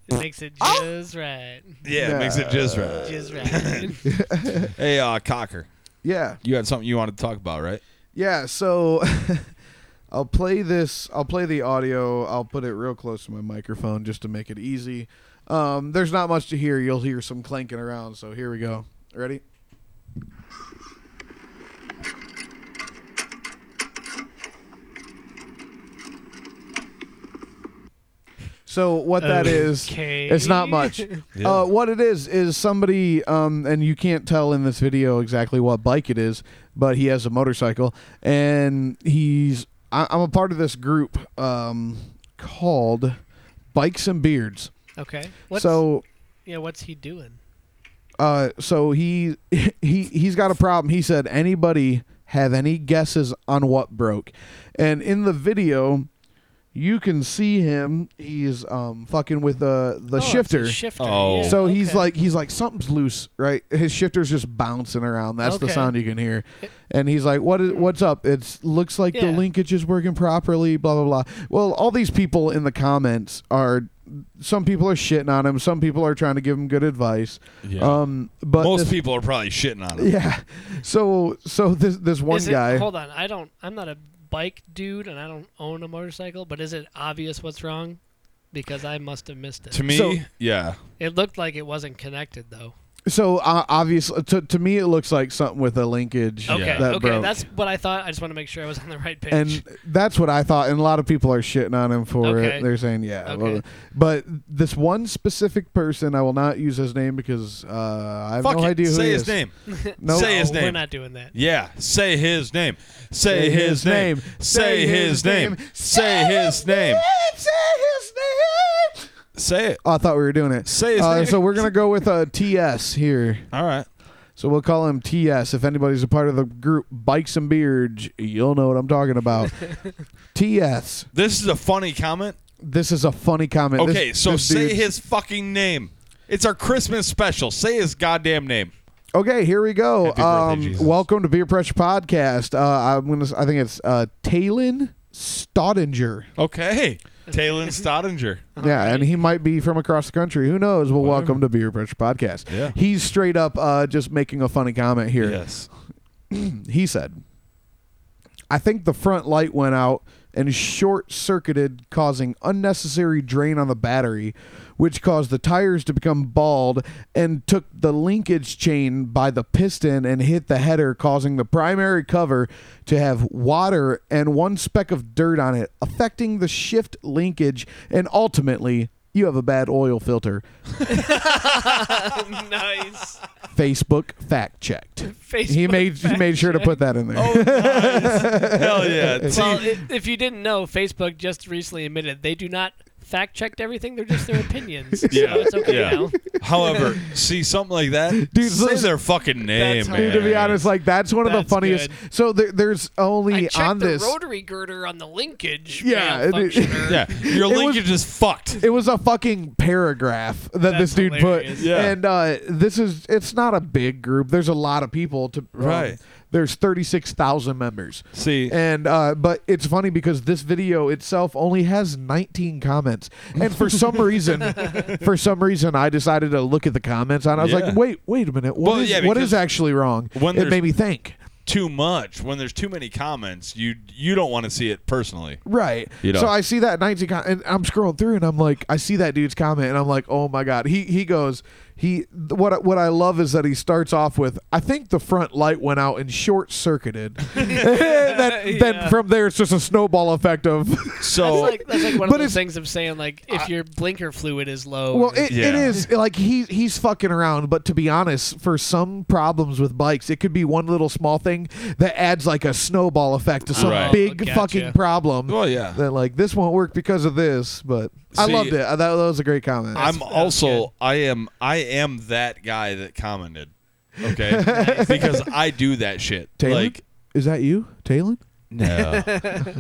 Speaker 3: It makes it
Speaker 4: Oh.
Speaker 3: just right.
Speaker 2: Yeah, it makes it just right.
Speaker 3: Just
Speaker 2: *laughs*
Speaker 3: right.
Speaker 2: Hey, uh, Cocker,
Speaker 4: Yeah.
Speaker 2: you had something you wanted to talk about, right?
Speaker 4: Yeah, so *laughs* I'll play this. I'll play the audio. I'll put it real close to my microphone just to make it easy. Um, there's not much to hear. You'll hear some clanking around. So here we go. Ready? So what that is,
Speaker 3: Okay.
Speaker 4: it's not much. Uh, what it is is somebody, um, and you can't tell in this video exactly what bike it is, but he has a motorcycle, and he's. I, I'm a part of this group um, called Bikes and Beards.
Speaker 3: *laughs* Okay. What's,
Speaker 4: So
Speaker 3: yeah, what's he doing?
Speaker 4: uh, so he *laughs* he he's got a problem. He said, "Anybody have any guesses on what broke?" And in the video, you can see him. He's um fucking with the the
Speaker 3: Oh, it's a
Speaker 4: shifter.
Speaker 3: shifter.
Speaker 2: Oh.
Speaker 3: yeah,
Speaker 4: So he's
Speaker 3: okay.
Speaker 4: like he's like something's loose, right? His shifter's just bouncing around. That's the
Speaker 3: Okay.
Speaker 4: sound you can hear. And he's like, "What is what's up? It's looks like the
Speaker 3: Yeah.
Speaker 4: linkage is working properly, blah blah blah." Well, all these people in the comments are some people are shitting on him, some people are trying to give him good advice.
Speaker 2: Yeah.
Speaker 4: Um but
Speaker 2: Most
Speaker 4: this-
Speaker 2: people are probably shitting on it.
Speaker 4: yeah. So so this this one
Speaker 3: Is it-
Speaker 4: guy
Speaker 3: hold on, I don't. I'm not a bike dude, and I don't own a motorcycle. But is it obvious what's wrong? Because I must have missed it.
Speaker 2: To me,
Speaker 4: So-
Speaker 2: yeah.
Speaker 3: it looked like it wasn't connected though.
Speaker 4: so uh, obviously to, to me it looks like something with a linkage
Speaker 3: Okay,
Speaker 4: that
Speaker 3: okay,
Speaker 4: broke.
Speaker 3: that's what I thought. I just want to make sure I was on the right page.
Speaker 4: and that's what I thought. And a lot of people are shitting on him for
Speaker 3: Okay.
Speaker 4: it. They're saying, yeah.
Speaker 3: Okay.
Speaker 4: well, But this one specific person, I will not use his name because uh, I have
Speaker 2: Fuck
Speaker 4: no
Speaker 2: it.
Speaker 4: idea who
Speaker 2: Say
Speaker 4: he
Speaker 2: his
Speaker 4: is.
Speaker 2: name.
Speaker 4: Nope.
Speaker 2: Say
Speaker 3: *laughs* No,
Speaker 2: his
Speaker 3: We're
Speaker 2: name.
Speaker 3: not
Speaker 2: *laughs*
Speaker 3: doing that.
Speaker 2: Yeah. Say his name. Say his name. Say his name. Say his name.
Speaker 4: Say his name.
Speaker 2: Say it.
Speaker 4: Oh, I thought we were doing it.
Speaker 2: Say his
Speaker 4: uh,
Speaker 2: name.
Speaker 4: So we're gonna go with uh, TS here.
Speaker 2: All right.
Speaker 4: So we'll call him TS. If anybody's a part of the group Bikes and Beards, you'll know what I'm
Speaker 2: *laughs*
Speaker 4: talking about. TS.
Speaker 2: This is a funny comment.
Speaker 4: This is a funny comment. This-
Speaker 2: Okay, so
Speaker 4: this
Speaker 2: say
Speaker 4: dude-
Speaker 2: his fucking name. It's our Christmas special. Say his goddamn name.
Speaker 4: Okay, here we go.
Speaker 2: Happy birthday,
Speaker 4: um,
Speaker 2: Jesus.
Speaker 4: Welcome to Beer Pressure Podcast. Uh, I'm gonna. s- I think it's uh, Talon Stodinger.
Speaker 2: Okay. Taylor Stodinger.
Speaker 4: yeah, and he might be from across the country. Who knows? Well, welcome to Beer Pressure Podcast.
Speaker 2: Yeah.
Speaker 4: He's straight up uh, just making a funny comment here.
Speaker 2: Yes.
Speaker 4: He said, "I think the front light went out." And short circuited, causing unnecessary drain on the battery, which caused the tires to become bald and took the linkage chain by the piston and hit the header, causing the primary cover to have water and one speck of dirt on it, affecting the shift linkage, and ultimately, you have a bad oil filter. *laughs*
Speaker 3: nice.
Speaker 4: Facebook fact checked.
Speaker 3: *laughs* Facebook
Speaker 4: he made he
Speaker 3: fact
Speaker 4: made sure to
Speaker 3: check. Oh,
Speaker 4: put that in there.
Speaker 2: Hell yeah. See,
Speaker 3: Well, i if you didn't know, Facebook just recently admitted they do not fact check everything. They're just their opinions.
Speaker 2: *laughs* Yeah,
Speaker 3: So it's okay
Speaker 2: yeah.
Speaker 3: now.
Speaker 2: however, see something like that.
Speaker 4: Dude,
Speaker 2: say
Speaker 4: listen-
Speaker 2: their fucking name,
Speaker 3: how-
Speaker 2: man.
Speaker 4: Dude, to be honest, like that's one of
Speaker 3: That's
Speaker 4: the funniest.
Speaker 3: good.
Speaker 4: So there, there's
Speaker 3: I
Speaker 4: only
Speaker 3: checked
Speaker 4: on
Speaker 3: the
Speaker 4: this.
Speaker 3: rotary girder on the linkage.
Speaker 4: Yeah, it-
Speaker 3: malfunctioner.
Speaker 2: yeah, your
Speaker 4: It was-
Speaker 2: linkage is fucked.
Speaker 4: it was a fucking paragraph that
Speaker 3: That's
Speaker 4: this dude
Speaker 3: hilarious.
Speaker 4: put,
Speaker 2: Yeah.
Speaker 4: and uh, this is it's not a big group. There's a lot of people to um,
Speaker 2: Right.
Speaker 4: There's thirty six thousand members,
Speaker 2: See,
Speaker 4: and uh, but it's funny because this video itself only has nineteen comments, and
Speaker 2: *laughs*
Speaker 4: for some reason, for some reason, I decided to look at the comments, and I was
Speaker 2: Yeah.
Speaker 4: like, wait, wait a minute, what
Speaker 2: Well,
Speaker 4: is-
Speaker 2: yeah,
Speaker 4: what
Speaker 2: because
Speaker 4: is actually wrong?
Speaker 2: when
Speaker 4: it
Speaker 2: there's-
Speaker 4: made me think.
Speaker 2: too much. When there's too many comments, you you don't want to see it personally.
Speaker 4: Right.
Speaker 2: You know?
Speaker 4: So I see that 19 con- and I'm scrolling through and I'm like I see that dude's comment and I'm like, "Oh my god." He he goes he what what I love is that he starts off with I think the front light went out and
Speaker 2: *laughs*
Speaker 4: short circuited. *laughs* Then from there it's just a snowball effect of *laughs*
Speaker 2: So
Speaker 3: That's like, that's like one
Speaker 4: But
Speaker 3: of those
Speaker 4: it's-
Speaker 3: things of saying like if your blinker fluid is low.
Speaker 4: well
Speaker 3: or-
Speaker 4: it, it
Speaker 2: Yeah.
Speaker 4: is like he he's fucking around but to be honest for some problems with bikes it could be one little small thing that adds like a snowball effect to some
Speaker 2: Right.
Speaker 4: big
Speaker 3: Gotcha.
Speaker 4: fucking problem.
Speaker 2: Well, yeah.
Speaker 4: That like this won't work because of this, but I
Speaker 2: See,
Speaker 4: loved it. I- That, that was a great comment.
Speaker 2: I'm also I am I am that guy that commented. Okay, because I do that shit.
Speaker 4: Taylor?
Speaker 2: Like
Speaker 4: is that you, Talon?
Speaker 2: no,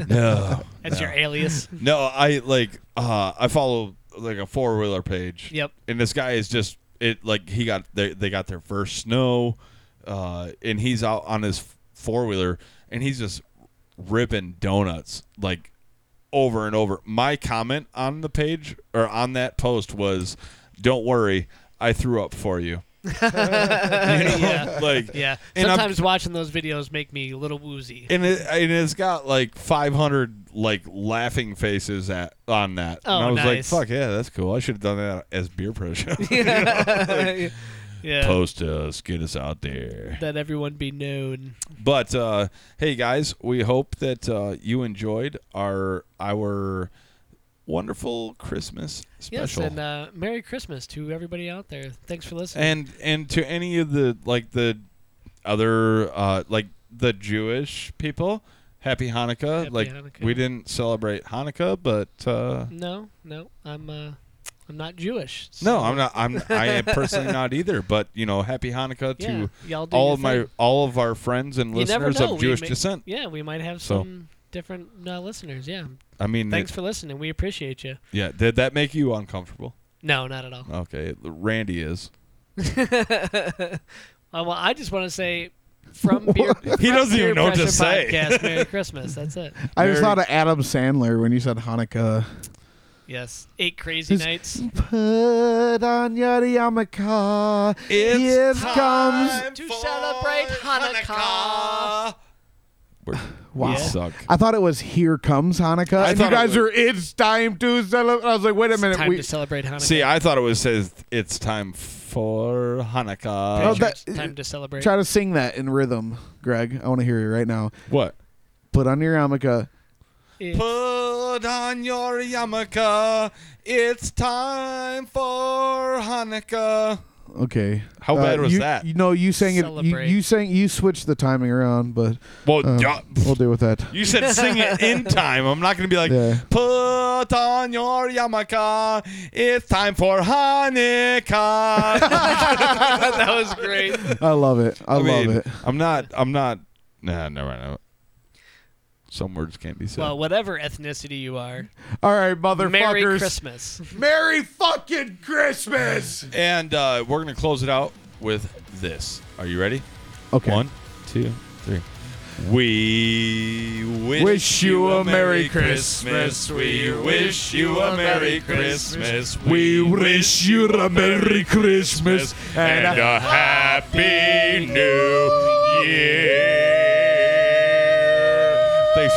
Speaker 2: no,
Speaker 3: that's your
Speaker 2: *laughs*
Speaker 3: alias.
Speaker 2: no. I like uh I follow like a four wheeler page.
Speaker 3: Yep.
Speaker 2: And this guy is just it like he got they they got their first snow, uh, and he's out on his four wheeler and he's just ripping donuts like over and over. My comment on the page or on that post was, "Don't worry, I threw up for you." You know,
Speaker 3: *laughs* Yeah.
Speaker 2: like
Speaker 3: Yeah.
Speaker 2: *laughs* And I'm-
Speaker 3: Sometimes watching those videos make me a little woozy.
Speaker 2: and it and it's got like 500 like laughing faces at on that.
Speaker 3: Oh,
Speaker 2: and I was
Speaker 3: nice.
Speaker 2: like, "Fuck yeah, that's cool. I should have done that as beer
Speaker 3: *laughs*
Speaker 2: pressure."
Speaker 3: yeah.
Speaker 2: Post us, get us out there.
Speaker 3: That everyone be known.
Speaker 2: But uh, hey, guys, we hope that uh, you enjoyed our our wonderful Christmas special.
Speaker 3: Yes, and uh, Merry Christmas to everybody out there. Thanks for listening.
Speaker 2: and and to any of the like the other uh like the Jewish people, happy Hanukkah.
Speaker 3: Happy
Speaker 2: like
Speaker 3: Hanukkah.
Speaker 2: we didn't celebrate Hanukkah, but uh
Speaker 3: no, no, I'm uh, I'm not Jewish. so-
Speaker 2: no, I'm not I'm I am personally not either, but you know, happy Hanukkah
Speaker 3: Yeah, y'all
Speaker 2: to
Speaker 3: do
Speaker 2: all
Speaker 3: your
Speaker 2: of my
Speaker 3: thing.
Speaker 2: all of our friends and
Speaker 3: You never
Speaker 2: listeners
Speaker 3: know,
Speaker 2: of
Speaker 3: we
Speaker 2: Jewish
Speaker 3: may-
Speaker 2: descent.
Speaker 3: Yeah, we might have
Speaker 2: So-
Speaker 3: some different uh, listeners. Yeah.
Speaker 2: I mean,
Speaker 3: Thanks
Speaker 2: it-
Speaker 3: for listening. We appreciate you.
Speaker 2: yeah, did that make you uncomfortable?
Speaker 3: No, not at all.
Speaker 2: *laughs* Okay, Randy is.
Speaker 3: Uh, well, I just want to say
Speaker 2: *laughs*
Speaker 3: from beer.
Speaker 2: He doesn't
Speaker 3: Beer
Speaker 2: even know what to
Speaker 3: Pressure
Speaker 2: say. *laughs*
Speaker 3: Podcast, Merry Christmas. That's it.
Speaker 4: I
Speaker 2: Very-
Speaker 4: just thought of Adam Sandler when you said Hanukkah.
Speaker 3: Yes. Eight crazy
Speaker 4: It's-
Speaker 3: nights.
Speaker 4: Put on your yarmulke.
Speaker 2: It's
Speaker 4: Here comes.
Speaker 2: time
Speaker 3: to
Speaker 2: for
Speaker 3: celebrate Hanukkah.
Speaker 2: We're-
Speaker 4: Wow.
Speaker 2: We Ah, suck.
Speaker 4: I thought it was "Here comes Hanukkah,"
Speaker 2: I
Speaker 4: and you
Speaker 2: thought it
Speaker 4: guys
Speaker 2: was-
Speaker 4: are. It's time to celebrate. I was like, wait a
Speaker 3: It's
Speaker 4: minute.
Speaker 3: time
Speaker 4: we-
Speaker 3: to celebrate Hanukkah.
Speaker 2: See, I thought it was says it's time for Hanukkah.
Speaker 4: Oh,
Speaker 3: Pretty sure
Speaker 4: that-
Speaker 3: it's time to celebrate.
Speaker 4: Try to sing that in rhythm, Greg. I want to hear you right now.
Speaker 2: what?
Speaker 4: Put on your yarmulke.
Speaker 3: Yeah.
Speaker 2: Put on your yarmulke. It's time for Hanukkah.
Speaker 4: Okay. Uh,
Speaker 2: How bad was
Speaker 4: you-
Speaker 2: that?
Speaker 4: You, no, you sang it. You,
Speaker 3: Celebrate.
Speaker 4: you sang. You switched the timing around, but
Speaker 2: Well,
Speaker 4: uh,
Speaker 2: duh.
Speaker 4: we'll deal with that.
Speaker 2: you said sing it
Speaker 4: *laughs*
Speaker 2: in time. I'm not going to be like,
Speaker 4: Yeah.
Speaker 2: put on your yarmulke. It's time for
Speaker 4: *laughs*
Speaker 2: Hanukkah.
Speaker 3: *laughs* that was great.
Speaker 4: I love it. I, love it.
Speaker 2: I'm not, I'm not, nah, never mind. Some words can't be said.
Speaker 3: Well, whatever ethnicity you are,
Speaker 4: All right, motherfuckers.
Speaker 3: Merry Christmas.
Speaker 4: Merry fucking Christmas.
Speaker 2: and uh, we're going to close it out with this. Are you ready?
Speaker 4: Okay.
Speaker 2: One, two, three. We wish,
Speaker 4: Wish you a Merry
Speaker 2: Christmas. We wish you a Merry Christmas.
Speaker 8: We wish you a Merry Christmas and a
Speaker 2: Happy New Year. Thanks